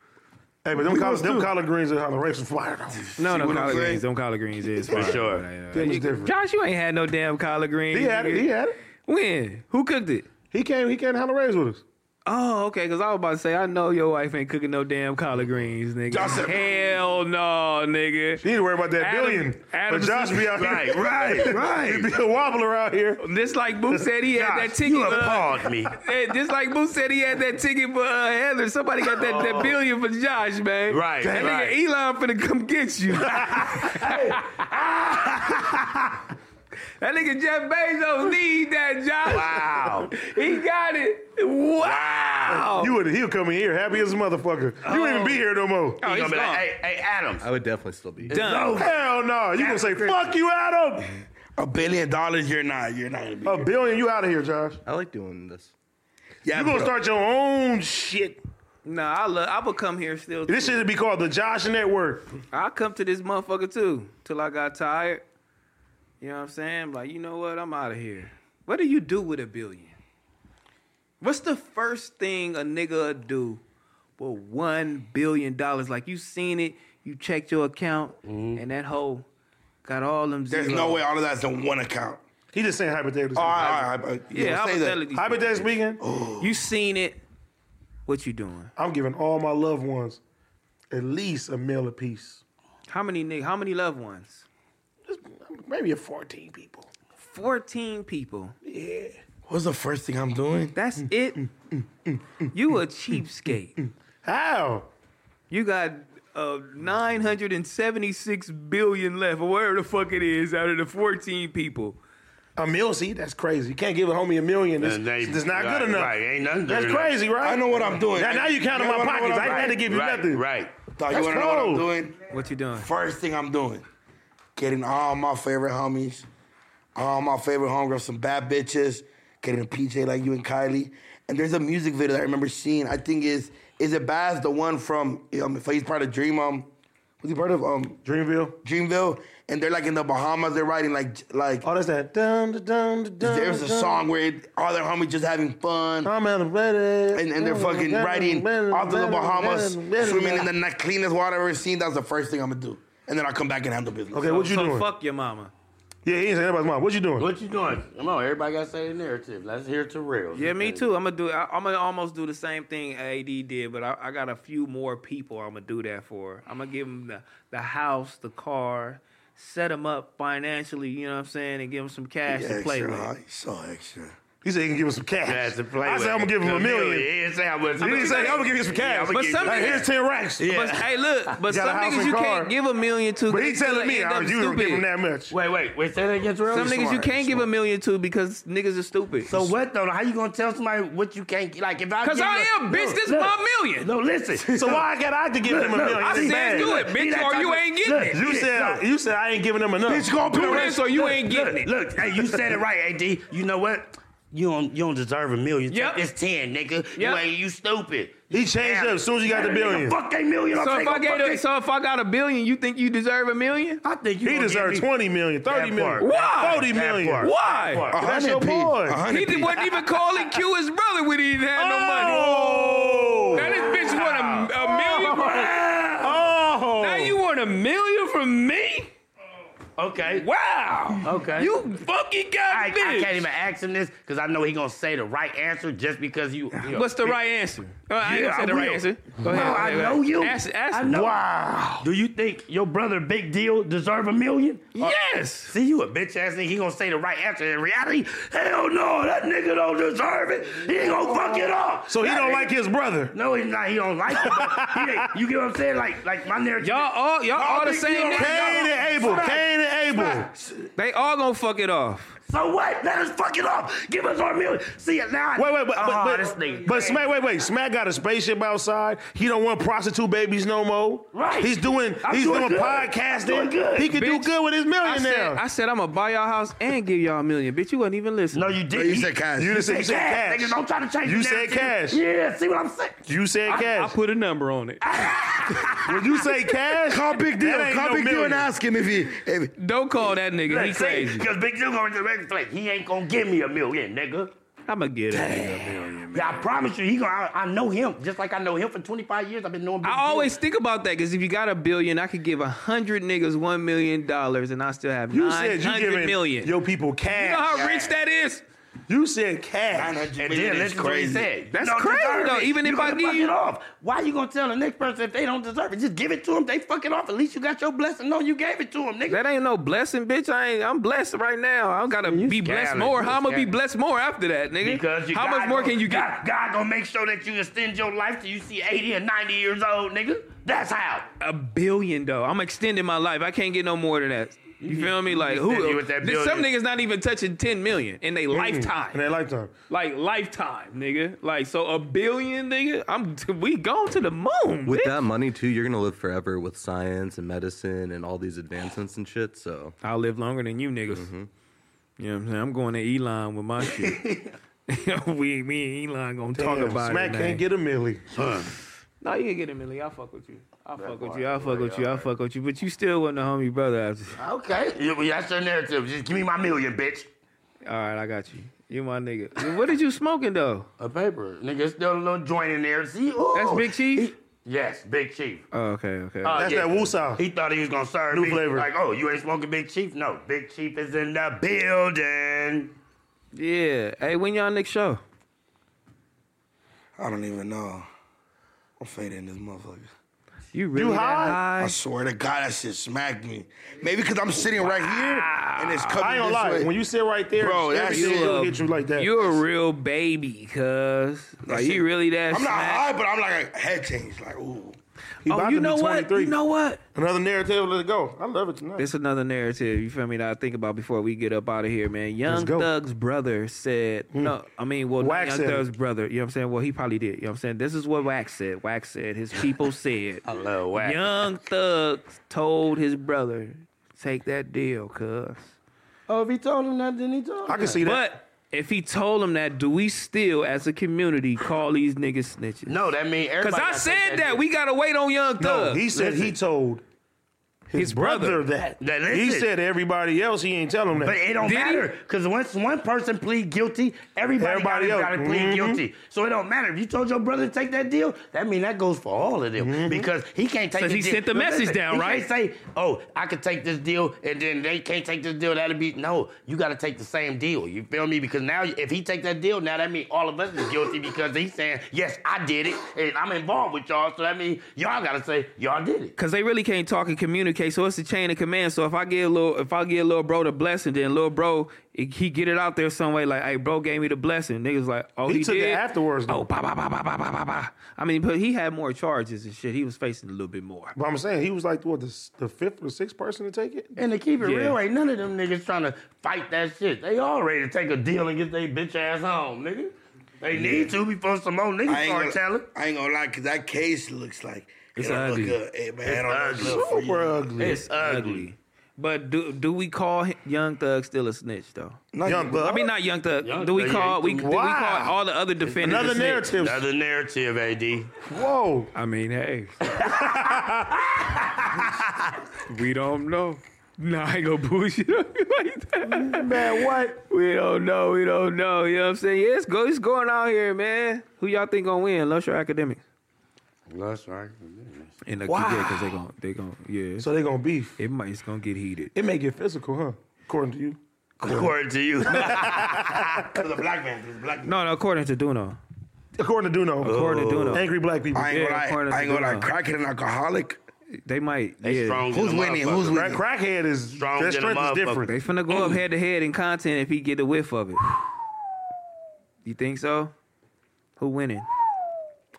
Speaker 4: Hey, but them,
Speaker 2: We
Speaker 4: collard,
Speaker 2: was
Speaker 4: them
Speaker 2: too.
Speaker 4: collard greens are how the race is flying.
Speaker 1: No, no
Speaker 2: what I'm
Speaker 1: collard
Speaker 2: saying?
Speaker 1: greens. Don't collard greens is for
Speaker 3: sure.
Speaker 4: Them is different.
Speaker 1: Josh, you ain't had no damn collard greens.
Speaker 4: He had it. He had it.
Speaker 1: When? Who cooked it?
Speaker 4: He came. He came to Holland Rays with us.
Speaker 1: Oh, okay. Because I was about to say, I know your wife ain't cooking no damn collard greens, nigga.
Speaker 2: Josh said-
Speaker 1: Hell no, nigga.
Speaker 4: He didn't worry about that
Speaker 1: Adam-
Speaker 4: billion.
Speaker 1: Adam
Speaker 4: but Josh be out here.
Speaker 3: Right, right, right.
Speaker 4: He be a wobbler out here.
Speaker 1: Just like Boo said, he had that ticket.
Speaker 3: You
Speaker 1: uh,
Speaker 3: appalled me.
Speaker 1: Hey, just like Boo said, he had that ticket for uh, Heather. Somebody got that, that billion for Josh, man.
Speaker 3: Oh. Right,
Speaker 1: That
Speaker 3: right.
Speaker 1: nigga Elon finna come get you. that nigga Jeff Bezos need that, Josh.
Speaker 3: Wow.
Speaker 1: He got it. Wow.
Speaker 4: You would. He'll come in here happy as a motherfucker. You won't even be here no more.
Speaker 1: Oh. Oh,
Speaker 3: You
Speaker 1: he's
Speaker 3: gonna be
Speaker 1: gone.
Speaker 3: like, hey, hey, Adams.
Speaker 5: I would definitely still be.
Speaker 1: Done.
Speaker 4: Hell no. You gonna say fuck you, Adam?
Speaker 2: a billion dollars. You're not. You're not gonna be.
Speaker 4: A billion. You out of here, Josh.
Speaker 5: I like doing this.
Speaker 2: yeah,
Speaker 4: You gonna
Speaker 2: bro.
Speaker 4: start your own shit.
Speaker 1: Nah, I love. I would come here still.
Speaker 4: This
Speaker 1: too.
Speaker 4: shit would be called the Josh Network.
Speaker 1: I come to this motherfucker too till I got tired. You know what I'm saying? Like, you know what? I'm out of here. What do you do with a billion? What's the first thing a nigga do with one billion dollars? Like you seen it, you checked your account, and that hoe got all them.
Speaker 2: There's
Speaker 1: zeros.
Speaker 2: no way all of that's in one account.
Speaker 4: He just saying hypothetically.
Speaker 2: All right, all right. all right,
Speaker 1: Yeah,
Speaker 2: yeah,
Speaker 1: I'm
Speaker 2: say
Speaker 1: a
Speaker 2: that.
Speaker 1: melody.
Speaker 4: Hypothetically speaking,
Speaker 1: You seen it? What you doing?
Speaker 4: I'm giving all my loved ones at least a meal apiece.
Speaker 1: How many nigga? How many loved ones?
Speaker 4: Just maybe a 14 people.
Speaker 1: Fourteen people.
Speaker 4: Yeah.
Speaker 2: What's the first thing I'm doing?
Speaker 1: That's it. You a cheapskate.
Speaker 4: How?
Speaker 1: You got uh, 976 billion left, or whatever the fuck it is, out of the 14 people.
Speaker 4: A mil? See, that's crazy. You can't give a homie a million. That's,
Speaker 3: And they-
Speaker 4: that's not
Speaker 3: right,
Speaker 4: good enough.
Speaker 3: Right, ain't nothing good
Speaker 4: That's
Speaker 3: enough.
Speaker 4: crazy, right?
Speaker 2: I know what I'm doing.
Speaker 4: Now, now you counting
Speaker 2: know
Speaker 4: my
Speaker 2: what I'm-
Speaker 4: pockets. I
Speaker 2: what
Speaker 4: ain't
Speaker 2: I'm-
Speaker 4: had to give you
Speaker 3: Right,
Speaker 4: nothing.
Speaker 3: right.
Speaker 2: Dog, you
Speaker 4: That's
Speaker 2: wanna know what I'm
Speaker 4: cold.
Speaker 2: doing?
Speaker 1: What you doing?
Speaker 2: First thing I'm doing, getting all my favorite homies, all my favorite homegirls, some bad bitches, getting a PJ like you and Kylie. And there's a music video that I remember seeing. I think is is it Baz the one from um, if he's part of Dream um Was he part of um
Speaker 4: Dreamville.
Speaker 2: Dreamville? And they're like in the Bahamas. They're riding like like.
Speaker 4: Oh, that's that. Dun, dun, dun, dun,
Speaker 2: There's a
Speaker 4: dun.
Speaker 2: song where it, all their homies just having fun.
Speaker 4: I'm out of Reddit.
Speaker 2: And, and they're fucking riding off to the Bahamas, swimming in the na- cleanest water I've ever seen. That's the first thing I'm gonna do. And then I'll come back and handle business.
Speaker 4: Okay, what you
Speaker 1: so
Speaker 4: doing?
Speaker 1: fuck your mama.
Speaker 4: Yeah, he ain't saying nobody's mom. What you doing?
Speaker 3: What you doing? Come on, everybody got to say the narrative. Let's hear it to real.
Speaker 1: Yeah, me too. I'm gonna do. I, I'm gonna almost do the same thing AD did, but I, I got a few more people. I'm gonna do that for. I'm gonna give them the, the house, the car, set them up financially. You know what I'm saying, and give them some cash to play
Speaker 2: Extra,
Speaker 1: with.
Speaker 2: huh? He's so extra.
Speaker 4: He said he can give him some cash.
Speaker 10: That's the play.
Speaker 4: I said I'm gonna give him a million.
Speaker 10: He didn't say how much.
Speaker 4: He didn't say I'm gonna give you some cash.
Speaker 1: But some
Speaker 4: Like,
Speaker 1: niggas,
Speaker 4: here's ten racks.
Speaker 1: but, hey, look, but
Speaker 4: You got
Speaker 1: some
Speaker 4: a house
Speaker 1: niggas
Speaker 4: and
Speaker 1: you
Speaker 4: car.
Speaker 1: can't give a million to.
Speaker 4: But he
Speaker 1: because they
Speaker 4: telling me,
Speaker 1: end
Speaker 4: oh,
Speaker 1: up
Speaker 4: you don't give him
Speaker 1: stupid.
Speaker 4: that much.
Speaker 3: Wait, wait, wait. Say that again, real.
Speaker 1: Some niggas you
Speaker 4: smart,
Speaker 1: can't give a million to because niggas are stupid.
Speaker 3: So what though? How you gonna tell somebody what you can't get? Like if I
Speaker 1: Cause
Speaker 3: give
Speaker 1: I
Speaker 3: you-
Speaker 1: am, bitch. This my million.
Speaker 3: No, listen.
Speaker 4: So why I got I to give him a million?
Speaker 1: I
Speaker 4: He
Speaker 1: said
Speaker 4: bad.
Speaker 1: do it, bitch, or you ain't getting it.
Speaker 4: You said I- you said I ain't giving him enough.
Speaker 2: Bitch, go
Speaker 1: Do this or you ain't getting it.
Speaker 3: Look, hey, you said it right, Ad. You know what? You don't you don't deserve a million.
Speaker 1: Yep.
Speaker 3: Take this ten, nigga.
Speaker 1: Yep.
Speaker 3: You ain't you stupid.
Speaker 4: He changed up as soon as he got the billion.
Speaker 3: Fuck that million.
Speaker 1: So
Speaker 3: I'm
Speaker 1: if I gave, a, so if I got a billion, you think you deserve a million?
Speaker 3: I think you
Speaker 4: He
Speaker 3: gonna
Speaker 4: deserved
Speaker 3: give me-
Speaker 4: 20 million, 30 million,
Speaker 1: part. Why?
Speaker 4: 40 million.
Speaker 3: part.
Speaker 1: Why?
Speaker 2: A
Speaker 4: That's your
Speaker 2: hundred P.
Speaker 4: boy.
Speaker 2: A
Speaker 1: He
Speaker 2: hundred
Speaker 1: did-
Speaker 2: P.
Speaker 1: wasn't even calling Q his brother when he didn't have
Speaker 4: Oh.
Speaker 1: no money. Now this bitch want a, a million.
Speaker 4: Oh.
Speaker 1: Now you want a million from me?
Speaker 3: Okay.
Speaker 1: Wow.
Speaker 3: Okay.
Speaker 1: You fucking got
Speaker 3: I, I
Speaker 1: bitch.
Speaker 3: can't even ask him this because I know he gonna say the right answer just because you. you know,
Speaker 1: What's the right answer? Uh, I
Speaker 3: Yeah,
Speaker 1: ain't gonna say
Speaker 3: I
Speaker 1: the right
Speaker 3: will.
Speaker 1: answer. Go
Speaker 3: No,
Speaker 1: ahead.
Speaker 3: I
Speaker 1: go ahead.
Speaker 3: know you.
Speaker 1: Ask, ask
Speaker 3: I know.
Speaker 4: Wow.
Speaker 3: Do you think your brother Big Deal deserve a million?
Speaker 1: Yes.
Speaker 3: See you a bitch ass nigga. He gonna say the right answer. In reality, hell no, that nigga don't deserve it. He gonna fuck it up.
Speaker 4: So he
Speaker 3: That
Speaker 4: don't
Speaker 3: nigga-
Speaker 4: like his brother.
Speaker 3: No, he's not. He don't like it. but he ain't- you get what I'm saying? Like, like my narrative.
Speaker 1: Y'all all y'all all the
Speaker 3: think you
Speaker 1: same
Speaker 3: don't-
Speaker 1: niggas.
Speaker 4: Cain and Abel. Cain and Abel.
Speaker 1: They all gonna fuck it off.
Speaker 3: So what? Let us fuck it up. Give us our million. See it now.
Speaker 4: Wait, wait, but
Speaker 3: oh,
Speaker 4: but,
Speaker 3: this
Speaker 4: but,
Speaker 3: nigga.
Speaker 4: but Smack, wait, wait. Smack got a spaceship outside. He don't want prostitute babies no more.
Speaker 3: Right.
Speaker 4: He's doing
Speaker 3: I'm
Speaker 4: he's
Speaker 3: doing
Speaker 4: doing,
Speaker 3: good.
Speaker 4: podcasting.
Speaker 3: Doing good.
Speaker 4: He could
Speaker 1: Bitch,
Speaker 4: do good with his million
Speaker 1: I said,
Speaker 4: now.
Speaker 1: I said I'm gonna buy y'all house and give y'all a million. Bitch, you wasn't even listening.
Speaker 3: no, you didn't.
Speaker 2: No, you said cash.
Speaker 4: you just said, you said cash.
Speaker 3: Niggas, don't try to change.
Speaker 4: You
Speaker 3: the
Speaker 4: said
Speaker 3: narrative.
Speaker 4: cash.
Speaker 3: Yeah. See what I'm saying?
Speaker 4: You said
Speaker 1: I
Speaker 4: cash.
Speaker 1: put a number on it.
Speaker 4: when you say cash,
Speaker 2: Call Big Deal.
Speaker 4: That ain't
Speaker 2: Call
Speaker 4: no
Speaker 2: Big Deal
Speaker 4: million.
Speaker 2: and ask him if he. If,
Speaker 1: Don't call that nigga. He
Speaker 3: Like, see,
Speaker 1: crazy.
Speaker 3: Cause Big Deal going to the next place. He ain't gonna give me a million, nigga.
Speaker 1: I'm gonna get it.
Speaker 3: Yeah, I promise you, he gonna. I, I know him just like I know him for 25 years. I've been knowing. Big
Speaker 1: I
Speaker 3: Deal.
Speaker 1: always think about that because if you got a billion, I could give a hundred niggas one million dollars and I still have
Speaker 4: you
Speaker 1: nine
Speaker 4: said you
Speaker 1: hundred
Speaker 4: giving
Speaker 1: million.
Speaker 4: your people cash.
Speaker 1: you know how rich that is?
Speaker 4: You said cash.
Speaker 3: And then listen crazy. to what he said.
Speaker 1: That's
Speaker 3: You don't
Speaker 1: crazy,
Speaker 3: deserve
Speaker 1: though.
Speaker 3: it.
Speaker 1: Even
Speaker 3: you
Speaker 1: if I
Speaker 3: gonna
Speaker 1: give
Speaker 3: fuck
Speaker 1: you-
Speaker 3: it off, why you gonna tell the next person if they don't deserve it? Just give it to them. They fuck it off. At least you got your blessing. No, you gave it to them, nigga.
Speaker 1: That ain't no blessing, bitch. I ain't. I'm blessed right now. I don't gotta be blessed
Speaker 3: scamming.
Speaker 1: more.
Speaker 3: You
Speaker 1: How I'm gonna be
Speaker 3: scamming.
Speaker 1: blessed more after that, nigga?
Speaker 3: Because you
Speaker 1: how
Speaker 3: God
Speaker 1: much more
Speaker 3: gonna-
Speaker 1: can you get?
Speaker 3: God, God gonna make sure that you extend your life till you see 80 and 90 years old, nigga. That's how.
Speaker 1: a billion though. I'm extending my life. I can't get no more than that. You feel me? Like
Speaker 3: send
Speaker 1: who?
Speaker 3: you with that
Speaker 1: This- some
Speaker 3: billion. Mm.
Speaker 1: niggas not even touching ten million in their
Speaker 4: In
Speaker 1: lifetime.
Speaker 4: their lifetime.
Speaker 1: Like lifetime, nigga. Like so a billion, nigga. I'm we going to the moon.
Speaker 5: With
Speaker 1: bitch.
Speaker 5: that money too, you're gonna live forever with science and medicine and all these advancements and shit. So
Speaker 1: I'll live longer than you niggas.
Speaker 4: Mm-hmm.
Speaker 1: You know what I'm saying? I'm going to Elon with my shit. we me and Elon gonna talk
Speaker 4: Damn,
Speaker 1: about
Speaker 4: Smack
Speaker 1: it. man.
Speaker 4: can't get a milli.
Speaker 1: No, you can get a million. I'll fuck with you. I'll fuck with you. I'll fuck with you. I'll fuck with you. But you still wasn't a homie brother after.
Speaker 3: Okay. Yeah, well, that's your narrative. Just give me my million, bitch.
Speaker 1: All right, I got you. You my nigga. What did you smoking though?
Speaker 3: A paper. Nigga, it's still a little joint in there. See? Ooh.
Speaker 1: That's
Speaker 4: Oh,
Speaker 1: Big Chief.
Speaker 3: Yes, Big Chief.
Speaker 1: Oh, okay, okay.
Speaker 3: Uh,
Speaker 4: That's
Speaker 3: yeah.
Speaker 4: that Wusaw.
Speaker 3: He thought he was gonna serve
Speaker 4: New
Speaker 3: me.
Speaker 4: flavor.
Speaker 3: Like, oh, you ain't smoking Big Chief? No, Big Chief is in the building.
Speaker 1: yeah. Hey, when y'all next show?
Speaker 2: I don't even know. I'm fading this motherfucker.
Speaker 1: You really that
Speaker 4: high?
Speaker 1: high?
Speaker 2: I swear to God, that shit smacked me. Maybe because I'm sitting right here and it's coming
Speaker 4: I ain't gonna
Speaker 2: this
Speaker 4: lie.
Speaker 2: way.
Speaker 4: When you sit right there,
Speaker 2: Bro, that
Speaker 4: everything
Speaker 2: shit-
Speaker 4: will get you like that.
Speaker 1: um, You a real baby, cuz. Like
Speaker 2: shit-
Speaker 1: you really that
Speaker 2: I'm not
Speaker 1: smack-
Speaker 2: high, but I'm like a head change. Like, ooh.
Speaker 4: He about
Speaker 1: Oh,
Speaker 4: to
Speaker 1: you
Speaker 4: be
Speaker 1: know what?
Speaker 4: 23.
Speaker 1: You know what?
Speaker 4: Another narrative. Let it go. I love it tonight.
Speaker 1: It's another narrative. You feel me? That I think about before we get up out of here, man. Young
Speaker 4: go. Hmm.
Speaker 1: Thug's brother said, "No, I mean, well,
Speaker 4: Wax
Speaker 1: Young
Speaker 4: said
Speaker 1: Thug's brother. You know what I'm saying? Well, he probably did. You know what I'm saying? This is what Wax said. Wax said his people said. I
Speaker 3: love Wax.
Speaker 1: Young Thug told his brother, "Take that deal, cuz."
Speaker 3: Oh, if he told him that, then he told
Speaker 4: I can see that.
Speaker 1: But if he told him that, do we still, as a community, call these niggas snitches?
Speaker 3: No, that mean everybody.
Speaker 1: Because I
Speaker 3: gotta take
Speaker 1: said that.
Speaker 3: shit.
Speaker 1: We got to wait on Young
Speaker 4: no,
Speaker 1: Thug.
Speaker 4: he said he told his,
Speaker 1: His brother.
Speaker 4: brother, that.
Speaker 3: That is
Speaker 4: he
Speaker 3: it.
Speaker 4: said everybody else, he ain't telling them that.
Speaker 3: But it don't
Speaker 1: Did he?
Speaker 3: matter because once one person plead guilty, everybody,
Speaker 4: Everybody
Speaker 3: got
Speaker 4: else.
Speaker 3: to plead
Speaker 1: Mm-hmm.
Speaker 4: Mhm.
Speaker 3: guilty. So it don't matter if you told your brother to take that deal. That mean that goes for all of them because he can't take.
Speaker 1: 'Cause
Speaker 3: the
Speaker 1: Mm-hmm. he
Speaker 3: deal.
Speaker 1: sent the
Speaker 3: But
Speaker 1: message down,
Speaker 3: he
Speaker 1: right?
Speaker 3: Can't say, oh, I could take this deal, and then they can't take this deal. That'll be no. You got to take the same deal. You feel me? Because now if he take that deal, now that means all of us is guilty because he's saying yes, I did it, and I'm involved with y'all. So that means y'all got to say y'all did it.
Speaker 1: Cause they really can't talk and communicate, so it's a chain of command. So if I get a little, if I get a little bro the blessing, then little bro he he get it out there some way. Like, hey, bro gave me the blessing. Niggas like, oh, he,
Speaker 4: He took it
Speaker 1: did?
Speaker 4: afterwards, though.
Speaker 1: Oh, bah, bah, bah, bah, bah, bah, bah, bah. I mean, but he had more charges and shit. He was facing a little bit more.
Speaker 4: But I'm saying he was like what the, the fifth or sixth person to take it.
Speaker 3: And to keep it
Speaker 1: Yeah.
Speaker 3: real, ain't none of them niggas trying to fight that shit. They all ready to take a deal and get their bitch ass home, nigga. They need to before some more
Speaker 2: I
Speaker 3: niggas
Speaker 2: ain't,
Speaker 3: start
Speaker 2: gonna,
Speaker 3: telling.
Speaker 2: I ain't gonna lie, cause that case looks like
Speaker 1: It's
Speaker 2: it don't
Speaker 1: ugly.
Speaker 2: Look good. Hey, man, it don't
Speaker 3: ugly.
Speaker 2: Look good for you.
Speaker 4: Super ugly.
Speaker 1: It's ugly. But do do we call hi- Young Thug still a snitch though?
Speaker 2: Not
Speaker 4: Young
Speaker 2: good.
Speaker 4: Buck.
Speaker 1: I mean, not Young Thug.
Speaker 3: Young
Speaker 1: do we
Speaker 3: Thug,
Speaker 1: call
Speaker 3: yeah,
Speaker 1: we,
Speaker 3: he-
Speaker 1: do we
Speaker 4: Wow.
Speaker 1: call all the other defendants?
Speaker 4: Another
Speaker 1: a snitch?
Speaker 4: narrative.
Speaker 3: Another narrative, AD.
Speaker 4: Whoa.
Speaker 1: I mean, hey, we don't know. Nah, I ain't gonna bullshit on you like that.
Speaker 4: Man, what?
Speaker 1: We don't know. We don't know. You know what I'm saying? Yeah, it's, go, it's going out here, man. Who y'all think gonna win? Lush or Academics?
Speaker 5: That's right.
Speaker 1: And like,
Speaker 4: Wow.
Speaker 1: yeah, because they gonna, they gonna, yeah.
Speaker 4: So they gonna beef.
Speaker 1: it might, it's gonna get heated.
Speaker 4: It may get physical, huh? According to you.
Speaker 3: According to you.
Speaker 2: the black man, the black man.
Speaker 1: No, no. According to Duno,
Speaker 4: According to Duno.
Speaker 1: According to Duno.
Speaker 4: Angry black people.
Speaker 2: I ain't
Speaker 1: Yeah,
Speaker 2: gonna
Speaker 1: according
Speaker 2: lie. I
Speaker 1: to
Speaker 2: ain't gonna lie.
Speaker 1: Duno.
Speaker 2: Cracking an alcoholic.
Speaker 1: they might. yeah.
Speaker 3: Strong than
Speaker 2: Who's
Speaker 3: a
Speaker 2: winning?
Speaker 3: motherfucker.
Speaker 2: Who's
Speaker 4: Crack,
Speaker 2: winning?
Speaker 4: crackhead is
Speaker 3: Strong
Speaker 4: their
Speaker 3: than a
Speaker 4: strength is
Speaker 3: motherfucker.
Speaker 4: different.
Speaker 1: They finna go up head to head in content if he get the whiff of it. You think so? Who winning?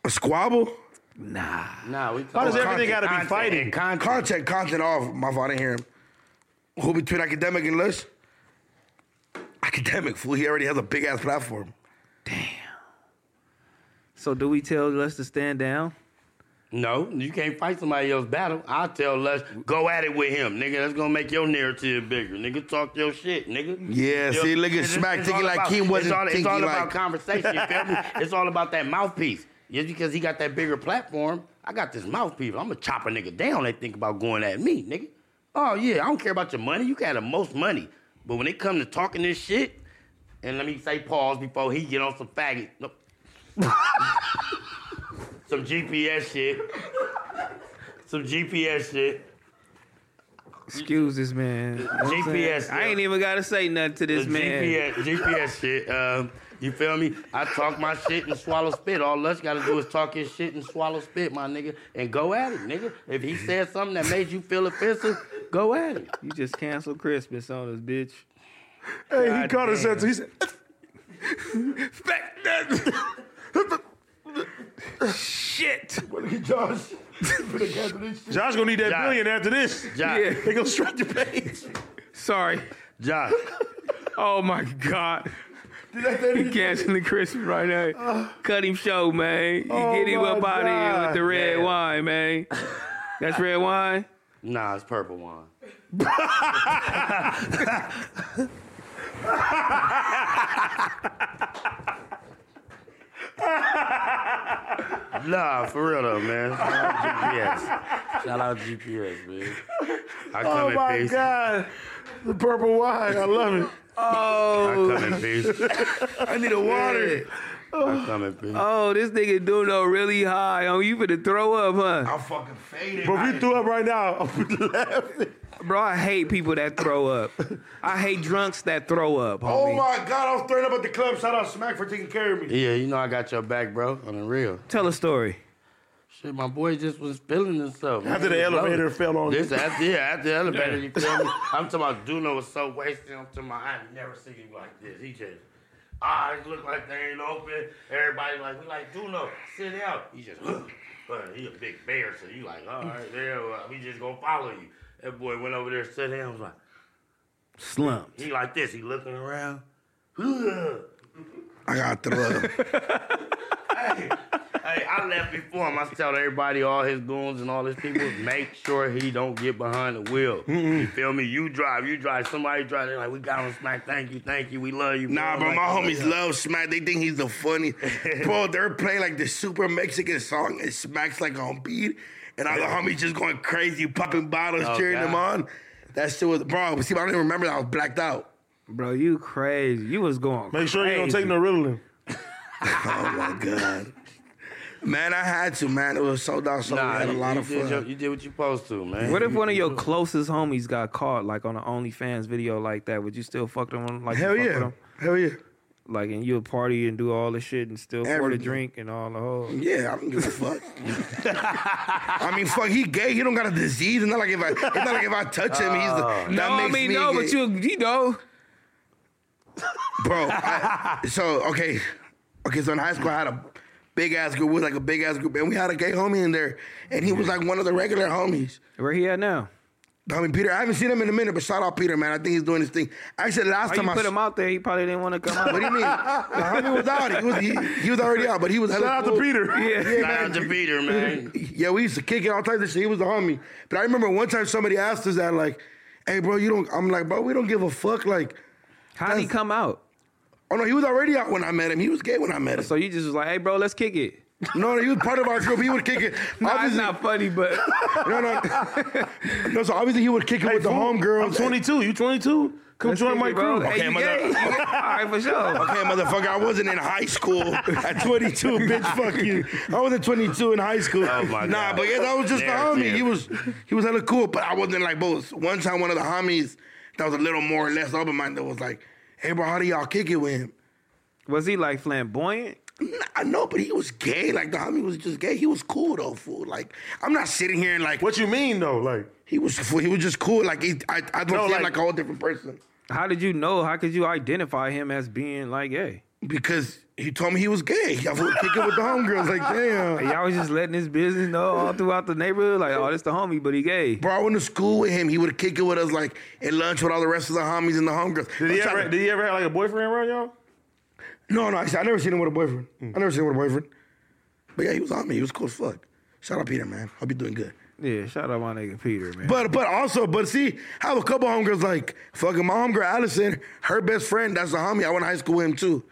Speaker 2: A squabble?
Speaker 1: Nah.
Speaker 3: Nah, we
Speaker 4: How does
Speaker 3: talking
Speaker 4: everything gotta be
Speaker 3: content,
Speaker 4: fighting?
Speaker 3: Content.
Speaker 2: Content, content off. My father hear him. Who between academic and Lush? Academic fool. He already has a big ass platform.
Speaker 1: So do we tell Les to stand down?
Speaker 3: No, you can't fight somebody else's battle. I tell Les, go at it with him, nigga. That's gonna make your narrative bigger, nigga. Talk your shit, nigga.
Speaker 2: Yeah, see, look at
Speaker 3: It's-
Speaker 2: Smack
Speaker 3: it's
Speaker 2: thinking
Speaker 3: all
Speaker 2: like
Speaker 3: about-
Speaker 2: he
Speaker 3: It's
Speaker 2: wasn't
Speaker 3: all, it's
Speaker 2: thinking
Speaker 3: all about
Speaker 2: like-
Speaker 3: conversation. You feel me? It's all about that mouthpiece. Just because he got that bigger platform, I got this mouthpiece. I'm gonna chop a nigga down. They think about going at me, nigga. Oh yeah, I don't care about your money. You got the most money, but when it come to talking this shit, and let me say pause before he get on some faggot. Nope. some GPS shit. Some GPS shit.
Speaker 1: Excuse this man. You know what I'm
Speaker 3: GPS,
Speaker 1: saying? I ain't
Speaker 3: yeah.
Speaker 1: even gotta say nothing to this
Speaker 3: the
Speaker 1: man.
Speaker 3: GPS, GPS shit. Um, you feel me? I talk my shit and swallow spit. All Lush got to do is talk his shit and swallow spit, my nigga, and go at it, nigga. If he said something that made you feel offensive, go at it.
Speaker 1: You just canceled Christmas on us, bitch.
Speaker 4: Hey, he caught us up. He said,
Speaker 1: Shit.
Speaker 4: Josh. Josh gonna need that
Speaker 3: Josh.
Speaker 4: billion after this.
Speaker 3: Josh,
Speaker 1: Yeah.
Speaker 4: They gonna stretch the page.
Speaker 1: Sorry.
Speaker 3: Josh,
Speaker 1: Oh my God. He canceling Christmas right now. Cut him show, man. You
Speaker 4: Oh
Speaker 1: get him
Speaker 4: my
Speaker 1: up out of here with
Speaker 4: God.
Speaker 1: the red
Speaker 3: Yeah.
Speaker 1: wine, man. That's red wine.
Speaker 3: nah, it's purple wine. nah, for real though, man. Shout out GPS. Shout out GPS, man. I come
Speaker 4: Oh
Speaker 3: in
Speaker 4: my
Speaker 3: peace.
Speaker 4: God. The purple wine. I love it.
Speaker 3: I come in peace.
Speaker 1: I need a water.
Speaker 3: I come in peace.
Speaker 1: Oh, this nigga Duno really high. Oh, you finna throw up, huh?
Speaker 2: I'm fucking faded.
Speaker 4: But if you threw up right now, I would laugh.
Speaker 1: Bro, I hate people that throw up. I hate drunks that throw up.
Speaker 2: Oh
Speaker 1: Homie.
Speaker 2: my god, I was throwing up at the club. Shout out Smack for taking care of me.
Speaker 3: Yeah, you know I got your back, bro. On the real.
Speaker 1: Tell a story.
Speaker 3: Shit, my boy just was feeling himself. man.
Speaker 4: After the
Speaker 3: He was
Speaker 4: elevator
Speaker 3: loaded.
Speaker 4: fell on
Speaker 3: This
Speaker 4: you.
Speaker 3: after yeah, after the elevator, you feel me? I'm talking about Duno was so wasted. I'm talking about I never seen him like this. He just eyes look like they ain't open. Everybody like we like Duno, sit down. He just but he a big bear, so you like all right, there well, we just gonna follow you. That boy went over there, sat down, was like
Speaker 1: Slump.
Speaker 3: he like this. He looking around. Ugh.
Speaker 2: I got uh, to throw up.
Speaker 3: Hey, I left before him. I tell everybody, all his goons and all his people, make sure he don't get behind the wheel. You feel me? You drive, you drive. Somebody drive. They're like, we got him smack. Thank you, thank you. We love you.
Speaker 2: Nah,
Speaker 3: bro,
Speaker 2: bro,
Speaker 3: Like,
Speaker 2: my
Speaker 3: oh
Speaker 2: homies
Speaker 3: God.
Speaker 2: love Smack. They think he's the funny. bro, they're playing like the super Mexican song and Smack's like on beat. and all the homies just going crazy, popping bottles,
Speaker 3: Oh,
Speaker 2: cheering them
Speaker 3: God.
Speaker 2: on. That shit was bro. See, I don't even remember that I was blacked out.
Speaker 1: Bro, you crazy. You was going
Speaker 4: Make sure you don't take
Speaker 1: crazy.
Speaker 4: no Ritalin.
Speaker 2: Oh my god, man, I had to. Man, it was sold out, so we had a
Speaker 3: you,
Speaker 2: lot
Speaker 3: you
Speaker 2: of
Speaker 3: did
Speaker 2: fun.
Speaker 3: your- you did what you supposed to, man.
Speaker 1: What if one of your closest homies got caught, like on an OnlyFans video like that? Would you still fuck them? Like you
Speaker 2: Hell
Speaker 1: fuck with
Speaker 2: yeah,
Speaker 1: them?
Speaker 2: hell yeah,
Speaker 1: Like, and you would party and do all the shit and still pour the
Speaker 2: Everything.
Speaker 1: drink and all the whole.
Speaker 2: yeah. I don't give a fuck. I mean, fuck, he gay. He don't got a disease. It's not like if I, it's not like if I touch him, he's the,
Speaker 3: Oh.
Speaker 2: that
Speaker 1: No, I
Speaker 2: makes
Speaker 1: mean
Speaker 2: me
Speaker 1: no,
Speaker 2: gay.
Speaker 1: but you you know.
Speaker 2: bro. I, so okay, okay. So in high school, I had a big ass group. We was like a big ass group, and we had a gay homie in there, and he was like one of the regular homies.
Speaker 1: Where he at now?
Speaker 2: I mean, Peter. I haven't seen him in a minute, but shout out Peter, man. I think he's doing his thing. Actually, last
Speaker 1: Why you
Speaker 2: time I
Speaker 1: put
Speaker 2: s-
Speaker 1: him out there? He probably didn't want to come
Speaker 2: What
Speaker 1: out.
Speaker 2: do you mean? the homie was out. He was he, he was already out, but he was. Shout
Speaker 4: Shout out to Peter.
Speaker 2: Yeah,
Speaker 3: Shout out
Speaker 2: man.
Speaker 3: to Peter, man.
Speaker 2: Yeah, we used to kick it all types of shit. He was the homie. But I remember one time somebody asked us that, like, "Hey, bro, you don't." I'm like, "Bro, we don't give a fuck." Like,
Speaker 1: How would he
Speaker 2: That's-
Speaker 1: come out?
Speaker 2: oh no, he was already out when I met him. He was gay when I met him.
Speaker 1: So you just was like, hey, bro, let's kick it.
Speaker 2: No, no, he was part of our group. He would kick it.
Speaker 1: Nah, it's
Speaker 2: Obviously-
Speaker 1: not funny, but
Speaker 2: No, no. no, so obviously he would kick it with the homegirls.
Speaker 4: I'm 22. You 22? Come
Speaker 1: let's
Speaker 4: join
Speaker 1: kick
Speaker 4: my
Speaker 1: it, bro.
Speaker 4: crew.
Speaker 1: Hey, you
Speaker 2: mother-
Speaker 1: gay? You gay? All right, for sure.
Speaker 2: Okay, motherfucker, I wasn't in high school at 22, bitch. Fuck you. I wasn't 22 in high school.
Speaker 3: Oh, my
Speaker 2: Nah,
Speaker 3: God.
Speaker 2: but yeah, that was just
Speaker 3: There,
Speaker 2: the homie.
Speaker 3: there.
Speaker 2: He was he was hella cool, but I wasn't like both. One time, one of the homies that was a little more or less open minded was like, "Hey, bro, how do y'all kick it with him?"
Speaker 1: Was he like flamboyant?
Speaker 2: Nah, I know, but he was gay. Like the homie was just gay. He was cool though, fool. Like I'm not sitting here and like
Speaker 4: What you mean though? Like,
Speaker 2: he was. Fool, he was just cool. Like he, I, I don't
Speaker 4: No,
Speaker 2: see him
Speaker 4: like-
Speaker 2: like a whole different person.
Speaker 1: How did you know? How could you identify him as being like gay?
Speaker 2: because he told me he was gay. I was kicking with the homegirls. Like, damn.
Speaker 1: Y'all was just letting his business know all throughout the neighborhood. Like, oh, this the homie, but he gay.
Speaker 2: Bro, I went to school with him. He would kick it with us, like, at lunch with all the rest of the homies and the homegirls.
Speaker 4: did he
Speaker 2: I'm
Speaker 4: ever
Speaker 2: trying to-
Speaker 4: did he ever have like a boyfriend around y'all?
Speaker 2: No, no, I, I never seen him with a boyfriend.
Speaker 4: Mm.
Speaker 2: I never seen him with a boyfriend. But yeah, he was on me. He was cool as fuck. Shout out Peter, man. Hope you're doing good.
Speaker 1: Yeah, shout out my nigga Peter, man.
Speaker 2: But but also, but see, I have a couple homegirls like fucking my homegirl Allison, her best friend, that's a homie. I went to high school with him too.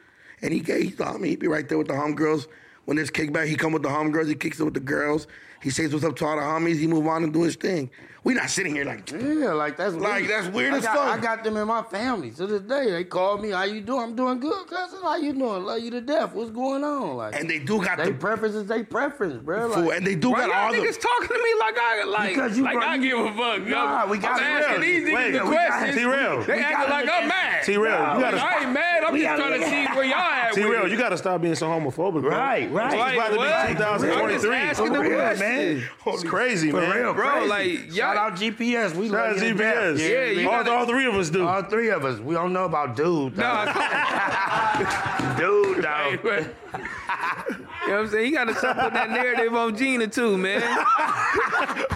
Speaker 2: And he gay, he's the homie. He'd be right there with the homegirls. When there's kickback, he come with the homegirls, he kicks it with the girls. He says what's up to all the homies, he move on and do his thing. We not sitting here like
Speaker 3: Yeah, like that's
Speaker 2: Like, that's weird
Speaker 3: I
Speaker 2: as
Speaker 3: got,
Speaker 2: fuck.
Speaker 3: I got them in my family to this day. They call me, "How you doing? I'm doing good, cousin. How you doing? Love you to death. What's going on?" Like,
Speaker 2: and they do got
Speaker 3: they
Speaker 2: the
Speaker 3: preference is they preference, bro.
Speaker 2: fool,
Speaker 3: Like,
Speaker 2: and they do
Speaker 8: Why
Speaker 2: got all
Speaker 8: y'all
Speaker 2: the
Speaker 8: niggas talking to me like I like
Speaker 3: Because you
Speaker 8: like
Speaker 3: brought-
Speaker 8: I give a fuck?
Speaker 3: Nah,
Speaker 8: yo.
Speaker 3: we got-
Speaker 8: I'm asking
Speaker 3: T-Rail.
Speaker 8: these niggas
Speaker 4: Wait,
Speaker 8: the
Speaker 4: we got-
Speaker 8: questions.
Speaker 4: T-Rail.
Speaker 8: They
Speaker 4: We
Speaker 8: acting like I'm mad.
Speaker 4: T Rail, you
Speaker 8: I
Speaker 4: gotta
Speaker 8: ain't mad. I'm
Speaker 3: We
Speaker 8: just
Speaker 3: gotta-
Speaker 8: trying to see where y'all at.
Speaker 4: T
Speaker 8: with
Speaker 4: Rail,
Speaker 8: it.
Speaker 4: you gotta stop being so homophobic, bro.
Speaker 3: Right, right.
Speaker 4: It's about to
Speaker 8: Like, what?
Speaker 4: be
Speaker 8: I'm just
Speaker 4: 2023.
Speaker 8: asking the
Speaker 4: For real,
Speaker 8: question.
Speaker 4: man. It's crazy, man.
Speaker 1: bro, like
Speaker 3: shout
Speaker 1: y'all,
Speaker 3: out GPS. We
Speaker 4: Shout out
Speaker 3: love you to
Speaker 4: GPS.
Speaker 3: death.
Speaker 1: Yeah, you
Speaker 4: all,
Speaker 1: gotta-
Speaker 4: all three of us do.
Speaker 3: All three of us. We don't know about dude. Though.
Speaker 1: nah,
Speaker 3: dude, though.
Speaker 8: But-
Speaker 1: you know what I'm saying? You gotta stop putting that narrative on Gina too, man.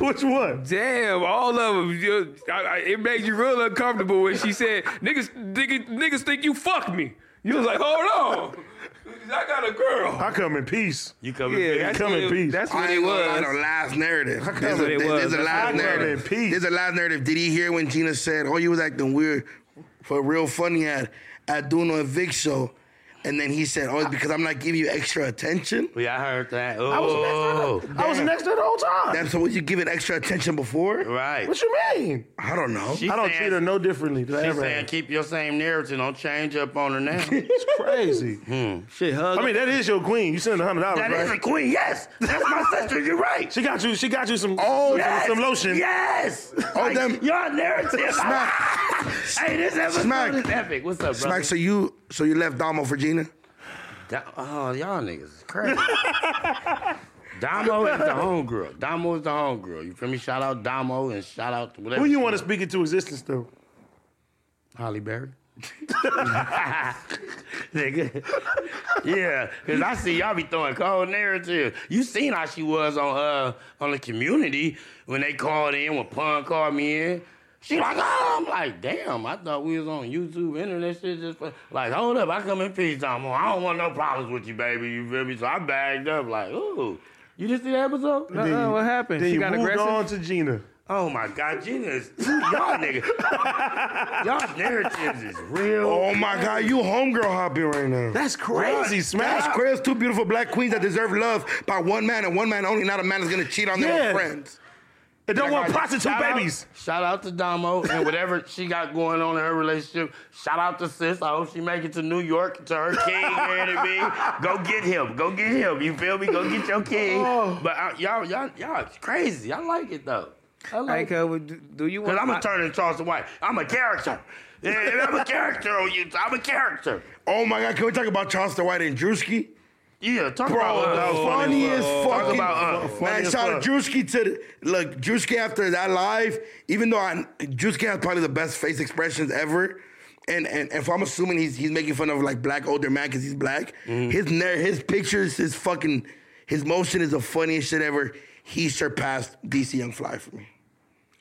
Speaker 4: Which one?
Speaker 1: Damn, all of them. You- I- I- it made you real uncomfortable when she said, niggas, niggas, niggas think you fuck me. You was like, hold on. I got a girl.
Speaker 4: I come in peace.
Speaker 3: You come
Speaker 1: Yeah,
Speaker 3: yeah,
Speaker 1: that's
Speaker 4: Come
Speaker 1: what
Speaker 4: in
Speaker 1: it,
Speaker 4: peace.
Speaker 1: That's what
Speaker 2: I
Speaker 1: it
Speaker 2: ain't gonna lie,
Speaker 1: was.
Speaker 2: no lies narrative. There's a,
Speaker 1: what it
Speaker 2: there's,
Speaker 1: was.
Speaker 2: there's a
Speaker 1: That's
Speaker 2: lies
Speaker 4: what it was.
Speaker 2: narrative.
Speaker 4: Peace.
Speaker 2: There's a lies narrative. Did he hear when Gina said, "Oh, you was acting weird for real funny at at doing a Vic show," and then he said, "Oh, it's because I'm not giving you extra attention."
Speaker 3: Yeah, I heard that. Oh,
Speaker 4: I was next to her the whole time.
Speaker 2: That's what you give it extra attention before.
Speaker 3: Oh, right.
Speaker 4: what you mean?
Speaker 2: I don't know.
Speaker 3: She
Speaker 4: I don't
Speaker 3: saying-
Speaker 4: treat her no differently. than I
Speaker 3: She's
Speaker 4: ever
Speaker 3: saying
Speaker 4: have.
Speaker 3: keep your same narrative. Don't change up on her now.
Speaker 4: It's crazy.
Speaker 1: Shit, hug.
Speaker 4: I mean, that is your queen. You sent a hundred dollars,
Speaker 6: That
Speaker 4: right?
Speaker 6: is a queen. Yes, that's my sister. You're right.
Speaker 4: she got you. She got you some oh,
Speaker 6: Yes.
Speaker 4: some lotion.
Speaker 6: Yes.
Speaker 2: Oh, them-
Speaker 6: Your narrative.
Speaker 2: Smack.
Speaker 6: hey, this episode
Speaker 2: Smack.
Speaker 6: is epic. What's up,
Speaker 2: Smack. So you so you left Damo for Gina?
Speaker 3: Da- oh, y'all niggas is crazy. Damo is the homegirl. Damo is the homegirl. You feel me? Shout out Damo and shout out to whatever.
Speaker 4: Who you want to speak into existence though?
Speaker 3: Holly Berry. Nigga. yeah, because I see y'all be throwing cold narratives. You seen how she was on uh on the community when they called in, when Pun called me in. She like, oh, I'm like, damn, I thought we was on YouTube, internet shit, just for-" like, hold up, I come in peace, Damo. I don't want no problems with you, baby, you feel me? So I bagged up, like, ooh, you just see that episode?
Speaker 1: uh-uh, what happened?
Speaker 4: Then
Speaker 1: She
Speaker 4: you
Speaker 1: got
Speaker 4: moved
Speaker 1: aggressive.
Speaker 4: on to Gina.
Speaker 3: Oh my God, Gina is y'all nigga. Y'all narratives is real.
Speaker 2: Oh my God, you homegirl hopping right now.
Speaker 4: That's crazy, Smash.
Speaker 2: That's crazy. Two beautiful black queens that deserve love by one man and one man only. Not a man is gonna cheat on their
Speaker 4: Yeah.
Speaker 2: own friends.
Speaker 4: It don't want prostitute
Speaker 3: Shout out-
Speaker 4: babies.
Speaker 3: shout out to Damo and whatever she got going on in her relationship. Shout out to sis. I hope she make it to New York to her king. You know what I mean? Go get him. Go get him. You feel me? Go get your king. But I, y'all, y'all, y'all, it's crazy. I like it though. I like
Speaker 1: Like,
Speaker 3: it.
Speaker 1: uh, would- do, do you
Speaker 3: Cause
Speaker 1: want?
Speaker 3: I'm a turning Charleston White. I'm a character. Yeah, and I'm a character on you. I'm a character.
Speaker 2: Oh my God, can we talk about Charleston White and Drewski?
Speaker 3: Yeah, talk
Speaker 2: Bro,
Speaker 3: about
Speaker 2: the
Speaker 3: uh,
Speaker 2: funniest fucking
Speaker 3: about, uh,
Speaker 2: man.
Speaker 3: funniest
Speaker 2: Shout
Speaker 3: fuck.
Speaker 2: out Drewski to the, look Drewski after that live. Even though I Drewski has probably the best face expressions ever, and and if I'm assuming he's he's making fun of like black older man because he's black,
Speaker 3: Mm-hmm.
Speaker 2: his nar- his pictures, his fucking his motion is the funniest shit ever. He surpassed DC Young Fly for me.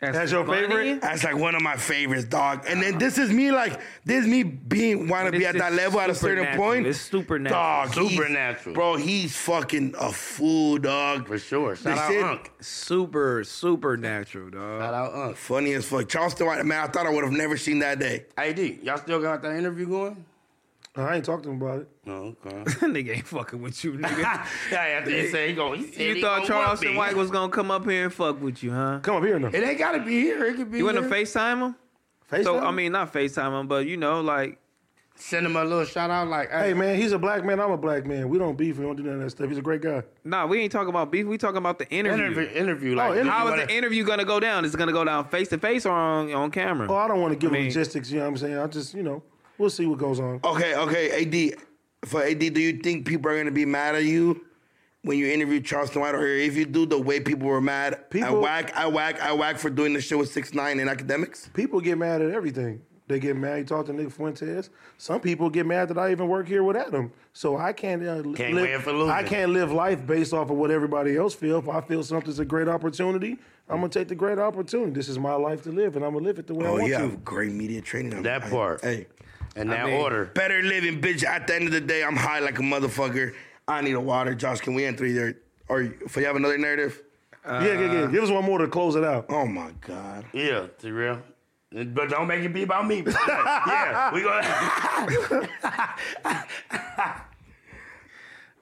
Speaker 4: That's your favorite?
Speaker 2: That's like one of my favorites, dog. And then this is me, like this is me being want to be
Speaker 1: This
Speaker 2: at
Speaker 1: is
Speaker 2: that level at a certain
Speaker 1: supernatural.
Speaker 2: point.
Speaker 1: It's supernatural.
Speaker 2: dog. he's-
Speaker 3: Supernatural.
Speaker 2: bro. He's fucking a fool, dog.
Speaker 3: for sure. Shout
Speaker 2: They
Speaker 3: out
Speaker 2: said-
Speaker 3: Unc.
Speaker 1: Super, super natural, dog.
Speaker 3: Shout out Unc.
Speaker 2: Funny as fuck. Charleston White, man, I thought I would have never seen that day.
Speaker 3: AD, y'all still got that interview going?
Speaker 4: I ain't talked to him about it.
Speaker 3: No, okay.
Speaker 1: nigga ain't fucking with you, nigga.
Speaker 3: yeah, after you say he going, he said
Speaker 1: you
Speaker 3: he
Speaker 1: thought
Speaker 3: gonna want
Speaker 1: Charleston
Speaker 3: me.
Speaker 1: White was gonna come up here and fuck with you, huh?
Speaker 4: Come up here now.
Speaker 3: It ain't gotta be here. It could be.
Speaker 1: You want to
Speaker 3: there.
Speaker 1: FaceTime him? So I mean, not FaceTime him, but you know, like
Speaker 3: Send him a little shout out, like, hey,
Speaker 4: hey man, he's a black man. I'm a black man. We don't beef. We don't do none of that stuff. He's a great guy.
Speaker 1: nah, we ain't talking about beef. We talking about the interview.
Speaker 3: interview, interview, like,
Speaker 4: Oh, interview.
Speaker 1: How
Speaker 3: you
Speaker 1: is
Speaker 3: wanna-
Speaker 1: the interview gonna go down? Is it gonna go down face to face or on on camera?
Speaker 4: Oh, I don't want to give
Speaker 1: mean-
Speaker 4: him logistics. You know what I'm saying? I just, you know, we'll see what goes on.
Speaker 2: Okay, okay, AD. For AD, do you think people are gonna be mad at you when you interview Charleston White, or if you do the way people were mad? I
Speaker 4: People-
Speaker 2: whack, I whack, I whack for doing the shit with six nine and academics.
Speaker 4: People get mad at everything. They get mad. You talk to Nick Fuentes. Some people get mad that I even work here with Adam. So I can't, uh, li-
Speaker 3: Can't win
Speaker 4: live.
Speaker 3: for losing.
Speaker 4: I can't live life based off of what everybody else feels. If I feel something's a great opportunity, I'm gonna take the great opportunity. This is my life to live, and I'm gonna live it the way I
Speaker 2: Oh,
Speaker 4: want
Speaker 2: you
Speaker 4: to.
Speaker 2: have great media training.
Speaker 3: That
Speaker 2: I-
Speaker 3: part.
Speaker 2: Hey,
Speaker 3: and that
Speaker 1: mean-
Speaker 3: order.
Speaker 2: better living, bitch. At the end of the day, I'm high like a motherfucker. I need a water. Josh, can we enter either? Or if you have another narrative?
Speaker 4: yeah, yeah, yeah. Give us one more to close it out.
Speaker 2: Oh my god.
Speaker 3: Yeah, to real. But don't make it be about me. yeah, we gonna.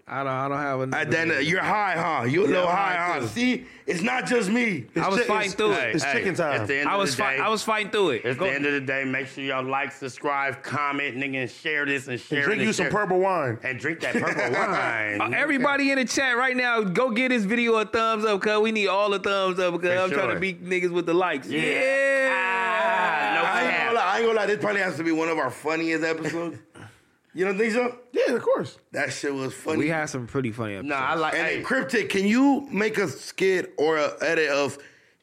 Speaker 1: I don't. I don't have a.
Speaker 2: At the end, of- you're high, huh? You a little
Speaker 3: I'm
Speaker 2: high,
Speaker 3: high,
Speaker 2: huh?
Speaker 3: too.
Speaker 2: See, it's not just me.
Speaker 1: I was
Speaker 4: It's-
Speaker 1: fighting through
Speaker 3: Hey,
Speaker 1: it.
Speaker 4: It's chicken time.
Speaker 3: At the end
Speaker 1: I
Speaker 3: of
Speaker 1: was
Speaker 3: the day,
Speaker 1: fighting. I was fighting through it.
Speaker 3: At
Speaker 1: Go-
Speaker 3: the end of the day, make sure y'all like, subscribe, comment, nigga, and share this and share.
Speaker 4: And drink
Speaker 3: it
Speaker 4: you some
Speaker 3: share-
Speaker 4: purple wine.
Speaker 3: and drink that purple wine.
Speaker 1: Uh, Everybody in the chat right now, go get this video a thumbs up, cuz we need all the thumbs up,
Speaker 3: For
Speaker 1: cuz I'm trying
Speaker 3: sure.
Speaker 1: to beat niggas with the likes. Yeah.
Speaker 3: Ah, no
Speaker 2: I ain't,
Speaker 3: cap.
Speaker 2: gonna lie, I ain't gonna lie. This probably has to be one of our funniest episodes. you don't think so?
Speaker 4: Yeah, of course.
Speaker 2: That shit was funny.
Speaker 1: We had some pretty funny episodes.
Speaker 3: No, I like.
Speaker 2: and
Speaker 3: hey,
Speaker 2: then cryptic. Can you make a skit or a edit of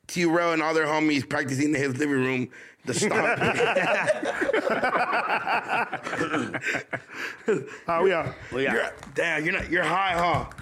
Speaker 2: T. Rell and all their homies practicing in his living room? The stomp.
Speaker 4: All right, we out. Oh,
Speaker 2: You're- damn, you're not. You're high, huh?